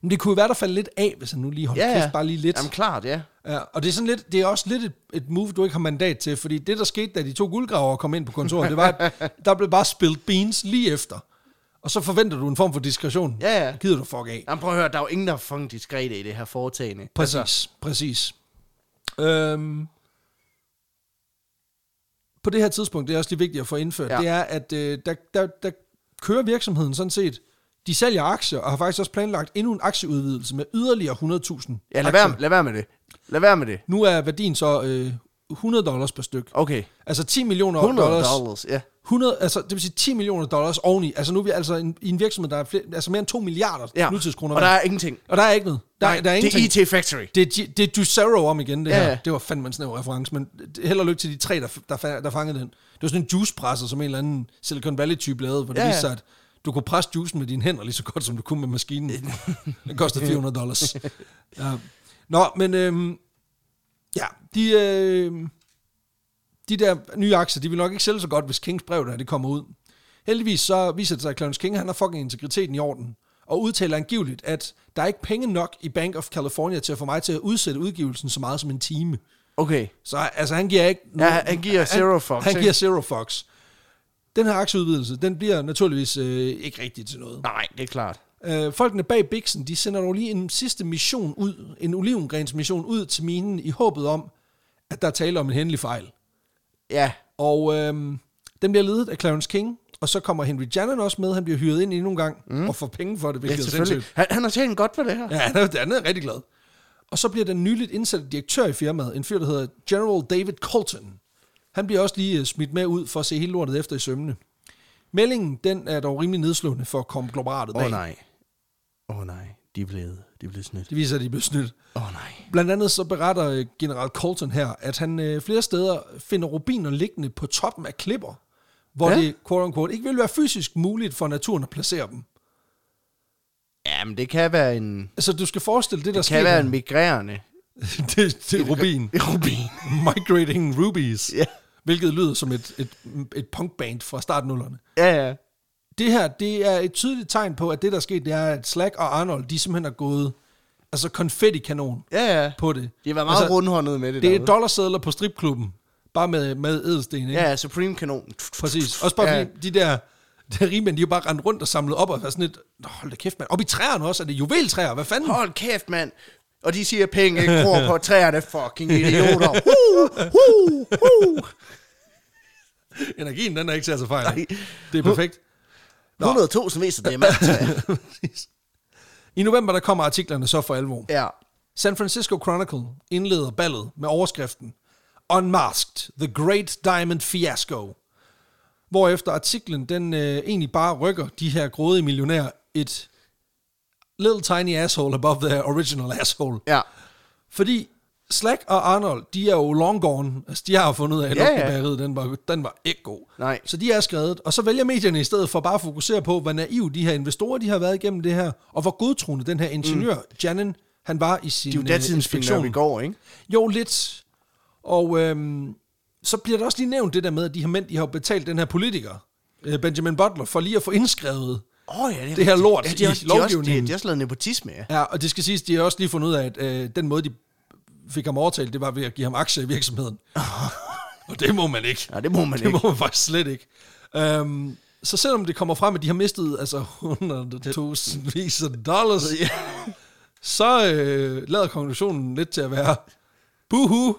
[SPEAKER 1] Men det kunne jo være, der faldt lidt af, hvis han nu lige holdt ja, kæft, bare lige lidt.
[SPEAKER 2] Jamen klart, ja.
[SPEAKER 1] Ja, og det er, sådan lidt, det er også lidt et, et move, du ikke har mandat til, fordi det, der skete, da de to guldgraver kom ind på kontoret, det var, at der blev bare spillet beans lige efter. Og så forventer du en form for diskretion.
[SPEAKER 2] Ja, ja.
[SPEAKER 1] Det Gider du fuck af.
[SPEAKER 2] Jamen prøv at høre, der er jo ingen, der er fucking diskrete i det her foretagende.
[SPEAKER 1] Præcis, altså. præcis. Øhm, på det her tidspunkt, det er også lige vigtigt at få indført,
[SPEAKER 2] Ja.
[SPEAKER 1] ja. det er, at øh, der, der, der kører virksomheden sådan set, de sælger aktier, og har faktisk også planlagt endnu en aktieudvidelse med yderligere 100.000
[SPEAKER 2] Ja, lad
[SPEAKER 1] aktier.
[SPEAKER 2] være, lad være med det. Lad være med det.
[SPEAKER 1] Nu er værdien så øh, 100 dollars per styk.
[SPEAKER 2] Okay.
[SPEAKER 1] Altså 10 millioner
[SPEAKER 2] 100
[SPEAKER 1] dollars.
[SPEAKER 2] dollars, ja.
[SPEAKER 1] 100, altså, det vil sige 10 millioner dollars oveni. Altså nu er vi altså en, i en virksomhed, der er flere, altså mere end 2 milliarder
[SPEAKER 2] ja.
[SPEAKER 1] ja. nutidskroner.
[SPEAKER 2] Og der er ingenting.
[SPEAKER 1] og der er ikke noget. Der,
[SPEAKER 2] Nej,
[SPEAKER 1] der er ingenting.
[SPEAKER 2] Det er IT Factory.
[SPEAKER 1] Det er, G- det er Juicero om igen, det
[SPEAKER 2] Ja,
[SPEAKER 1] ja.
[SPEAKER 2] ja.
[SPEAKER 1] her. Det var fandme en snæv reference, men det- held og lykke til de tre, der, f- der, fa- der fangede den. Det var sådan en juicepresser, som en eller anden Silicon Valley-type lavede, hvor det
[SPEAKER 2] Ja, ja.
[SPEAKER 1] ja. viste sig, at du kunne presse juicen med dine hænder lige så godt, som du kunne med maskinen. Den kostede 400 dollars. Ja. Nå, men øhm, ja, de, øh, de der nye aktier, de vil nok ikke sælge så godt, hvis Kings brev der, det kommer ud. Heldigvis så viser det sig, at Clarence King, han har fucking integriteten i orden, og udtaler angiveligt, at der er ikke penge nok i Bank of California til at få mig til at udsætte udgivelsen så meget som en time.
[SPEAKER 2] Okay.
[SPEAKER 1] Så altså, han giver ikke...
[SPEAKER 2] Ja, han giver zero fucks,
[SPEAKER 1] Han
[SPEAKER 2] ikke?
[SPEAKER 1] giver zero fucks. Den her aktieudvidelse, den bliver naturligvis øh, ikke rigtig til noget.
[SPEAKER 2] Nej, det er klart.
[SPEAKER 1] Øh, folkene bag Bixen, de sender dog lige en sidste mission ud, en olivengrensmission ud til minen, i håbet om, at der er tale om en hændelig fejl.
[SPEAKER 2] Ja.
[SPEAKER 1] Og øhm, den bliver ledet af Clarence King, og så kommer Henry Jannen også med. Han bliver hyret ind endnu en gang mm. og får penge for det,
[SPEAKER 2] Ja,
[SPEAKER 1] hvilket ja, er
[SPEAKER 2] selvfølgelig.
[SPEAKER 1] sindssygt.
[SPEAKER 2] Han, han har tjent godt for det her.
[SPEAKER 1] Ja, han er, han er rigtig glad. Og så bliver den nyligt indsatte direktør i firmaet, en fyr, der hedder General David Colton. Han bliver også lige øh, smidt med ud for at se hele lortet efter i sømmene. Meldingen, den er dog rimelig nedslående for konglomeratet
[SPEAKER 2] Åh
[SPEAKER 1] bag.
[SPEAKER 2] oh, nej. Åh oh, nej. De er blevet, de er blevet snydt.
[SPEAKER 1] Det viser, at de blev snydt.
[SPEAKER 2] Åh oh, nej.
[SPEAKER 1] Blandt andet så beretter øh, general Colton her, at han øh, flere steder finder rubiner liggende på toppen af klipper, hvor
[SPEAKER 2] Ja.
[SPEAKER 1] ja. det quote unquote, ikke vil være fysisk muligt for naturen at placere dem.
[SPEAKER 2] Jamen, det kan være en...
[SPEAKER 1] Altså, du skal forestille det, der
[SPEAKER 2] Det kan
[SPEAKER 1] sker.
[SPEAKER 2] være en migrerende.
[SPEAKER 1] det, det er rubin.
[SPEAKER 2] Rubin.
[SPEAKER 1] Migrating Rubies.
[SPEAKER 2] Ja.
[SPEAKER 1] Hvilket lyder som et, et, et punkband fra startnullerne.
[SPEAKER 2] Ja, ja.
[SPEAKER 1] Det her, det er et tydeligt tegn på, at det, der er sket, det er, at Slack og Arnold, de simpelthen har gået altså konfettikanon
[SPEAKER 2] Ja, ja.
[SPEAKER 1] på det.
[SPEAKER 2] De har været meget altså,
[SPEAKER 1] altså,
[SPEAKER 2] rundhåndet med det,
[SPEAKER 1] Det er
[SPEAKER 2] derude.
[SPEAKER 1] dollarsedler på stripklubben, bare med, med edelsten, ikke?
[SPEAKER 2] Ja, ja, Supreme Kanon.
[SPEAKER 1] Præcis. Også bare
[SPEAKER 2] Ja.
[SPEAKER 1] ja. fordi de der, de der rigmænd, de har bare rendt rundt og samlet op og været sådan lidt, "Nå, hold da kæft, mand. Op i træerne også, er det juveltræer? Hvad fanden?
[SPEAKER 2] Hold kæft, mand. Og de siger, at penge ikke gror på træerne. Fucking idioter. Huh, huh, huh.
[SPEAKER 1] Energien, den er ikke til at tage fejl.
[SPEAKER 2] Nej.
[SPEAKER 1] af. Det er perfekt.
[SPEAKER 2] 100.000 viser det, mand.
[SPEAKER 1] Præcis. I november, der kommer artiklerne så for alvor.
[SPEAKER 2] Ja.
[SPEAKER 1] San Francisco Chronicle indleder ballet med overskriften Unmasked, The Great Diamond Fiasco. Hvorefter artiklen, den øh, egentlig bare rykker de her grådige millionærer et little tiny asshole above their original asshole.
[SPEAKER 2] Ja.
[SPEAKER 1] Fordi Slack og Arnold, de er jo long gone. Altså, de har jo fundet ud af, at
[SPEAKER 2] Ja, ja.
[SPEAKER 1] ja, ja. den var, den var ikke god.
[SPEAKER 2] Nej.
[SPEAKER 1] Så de er skrevet, og så vælger medierne i stedet for bare at fokusere på, hvor naive de her investorer, de har været igennem det her, og hvor godtroende den her ingeniør, mm. Jannen, han var i sin
[SPEAKER 2] Det er jo
[SPEAKER 1] øh,
[SPEAKER 2] datidens
[SPEAKER 1] inspektion.
[SPEAKER 2] fiktion. i går, ikke?
[SPEAKER 1] Jo, lidt. Og øhm, så bliver der også lige nævnt det der med, at de her mænd, de har jo betalt den her politiker, øh, Benjamin Butler, for lige at få indskrevet.
[SPEAKER 2] Åh oh, ja, det, er
[SPEAKER 1] Det her
[SPEAKER 2] rigtigt.
[SPEAKER 1] lort
[SPEAKER 2] ja,
[SPEAKER 1] i
[SPEAKER 2] de har også, de har også, de,
[SPEAKER 1] lovgivningen.
[SPEAKER 2] de har også lavet nepotisme, ja.
[SPEAKER 1] Ja, og det skal siges, de har også lige fundet ud af, at øh, den måde, de fik ham overtalt, det var ved at give ham aktier i virksomheden. og det må man ikke.
[SPEAKER 2] Nej, det må man
[SPEAKER 1] Det
[SPEAKER 2] ikke.
[SPEAKER 1] må man faktisk slet ikke. Øhm, så selvom det kommer frem, at de har mistet altså 100.000 vis af dollars, så øh, lader konklusionen lidt til at være, buhu,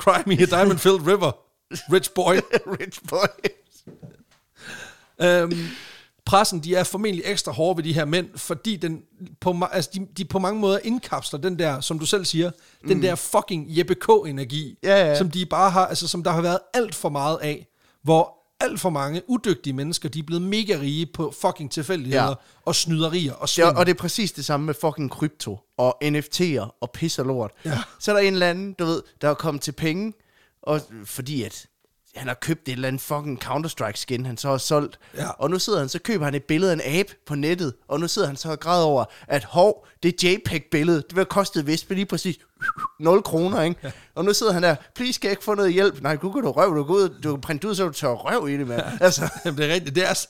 [SPEAKER 1] cry me a diamond-filled river, rich boy.
[SPEAKER 2] Rich boy.
[SPEAKER 1] øhm, pressen, de er formentlig ekstra hårde ved de her mænd, fordi den på, ma- altså de, de på mange måder indkapsler den der, som du selv siger, mm. den der fucking Jeppe K-energi,
[SPEAKER 2] Ja, ja.
[SPEAKER 1] som de bare har, altså som der har været alt for meget af, hvor alt for mange udygtige mennesker, de er blevet mega rige på fucking tilfældigheder
[SPEAKER 2] Ja.
[SPEAKER 1] ja. og snyderier og
[SPEAKER 2] Det
[SPEAKER 1] svindel.
[SPEAKER 2] er, og det er præcis det samme med fucking krypto og NFT'er og pis og lort.
[SPEAKER 1] Ja.
[SPEAKER 2] Så er der en eller anden, du ved, der er kommet til penge, og, fordi at han har købt et eller andet fucking Counter-Strike-skin, han så har solgt.
[SPEAKER 1] Ja.
[SPEAKER 2] Og nu sidder han, så køber han et billede af en abe på nettet, og nu sidder han så og græder over, at hov, det JPEG-billede, det var kostet vist med lige præcis 0 kroner, ikke? Ja. Og nu sidder han der, please skal jeg ikke få noget hjælp? Nej, du kan du røv, du kan, ud, du kan printe ud, så du tør røv i det, mand. Altså,
[SPEAKER 1] Jamen, det er rigtigt. Det er, s-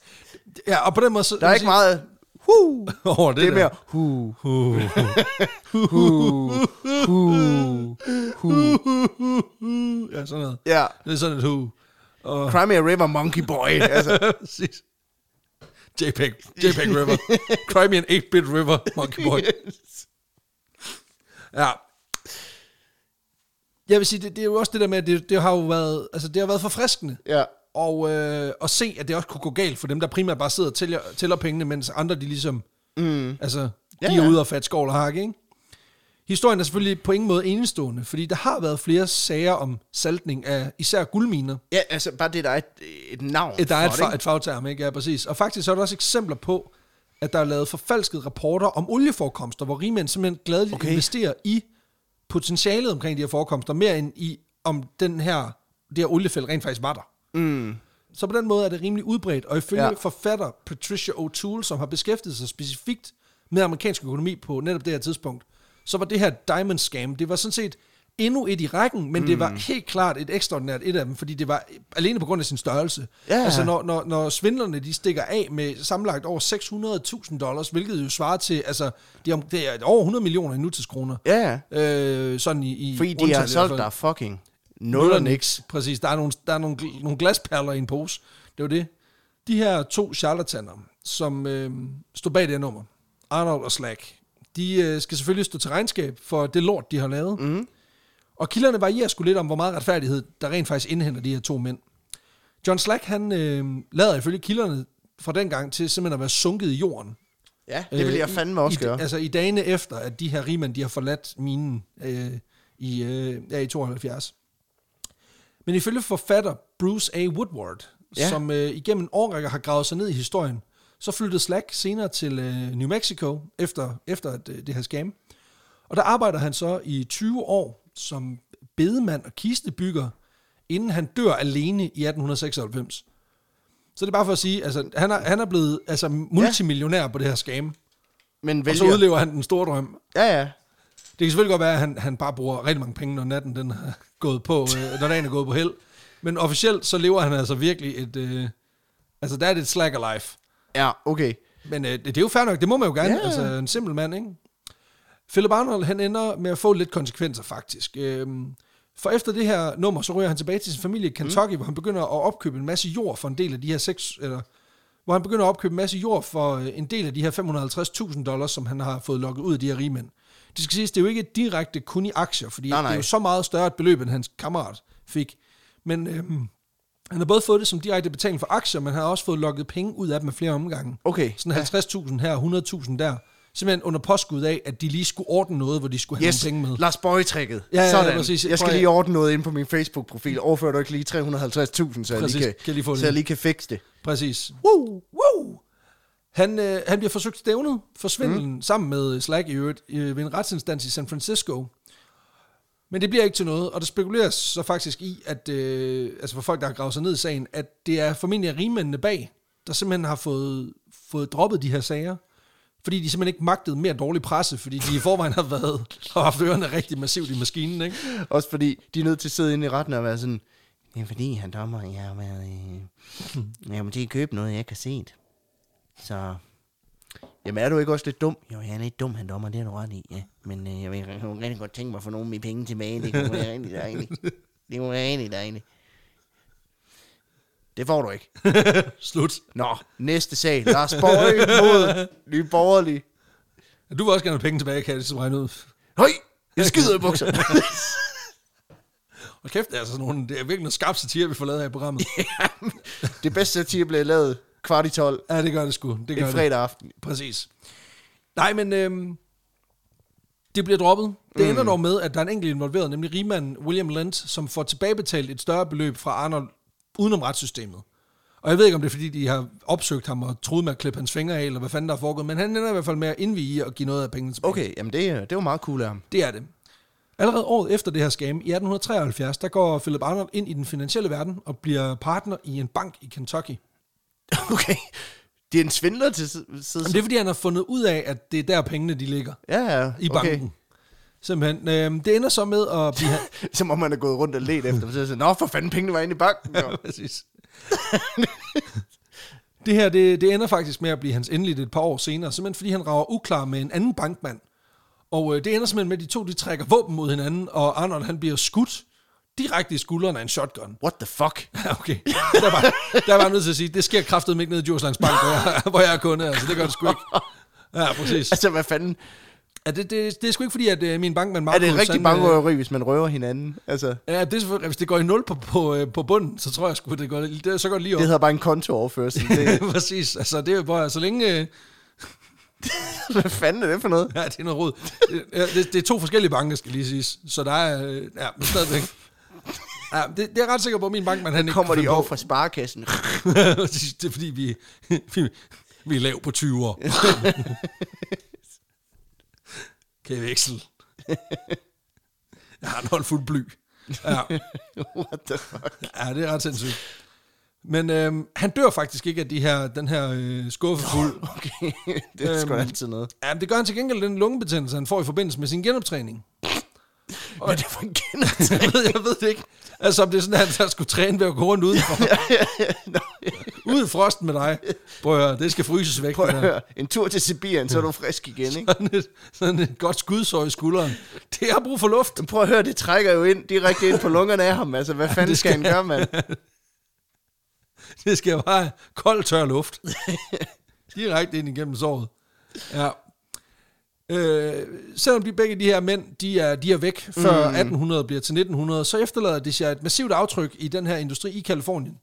[SPEAKER 1] ja, og på den måde... Så,
[SPEAKER 2] der er ikke meget, huh,
[SPEAKER 1] over det,
[SPEAKER 2] det er
[SPEAKER 1] der.
[SPEAKER 2] mere, huh,
[SPEAKER 1] Ja, sådan noget.
[SPEAKER 2] ja.
[SPEAKER 1] Det er sådan et hu. Og,
[SPEAKER 2] Cry me a river, monkey boy. altså,
[SPEAKER 1] præcis. JPEG. JPEG River. Cry me an 8-bit river, monkey boy. Ja. Jeg vil sige, det, det er jo også det der med, at det, det har jo været, altså det har været forfriskende.
[SPEAKER 2] ja.
[SPEAKER 1] Og øh, at se, at det også kunne gå galt for dem, der primært bare sidder og tæller, tæller pengene, mens andre de ligesom, mm. altså, de
[SPEAKER 2] Ja,
[SPEAKER 1] ja,
[SPEAKER 2] ja.
[SPEAKER 1] er ude og fat skovl og hakke, ikke? Historien er selvfølgelig på ingen måde enestående, fordi der har været flere sager om saltning af især guldminer.
[SPEAKER 2] Ja, altså bare det, der er et, et navn
[SPEAKER 1] Et, der er et,
[SPEAKER 2] for
[SPEAKER 1] fa- et fagterm, ikke? Ja, præcis. Og faktisk så er der også eksempler på, at der er lavet forfalskede rapporter om olieforekomster, hvor rigmænd simpelthen gladeligt
[SPEAKER 2] Okay.
[SPEAKER 1] okay. investerer i potentialet omkring de her forekomster, mere end i, om den her, det her oliefelt rent faktisk var der.
[SPEAKER 2] Mm.
[SPEAKER 1] Så på den måde er det rimelig udbredt, og ifølge
[SPEAKER 2] Ja.
[SPEAKER 1] ja. forfatter Patricia O'Toole, som har beskæftiget sig specifikt med amerikansk økonomi på netop det her tidspunkt, så var det her diamond scam, det var sådan set endnu et i rækken, men mm. det var
[SPEAKER 2] Hmm.
[SPEAKER 1] helt klart et ekstraordinært et af dem, fordi det var alene på grund af sin størrelse.
[SPEAKER 2] Ja.
[SPEAKER 1] Altså når, når, når svindlerne de stikker af med sammenlagt over 600.000 dollars, hvilket jo svarer til, altså det er, om- det er over 100 millioner i nutidskroner.
[SPEAKER 2] Ja, ja.
[SPEAKER 1] Øh, sådan i, i
[SPEAKER 2] Fordi de
[SPEAKER 1] rundtal i
[SPEAKER 2] har
[SPEAKER 1] hvert
[SPEAKER 2] solgt
[SPEAKER 1] fald.
[SPEAKER 2] dig fucking nul og niks.
[SPEAKER 1] Præcis, der er, nogle, der er nogle, gl- nogle glasperler i en pose. Det var det. De her to charlataner, som øh, stod bag det her nummer, Arnold og Slack, de øh, skal selvfølgelig stå til regnskab for det lort, de har lavet.
[SPEAKER 2] Mhm.
[SPEAKER 1] Mm. Og kilderne varierer sgu lidt om, hvor meget retfærdighed, der rent faktisk indhenter de her to mænd. John Slack, han øh, lader ifølge kilderne fra dengang til simpelthen at være sunket i jorden.
[SPEAKER 2] Ja, det vil
[SPEAKER 1] Øh,
[SPEAKER 2] jeg
[SPEAKER 1] i-
[SPEAKER 2] fandme også
[SPEAKER 1] i,
[SPEAKER 2] gøre.
[SPEAKER 1] Altså i dagene efter, at de her rigmænd, de har forladt minen øh, i, øh, ja, i 72. Men ifølge forfatter Bruce A. Woodward,
[SPEAKER 2] Ja.
[SPEAKER 1] ja. som øh, igennem en årrække har gravet sig ned i historien, så flyttede Slack senere til øh, New Mexico efter, efter at, øh, det her scam. Og der arbejder han så i 20 år som bedemand og kistebygger, inden han dør alene i 1896. Så det er bare for at sige, altså han er, han er blevet altså, multimillionær på det her scam.
[SPEAKER 2] Men
[SPEAKER 1] Og så
[SPEAKER 2] vælger...
[SPEAKER 1] udlever han den store drøm.
[SPEAKER 2] Ja, ja.
[SPEAKER 1] Det kan selvfølgelig godt være, at han, han bare bruger rigtig mange penge, når natten den er gået på, øh, når dagen er gået på held. Men officielt, så lever han altså virkelig et... Øh, altså, der er det et slacker life.
[SPEAKER 2] Ja, okay.
[SPEAKER 1] Men øh, det, det er jo fair nok, det må man jo gerne.
[SPEAKER 2] Ja.
[SPEAKER 1] Yeah. Altså, en simpel mand, ikke? Philip Arnold, han ender med at få lidt konsekvenser, faktisk. Øhm, for efter det her nummer, så ryger han tilbage til sin familie i Kentucky, mm. hvor han begynder at opkøbe en masse jord for en del af de her seks... Eller, hvor han begynder at opkøbe en masse jord for øh, en del af de her 550.000 dollars, som han har fået lukket ud af de her rigmænd. Det skal siges, det er jo ikke direkte kun i aktier, fordi
[SPEAKER 2] Nej,
[SPEAKER 1] nej,
[SPEAKER 2] nej.
[SPEAKER 1] nej. det er jo så meget større et beløb, end hans kammerat fik. Men øhm, han har både fået det som direkte betaling for aktier, men han har også fået lukket penge ud af dem af flere omgange.
[SPEAKER 2] Okay.
[SPEAKER 1] Sådan 50.000 her, 100.000 der. Simpelthen under påskud af, at de lige skulle ordne noget, hvor de skulle have
[SPEAKER 2] Yes,
[SPEAKER 1] nogle penge med.
[SPEAKER 2] Lars Bøje-tricket.
[SPEAKER 1] Ja, ja,
[SPEAKER 2] Sådan.
[SPEAKER 1] præcis.
[SPEAKER 2] Jeg skal
[SPEAKER 1] Prøv at-
[SPEAKER 2] lige ordne noget ind på min Facebook-profil. Overfør du ikke lige 350.000, så, jeg lige
[SPEAKER 1] Præcis.
[SPEAKER 2] kan,
[SPEAKER 1] Kan lige få
[SPEAKER 2] så
[SPEAKER 1] det.
[SPEAKER 2] jeg lige kan fikse det.
[SPEAKER 1] Præcis. Woo, woo. Han, øh, han bliver forsøgt stævnet for svindelen, mm. sammen med øh, Slack i øvrigt, øh, ved en retsinstans i San Francisco. Men det bliver ikke til noget, og der spekuleres så faktisk i, at øh, altså for folk, der har gravet sig ned i sagen, at det er formentlig rigmændene bag, der simpelthen har fået, fået droppet de her sager, fordi de simpelthen ikke magtede mere dårlig presse, fordi de i forvejen har været og haft ørerne rigtig massivt i maskinen, ikke?
[SPEAKER 2] Også fordi, de er nødt til at sidde inde i retten og være sådan, det er fordi, han dommer, jeg har været, øh, jeg må lige købe noget, jeg ikke har set. Så, jamen er du ikke også lidt dum? Jo, jeg er lidt dum, han dommer, det har du ret i, ja. Men øh, jeg vil jeg kunne rigtig godt tænke mig at få nogle af mine penge tilbage, det kunne være rigtig dejligt. Det kunne være rigtig dejligt. Det får du ikke.
[SPEAKER 1] Slut.
[SPEAKER 2] Nå, næste sag. Lars Borg mod Nye Borgerlige.
[SPEAKER 1] Du vil også gerne have penge tilbage, kan jeg ligesom regne ud.
[SPEAKER 2] Høj, jeg skider i bukserne.
[SPEAKER 1] Og kæft, det er, altså sådan nogle, det er virkelig noget skarp satire, vi får lavet her i programmet.
[SPEAKER 2] det bedste satire blev lavet kvart i tolv,
[SPEAKER 1] Ja, det gør det sgu. Det gør
[SPEAKER 2] en
[SPEAKER 1] det.
[SPEAKER 2] fredag aften.
[SPEAKER 1] Præcis. Nej, men øhm, det bliver droppet. Det mm. ender dog med, at der er en enkelt involveret, nemlig rigmanden William Lent, som får tilbagebetalt et større beløb fra Arnold udenom retssystemet. Og jeg ved ikke, om det er, fordi de har opsøgt ham og troet med at klippe hans fingre af, eller hvad fanden der er foregået, men han ender i hvert fald med at indvige og give noget af pengene tilbage.
[SPEAKER 2] Okay, jamen det, øh, det var meget cool af ham.
[SPEAKER 1] Det er det. Allerede året efter det her scam, i 1873, der går Philip Arnold ind i den finansielle verden og bliver partner i en bank i Kentucky.
[SPEAKER 2] Okay, det er en svindler til side.
[SPEAKER 1] Jamen, det er, fordi han har fundet ud af, at det er der pengene de ligger.
[SPEAKER 2] Ja, ja.
[SPEAKER 1] i banken. Okay. Simpelthen. Øh, det ender så med at blive...
[SPEAKER 2] Okay. Som om man er gået rundt og let efter, dem, så er jeg sådan, nå for fanden, pengene var inde i banken. jo."
[SPEAKER 1] Præcis. det her, det, det ender faktisk med at blive hans endeligt et par år senere, simpelthen fordi han rager uklar med en anden bankmand. Og øh, det ender simpelthen med, at de to de trækker våben mod hinanden, og Arnold han bliver skudt direkte i skulderen af en shotgun.
[SPEAKER 2] What the fuck?
[SPEAKER 1] Ja, okay. Der var, der var jeg nødt til at sige, det sker kraftedeme ikke nede i Djurslands Bank, hvor jeg, hvor jeg er kunde, altså det gør det sgu ikke. Ja, præcis.
[SPEAKER 2] Altså, hvad fanden?
[SPEAKER 1] Ja, det, det, det er sgu ikke fordi, at øh, min bankmand
[SPEAKER 2] Er
[SPEAKER 1] Markus...
[SPEAKER 2] det rigtig
[SPEAKER 1] han, øh,
[SPEAKER 2] bankrøveri, hvis man røver hinanden? Altså,
[SPEAKER 1] Ja, det er selvfølgelig, hvis det går i nul på, på, øh, på bunden, så tror jeg sgu, det går, det, så går det lige op.
[SPEAKER 2] det hedder bare en kontooverførsel. Det,
[SPEAKER 1] Præcis, altså det er jo bare, så længe, øh,
[SPEAKER 2] hvad fanden er det for noget?
[SPEAKER 1] ja, det er noget råd. Ja, det, det er to forskellige banker, skal lige siges, så der er, øh, ja, men stadigvæk. Ja, det, det er jeg ret sikker på, at min bankmand, han ikke
[SPEAKER 2] Kommer
[SPEAKER 1] kunne
[SPEAKER 2] de
[SPEAKER 1] finde
[SPEAKER 2] over fra sparekassen?
[SPEAKER 1] på. Præcis, det er fordi, vi, vi, vi er lav på 20 år. kan jeg veksel? Jeg har en håndfuld bly. Ja.
[SPEAKER 2] What the fuck?
[SPEAKER 1] Ja, det er ret sindssygt. Men øhm, han dør faktisk ikke af de her, den her øh, skuffefuld.
[SPEAKER 2] Okay, det er sgu
[SPEAKER 1] Øhm,
[SPEAKER 2] altid noget.
[SPEAKER 1] Ja, men det gør han til gengæld den lungebetændelse, han får i forbindelse med sin genoptræning.
[SPEAKER 2] Hvad er det for en
[SPEAKER 1] jeg, ved, jeg ved det ikke. Altså, om det er sådan, at han skulle træne ved at gå rundt udenfor. Ud i frosten med dig. Prøv at høre, det skal fryses væk. det der.
[SPEAKER 2] Hør, en tur til Sibirien, så er du frisk igen, ikke?
[SPEAKER 1] Sådan et, sådan et godt skudsår i skulderen. Det har brug for luft.
[SPEAKER 2] Prøv at høre, det trækker jo ind direkte ind på lungerne af ham. Altså, hvad fanden skal han gøre, mand?
[SPEAKER 1] Det skal bare have kold, tør luft. Direkte ind igennem såret. Ja. Øh, selvom de begge de her mænd, de er, de er væk før mm. 1800 bliver til 1900, så efterlader det sig et massivt aftryk i den her industri i Kalifornien.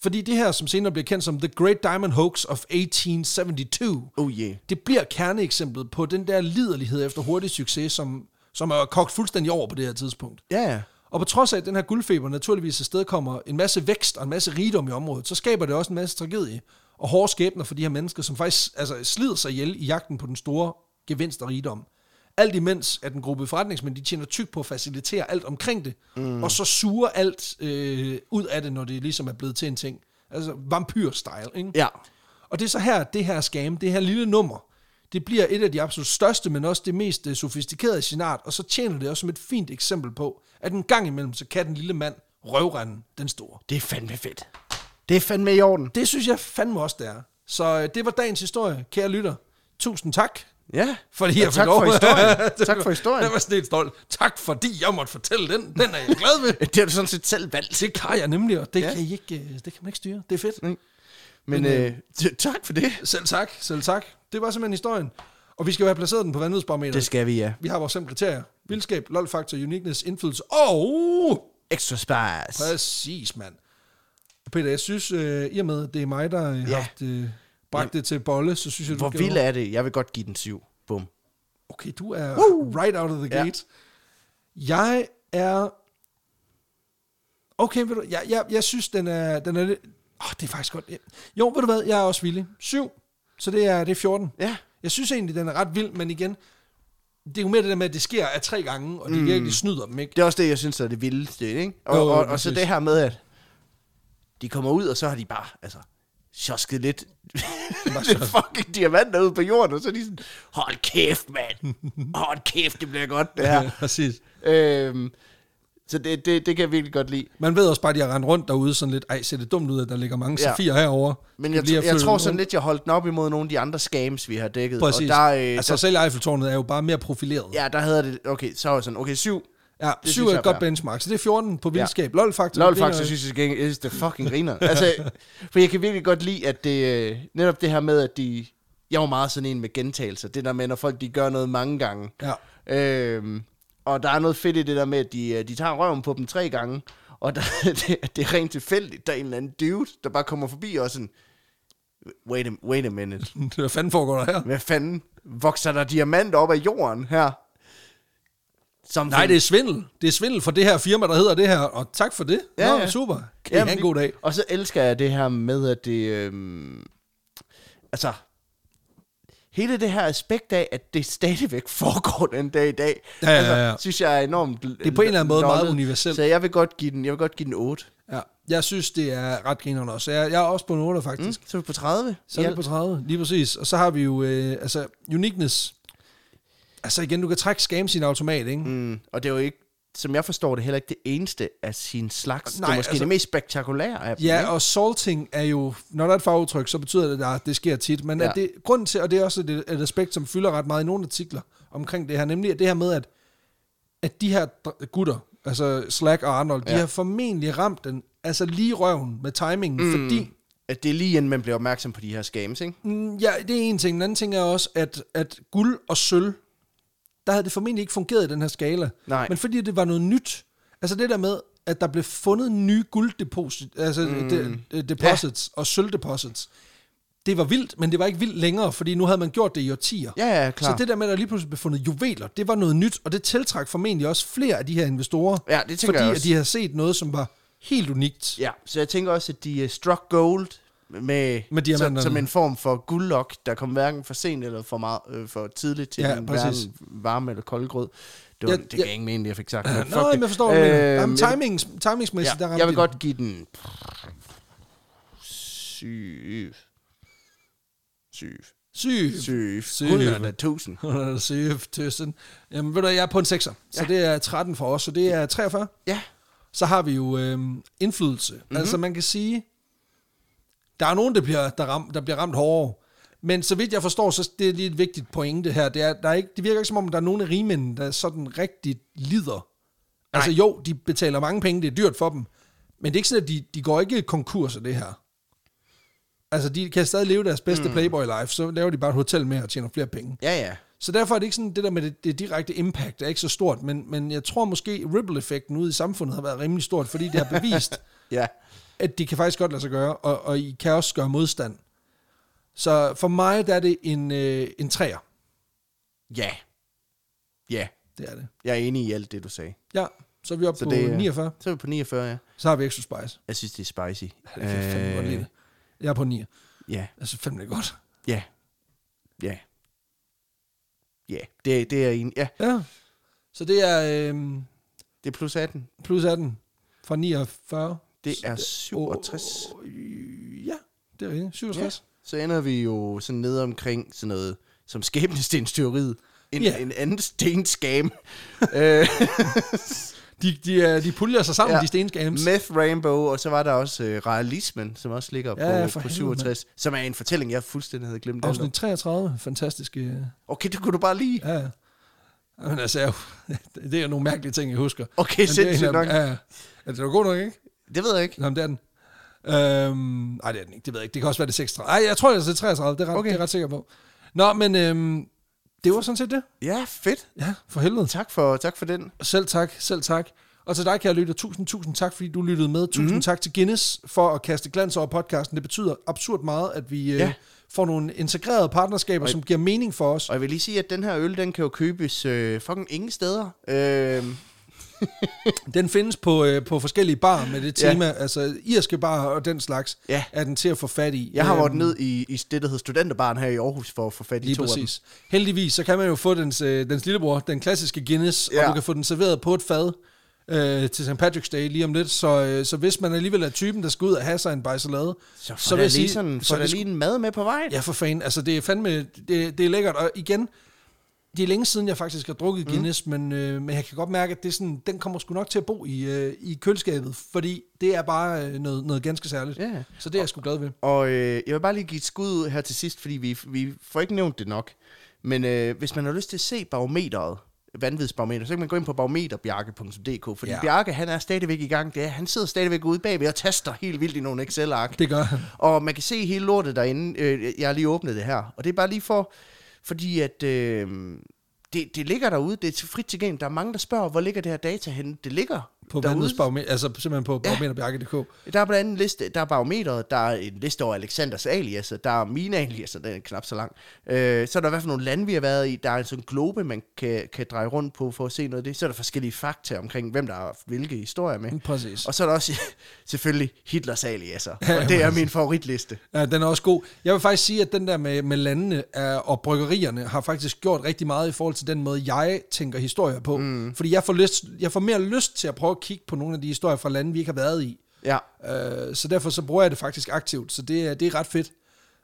[SPEAKER 1] Fordi det her, som senere bliver kendt som The Great Diamond Hoax of 1872,
[SPEAKER 2] Oh yeah.
[SPEAKER 1] det bliver kerneeksemplet på den der liderlighed efter hurtig succes, som, som er kogt fuldstændig over på det her tidspunkt.
[SPEAKER 2] Ja, ja.
[SPEAKER 1] Og på trods af, at den her guldfeber naturligvis afstedkommer en masse vækst og en masse rigdom i området, så skaber det også en masse tragedie og hårde skæbner for de her mennesker, som faktisk altså, slider sig ihjel i jagten på den store gevinst og rigdom. Alt imens, at en gruppe forretningsmænd, de tjener tyk på at facilitere alt omkring det, mm. og så suger alt øh, ud af det, når det ligesom er blevet til en ting. Altså vampyr-style, ikke?
[SPEAKER 2] Ja.
[SPEAKER 1] Og det er så her, det her scam, det her lille nummer, det bliver et af de absolut største, men også det mest øh, sofistikerede i sin art, og så tjener det også som et fint eksempel på, at en gang imellem, så kan den lille mand røvrende den store.
[SPEAKER 2] Det er fandme fedt. Det er fandme i orden.
[SPEAKER 1] Det synes jeg fandme også, det er. Så øh, det var dagens historie, kære lytter. Tusind tak,
[SPEAKER 2] Ja.
[SPEAKER 1] fordi
[SPEAKER 2] Og
[SPEAKER 1] jeg
[SPEAKER 2] tak
[SPEAKER 1] fik lov.
[SPEAKER 2] for historien. tak for historien.
[SPEAKER 1] Jeg var sådan helt stolt. Tak, fordi jeg måtte fortælle den. Den er jeg glad ved.
[SPEAKER 2] Det har du sådan set selv valgt.
[SPEAKER 1] Det kan jeg nemlig, og det,
[SPEAKER 2] Ja.
[SPEAKER 1] ja. kan, I ikke, øh, det kan man ikke styre. Det er fedt.
[SPEAKER 2] Men, Men øh, t- tak for det.
[SPEAKER 1] Selv tak, selv tak. Det var simpelthen historien. Og vi skal jo have placeret den på vanvidsbarometeret.
[SPEAKER 2] Det skal vi, ja.
[SPEAKER 1] Vi har vores fem kriterier. Vildskab, lol-faktor, uniqueness, indflydelse og...
[SPEAKER 2] Extra spice.
[SPEAKER 1] Præcis, mand. Peter, jeg synes, øh, i og med, at det er mig, der har
[SPEAKER 2] Ja.
[SPEAKER 1] ja. haft, øh, bragt det til bolle, så synes jeg, du
[SPEAKER 2] Hvor
[SPEAKER 1] skal...
[SPEAKER 2] vild er det? Jeg vil godt give den syv. Bum.
[SPEAKER 1] Okay, du er uh! right out of the
[SPEAKER 2] Ja.
[SPEAKER 1] gate. Jeg er... Okay, ved du, jeg, jeg, jeg synes, den er, den er lidt... Åh, oh, det er faktisk godt. Jo, ved du hvad, jeg er også villig. 7, så det er, det er 14.
[SPEAKER 2] Ja.
[SPEAKER 1] Jeg synes egentlig, den er ret vild, men igen, det er jo mere det der med, at det sker af tre gange, og
[SPEAKER 2] Mm.
[SPEAKER 1] de virkelig snyder dem, ikke?
[SPEAKER 2] Det er også det, jeg synes er det vildeste, ikke? Og,
[SPEAKER 1] Jo,
[SPEAKER 2] og,
[SPEAKER 1] jo,
[SPEAKER 2] og, så
[SPEAKER 1] præcis.
[SPEAKER 2] det her med, at de kommer ud, og så har de bare, altså, sjosket lidt, lidt fucking diamanter ud på jorden, og så er de sådan, hold kæft, mand. Hold kæft, det bliver godt, det her.
[SPEAKER 1] præcis.
[SPEAKER 2] øhm, så det, det, det kan jeg virkelig godt lide.
[SPEAKER 1] Man ved også bare, at de har rendt rundt derude sådan lidt, ej, ser det dumt ud, at der ligger mange
[SPEAKER 2] Ja.
[SPEAKER 1] ja. safirer herovre.
[SPEAKER 2] Men
[SPEAKER 1] Skal
[SPEAKER 2] jeg,
[SPEAKER 1] vi lige
[SPEAKER 2] jeg,
[SPEAKER 1] have
[SPEAKER 2] jeg
[SPEAKER 1] flyttet
[SPEAKER 2] tror
[SPEAKER 1] dem
[SPEAKER 2] sådan
[SPEAKER 1] rundt?
[SPEAKER 2] lidt, jeg holdt den op imod nogle af de andre scams, vi har dækket.
[SPEAKER 1] Præcis.
[SPEAKER 2] Og der, øh,
[SPEAKER 1] altså
[SPEAKER 2] altså, der,
[SPEAKER 1] selv Eiffeltårnet er jo bare mere profileret.
[SPEAKER 2] ja, der hedder det, okay, så var jeg sådan, okay, syv.
[SPEAKER 1] Ja,
[SPEAKER 2] det
[SPEAKER 1] syv
[SPEAKER 2] synes
[SPEAKER 1] er
[SPEAKER 2] jeg
[SPEAKER 1] et
[SPEAKER 2] er
[SPEAKER 1] godt
[SPEAKER 2] fair.
[SPEAKER 1] benchmark, så det er 14 på vildskab. Ja. LOL-faktor.
[SPEAKER 2] Lol faktisk synes jeg, gengæld, det er fucking griner. altså, for jeg kan virkelig godt lide, at det, øh, netop det her med, at de... Jeg var meget sådan en med gentagelser. Det der med, når folk de gør noget mange gange.
[SPEAKER 1] Ja.
[SPEAKER 2] Øhm, og der er noget fedt i det der med, at de, øh, de tager røven på dem tre gange. Og der, det, det er rent tilfældigt, der er en eller anden dude, der bare kommer forbi og er sådan... Wait a, wait a minute.
[SPEAKER 1] Hvad fanden foregår der her?
[SPEAKER 2] Hvad fanden? Vokser der diamant op af jorden her? Something.
[SPEAKER 1] Nej, det er svindel. Det er svindel for det her firma, der hedder det her, og tak for det.
[SPEAKER 2] Ja,
[SPEAKER 1] Ja, Nå,
[SPEAKER 2] ja.
[SPEAKER 1] ja. super. Kan I have en god dag.
[SPEAKER 2] Og så elsker jeg det her med, at det... Øhm, altså... Hele det her aspekt af, at det stadigvæk foregår den dag i dag,
[SPEAKER 1] Ja, ja, ja, ja.
[SPEAKER 2] Altså, synes jeg er enormt... Det
[SPEAKER 1] er på en eller anden måde meget universelt.
[SPEAKER 2] Så jeg vil godt give den, jeg vil godt give den 8.
[SPEAKER 1] Ja. Jeg synes, det er ret grinerende også. Jeg, jeg er også på en 8, faktisk.
[SPEAKER 2] Så er vi på 30.
[SPEAKER 1] Så er vi på 30, lige præcis. Og så har vi jo, øh, altså, uniqueness. Altså igen, du kan trække scams i en automat, ikke? Mm.
[SPEAKER 2] Mm, og det er jo ikke, som jeg forstår det, heller ikke det eneste af sin slags. Nej, det
[SPEAKER 1] Nej,
[SPEAKER 2] er måske altså,
[SPEAKER 1] altså-
[SPEAKER 2] det mest spektakulære af dem.
[SPEAKER 1] Ja,
[SPEAKER 2] ikke?
[SPEAKER 1] og salting er jo, når der er et fagudtryk, så betyder det, at det sker tit. Men
[SPEAKER 2] Ja.
[SPEAKER 1] ja. at det, grunden til, og det er også et, et aspekt, som fylder ret meget i nogle artikler omkring det her, nemlig at det her med, at, at de her dr- gutter, altså Slack og Arnold, ja.
[SPEAKER 2] Ja.
[SPEAKER 1] de har formentlig ramt den, altså lige i røven med timingen, mm. fordi
[SPEAKER 2] At det er lige inden man bliver opmærksom på de her scams, ikke?
[SPEAKER 1] Mm, Ja, det er en ting. Den anden ting er også, at, at guld og sølv, der havde det formentlig ikke fungeret i den her skala.
[SPEAKER 2] Nej.
[SPEAKER 1] Men fordi det var noget nyt. Altså det der med, at der blev fundet nye gulddeposit, altså mm. de, de, deposits ja. og sølvdeposits. Det var vildt, men det var ikke vildt længere, fordi nu havde man gjort det i årtier.
[SPEAKER 2] Ja, ja, klar.
[SPEAKER 1] Så det der med, at der lige pludselig blev fundet juveler, det var noget nyt, og det tiltræk formentlig også flere af de her investorer.
[SPEAKER 2] Ja, det tænker
[SPEAKER 1] fordi
[SPEAKER 2] jeg
[SPEAKER 1] at
[SPEAKER 2] også.
[SPEAKER 1] de har set noget, som var helt unikt.
[SPEAKER 2] Ja, så jeg tænker også, at de uh, struck gold med,
[SPEAKER 1] Med diamanterne.
[SPEAKER 2] som, som en form for guldlok, der kom hverken for sent eller for, meget, øh, for tidligt til
[SPEAKER 1] Ja,
[SPEAKER 2] en
[SPEAKER 1] præcis.
[SPEAKER 2] hverken varme eller kold grød. Det, var,
[SPEAKER 1] Ja,
[SPEAKER 2] det kan
[SPEAKER 1] ja.
[SPEAKER 2] jeg ikke mene, jeg fik sagt. men fuck
[SPEAKER 1] Nå,
[SPEAKER 2] det.
[SPEAKER 1] jamen, jeg forstår, hvad du
[SPEAKER 2] Øhm,
[SPEAKER 1] mener. Jamen,
[SPEAKER 2] jeg-
[SPEAKER 1] timings, timingsmæssigt, der
[SPEAKER 2] Ja,
[SPEAKER 1] ramte
[SPEAKER 2] jeg vil
[SPEAKER 1] de den.
[SPEAKER 2] godt give den... Syv. Syv.
[SPEAKER 1] Syv.
[SPEAKER 2] Syv.
[SPEAKER 1] Syv.
[SPEAKER 2] 100.000.
[SPEAKER 1] Tøsen. Jamen ved du, jeg er på en 6'er, så det er 13 for os, så det er 43.
[SPEAKER 2] Ja.
[SPEAKER 1] Så har vi jo øhm, indflydelse. Mm-hmm. Altså man kan sige, der er nogen, der bliver, der, ram, der bliver ramt hårdere. Men så vidt jeg forstår, så det er lige et vigtigt pointe her. Det, er, der er ikke, det virker ikke som om, der er nogen af rigmændene, der sådan rigtig lider. Nej. Altså jo, de betaler mange penge, det er dyrt for dem. Men det er ikke sådan, at de, de går ikke konkurs af det her. Altså, de kan stadig leve deres bedste mm. Playboy-life, så laver de bare et hotel med og tjener flere penge.
[SPEAKER 2] Ja, ja.
[SPEAKER 1] Så derfor er det ikke sådan, det der med det, det direkte impact er ikke så stort, men, men jeg tror måske ripple-effekten ude i samfundet har været rimelig stort, fordi det har bevist,
[SPEAKER 2] Ja.
[SPEAKER 1] at det kan faktisk godt lade sig gøre, og, og I kan også gøre modstand. Så for mig der er det en, øh, en træer.
[SPEAKER 2] Ja. Ja.
[SPEAKER 1] Det er det.
[SPEAKER 2] Jeg er enig i alt det, du sagde.
[SPEAKER 1] Ja, så er vi oppe
[SPEAKER 2] Så
[SPEAKER 1] på
[SPEAKER 2] det
[SPEAKER 1] det,
[SPEAKER 2] er-
[SPEAKER 1] 49.
[SPEAKER 2] Så er vi på 49, ja.
[SPEAKER 1] Så har vi extra spice.
[SPEAKER 2] Jeg synes, det er spicy.
[SPEAKER 1] Det kan jeg
[SPEAKER 2] Øh.
[SPEAKER 1] fandme godt lide. Jeg er på 9.
[SPEAKER 2] Ja.
[SPEAKER 1] Jeg synes fandme det er godt.
[SPEAKER 2] Ja. Ja. Ja. Det, er- det er en... Ja.
[SPEAKER 1] Ja. Så det er øh,
[SPEAKER 2] Det er plus 18.
[SPEAKER 1] plus 18 fra 49.
[SPEAKER 2] Det er 67.
[SPEAKER 1] Åh, Ja, det er rigtigt. 67.
[SPEAKER 2] Så ender vi jo sådan nede omkring sådan noget som skæbnestenstyveriet. En,
[SPEAKER 1] Ja.
[SPEAKER 2] yeah. en anden stenskam. øh,
[SPEAKER 1] De, de, er- de puljer sig sammen,
[SPEAKER 2] Ja.
[SPEAKER 1] ja. de stenskams.
[SPEAKER 2] Meth Rainbow, og så var der også øh, Realismen, som også ligger
[SPEAKER 1] Ja, ja,
[SPEAKER 2] ja, på,
[SPEAKER 1] for
[SPEAKER 2] på
[SPEAKER 1] helvede,
[SPEAKER 2] 67, mand. som er en fortælling, jeg fuldstændig havde glemt. alt om.
[SPEAKER 1] Afsnit 33, fantastisk. øh,
[SPEAKER 2] Okay, det kunne du bare lige.
[SPEAKER 1] Ja, ja. Men altså, jeg, det er jo nogle mærkelige ting, jeg husker.
[SPEAKER 2] Okay,
[SPEAKER 1] Men det er en
[SPEAKER 2] sindssygt
[SPEAKER 1] af dem.
[SPEAKER 2] nok.
[SPEAKER 1] Ja, ja. Altså, det var god nok, ikke?
[SPEAKER 2] Det ved jeg ikke.
[SPEAKER 1] Nå, men det er den. Øhm, nej, det er den ikke. Det ved jeg ikke. Det kan også være det er 36. Nej, jeg tror, det er 33. Det er, ret,
[SPEAKER 2] Okay.
[SPEAKER 1] okay. det er jeg ret sikker på. Nå, men øhm, det var sådan set det.
[SPEAKER 2] Ja, fedt.
[SPEAKER 1] Ja, for helvede.
[SPEAKER 2] Tak for, tak for den.
[SPEAKER 1] Selv tak, selv tak. Og til dig, kære lytter, tusind, tusind tak, fordi du lyttede med. Tusind
[SPEAKER 2] Mhm.
[SPEAKER 1] mm-hmm. tak til Guinness for at kaste glans over podcasten. Det betyder absurd meget, at vi
[SPEAKER 2] Ja.
[SPEAKER 1] øh, får nogle integrerede partnerskaber, som giver mening for os.
[SPEAKER 2] Og jeg vil lige sige, at den her øl, den kan jo købes øh, fucking ingen steder. Øh,
[SPEAKER 1] Den findes på, øh, på forskellige bar med det
[SPEAKER 2] Ja.
[SPEAKER 1] tema. Ja. Altså irske bar og den slags
[SPEAKER 2] Ja.
[SPEAKER 1] er den til at få fat i.
[SPEAKER 2] jeg har
[SPEAKER 1] Øhm,
[SPEAKER 2] været ned i, i det, der hedder Studenterbaren her i Aarhus, for at få fat i
[SPEAKER 1] Lige
[SPEAKER 2] to af dem.
[SPEAKER 1] præcis. Heldigvis, så kan man jo få dens, øh, dens lillebror, den klassiske Guinness,
[SPEAKER 2] Ja.
[SPEAKER 1] og du kan få den serveret på et fad øh, til St. Patrick's Day lige om lidt. Så, øh, så hvis man alligevel er typen, der skal ud og have sig en bajsalade,
[SPEAKER 2] Så, så vil jeg sige, sådan,
[SPEAKER 1] så
[SPEAKER 2] får
[SPEAKER 1] er
[SPEAKER 2] der
[SPEAKER 1] det sgu-
[SPEAKER 2] lige en mad med på vejen.
[SPEAKER 1] Ja, for fanden. Altså, det er fandme... Det, det er lækkert. Og igen, det er længe siden, jeg faktisk har drukket Guinness, mm. men, øh, men jeg kan godt mærke, at det er sådan, den kommer sgu nok til at bo i, øh, i køleskabet, fordi det er bare øh, noget, noget ganske særligt.
[SPEAKER 2] Ja.
[SPEAKER 1] Så det er jeg sgu glad ved.
[SPEAKER 2] Og øh, jeg vil bare lige give et skud ud her til sidst, fordi vi, vi får ikke nævnt det nok. Men øh, hvis man har lyst til at se barometeret, vanvidsbarometer, så kan man gå ind på barometerbjarke.dk, fordi ja.
[SPEAKER 1] Ja.
[SPEAKER 2] Bjarke, han er stadigvæk i gang. Det er, han sidder stadigvæk ude bagved og taster helt vildt i nogle Excel-ark.
[SPEAKER 1] Det gør han.
[SPEAKER 2] Og man kan se hele lortet derinde. Øh, Jeg har lige åbnet det her. Og det er bare lige for, fordi at... Øh, det, det ligger derude, det er til- frit tilgængeligt. Der er mange, der spørger, hvor ligger det her data henne? Det ligger
[SPEAKER 1] på
[SPEAKER 2] Derude.
[SPEAKER 1] vandets barometer, altså simpelthen på barometerbjarke.dk.
[SPEAKER 2] Der er blandt andet en liste, der er barometeret, der er en liste over Alexanders aliaser, der er mine aliaser, den er knap så lang. Øh, så er der i hvert fald nogle lande, vi har været i, der er altså en sådan globe, man kan, kan dreje rundt på for at se noget af det. Så er der forskellige fakta omkring, hvem der har haft hvilke historier med.
[SPEAKER 1] Præcis.
[SPEAKER 2] Og så er der også selvfølgelig Hitlers aliaser, og det er min favoritliste.
[SPEAKER 1] Ja, den er også god. Jeg vil faktisk sige, at den der med, med landene er, og bryggerierne har faktisk gjort rigtig meget i forhold til den måde, jeg tænker historier på. Mm. Fordi jeg får, lyst, jeg får mere lyst til at prøve at kigge på nogle af de historier fra lande, vi ikke har været i.
[SPEAKER 2] Ja,
[SPEAKER 1] Øh, så derfor så bruger jeg det faktisk aktivt, så det, er- det er ret fedt.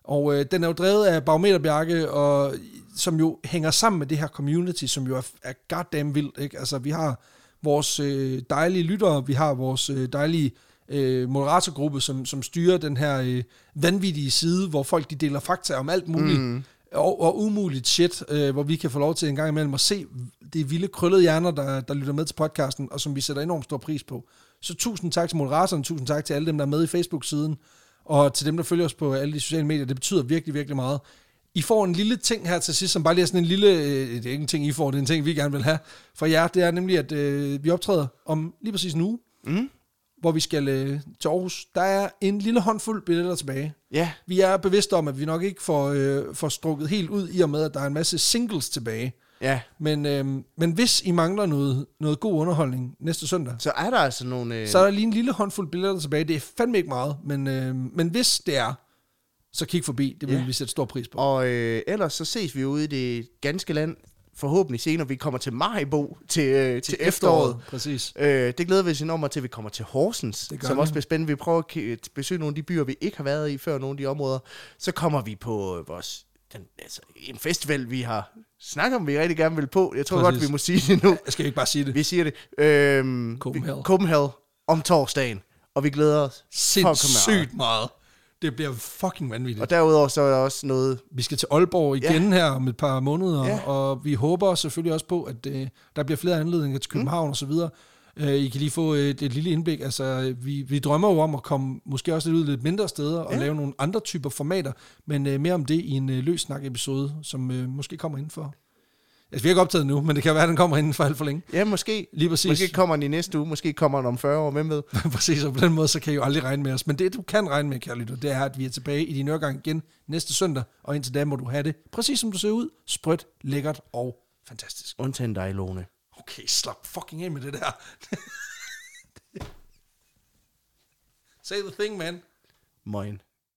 [SPEAKER 1] Og øh, den er jo drevet af Barometerbjerke, og, som jo hænger sammen med det her community, som jo er, er goddamn vildt. Ikke? Altså, vi har vores øh, dejlige lyttere, vi har vores øh, dejlige øh, moderatorgruppe, som, som styrer den her øh, vanvittige side, hvor folk de deler fakta om alt muligt. Mm. Og, og umuligt shit, øh, hvor vi kan få lov til en gang imellem at se det vilde krøllede hjerner, der, der lytter med til podcasten, og som vi sætter enormt stor pris på. Så tusind tak til moderatoren, tusind tak til alle dem, der er med i Facebook-siden, og til dem, der følger os på alle de sociale medier. Det betyder virkelig, virkelig meget. I får en lille ting her til sidst, som bare lige er sådan en lille... Øh, det er ikke en ting, I får, det er en ting, vi gerne vil have fra jer. Det er nemlig, at øh, vi optræder om lige præcis en uge,
[SPEAKER 2] Mm.
[SPEAKER 1] hvor vi skal øh, til Aarhus. Der er en lille håndfuld billetter tilbage.
[SPEAKER 2] ja,
[SPEAKER 1] Vi er bevidste om, at vi nok ikke får, øh, får strukket helt ud, i og med, at der er en masse singles tilbage.
[SPEAKER 2] ja.
[SPEAKER 1] Men, øh, men hvis I mangler noget, noget god underholdning næste søndag,
[SPEAKER 2] Så er der altså nogle... Øh,
[SPEAKER 1] så er der lige en lille håndfuld billeder tilbage. Det er fandme ikke meget, men, øh, men hvis det er, så kig forbi. Det vil
[SPEAKER 2] Ja.
[SPEAKER 1] vi sætte stor pris på.
[SPEAKER 2] Og øh, ellers så ses vi ude i det ganske land, forhåbentlig senere. Vi kommer til Maribo til, øh, til, til efteråret.
[SPEAKER 1] Præcis.
[SPEAKER 2] Øh, det glæder vi os enormt meget til, at vi kommer til Horsens,
[SPEAKER 1] Det gør
[SPEAKER 2] som
[SPEAKER 1] vi.
[SPEAKER 2] også bliver spændende. Vi prøver at ki- at besøge nogle af de byer, vi ikke har været i før, nogle af de områder. Så kommer vi på øh, vores, den, altså, en festival, vi har snakket om, vi rigtig gerne vil på. Jeg tror Præcis.
[SPEAKER 1] Præcis.
[SPEAKER 2] godt, vi må sige det nu.
[SPEAKER 1] Jeg skal ikke bare sige det.
[SPEAKER 2] Vi siger det. Øhm,
[SPEAKER 1] Copenhagen.
[SPEAKER 2] Vi, Copenhagen om torsdagen. Og vi glæder os for at komme herop.
[SPEAKER 1] Sindssygt meget. Det bliver fucking vanvittigt.
[SPEAKER 2] Og derudover så er der også noget
[SPEAKER 1] vi skal til Aalborg igen ja. her om et par måneder,
[SPEAKER 2] Ja.
[SPEAKER 1] ja. og vi håber selvfølgelig også på, at øh, der bliver flere anledninger til København mm. og så videre. Øh, I kan lige få øh, et, et lille indblik. Altså, øh, vi, vi drømmer jo om at komme måske også lidt ud lidt mindre steder og
[SPEAKER 2] Ja.
[SPEAKER 1] lave nogle andre typer formater, men øh, mere om det i en øh, løs snak-episode, som øh, måske kommer inden for... Altså, vi har ikke optaget nu, men det kan være, at den kommer inden for alt for længe.
[SPEAKER 2] Ja, måske.
[SPEAKER 1] Lige præcis.
[SPEAKER 2] Måske kommer den i næste uge, måske kommer den om 40 år, hvem ved.
[SPEAKER 1] Præcis, og på den måde, så kan I jo aldrig regne med os. Men det, du kan regne med, kære lytter, det er, at vi er tilbage i din øregang igen næste søndag, og indtil da må du have det, præcis som du ser ud, sprødt, lækkert og fantastisk.
[SPEAKER 2] Undtagen dig, Lone.
[SPEAKER 1] Okay, slap fucking af med det der. Say the thing, man.
[SPEAKER 2] Moin.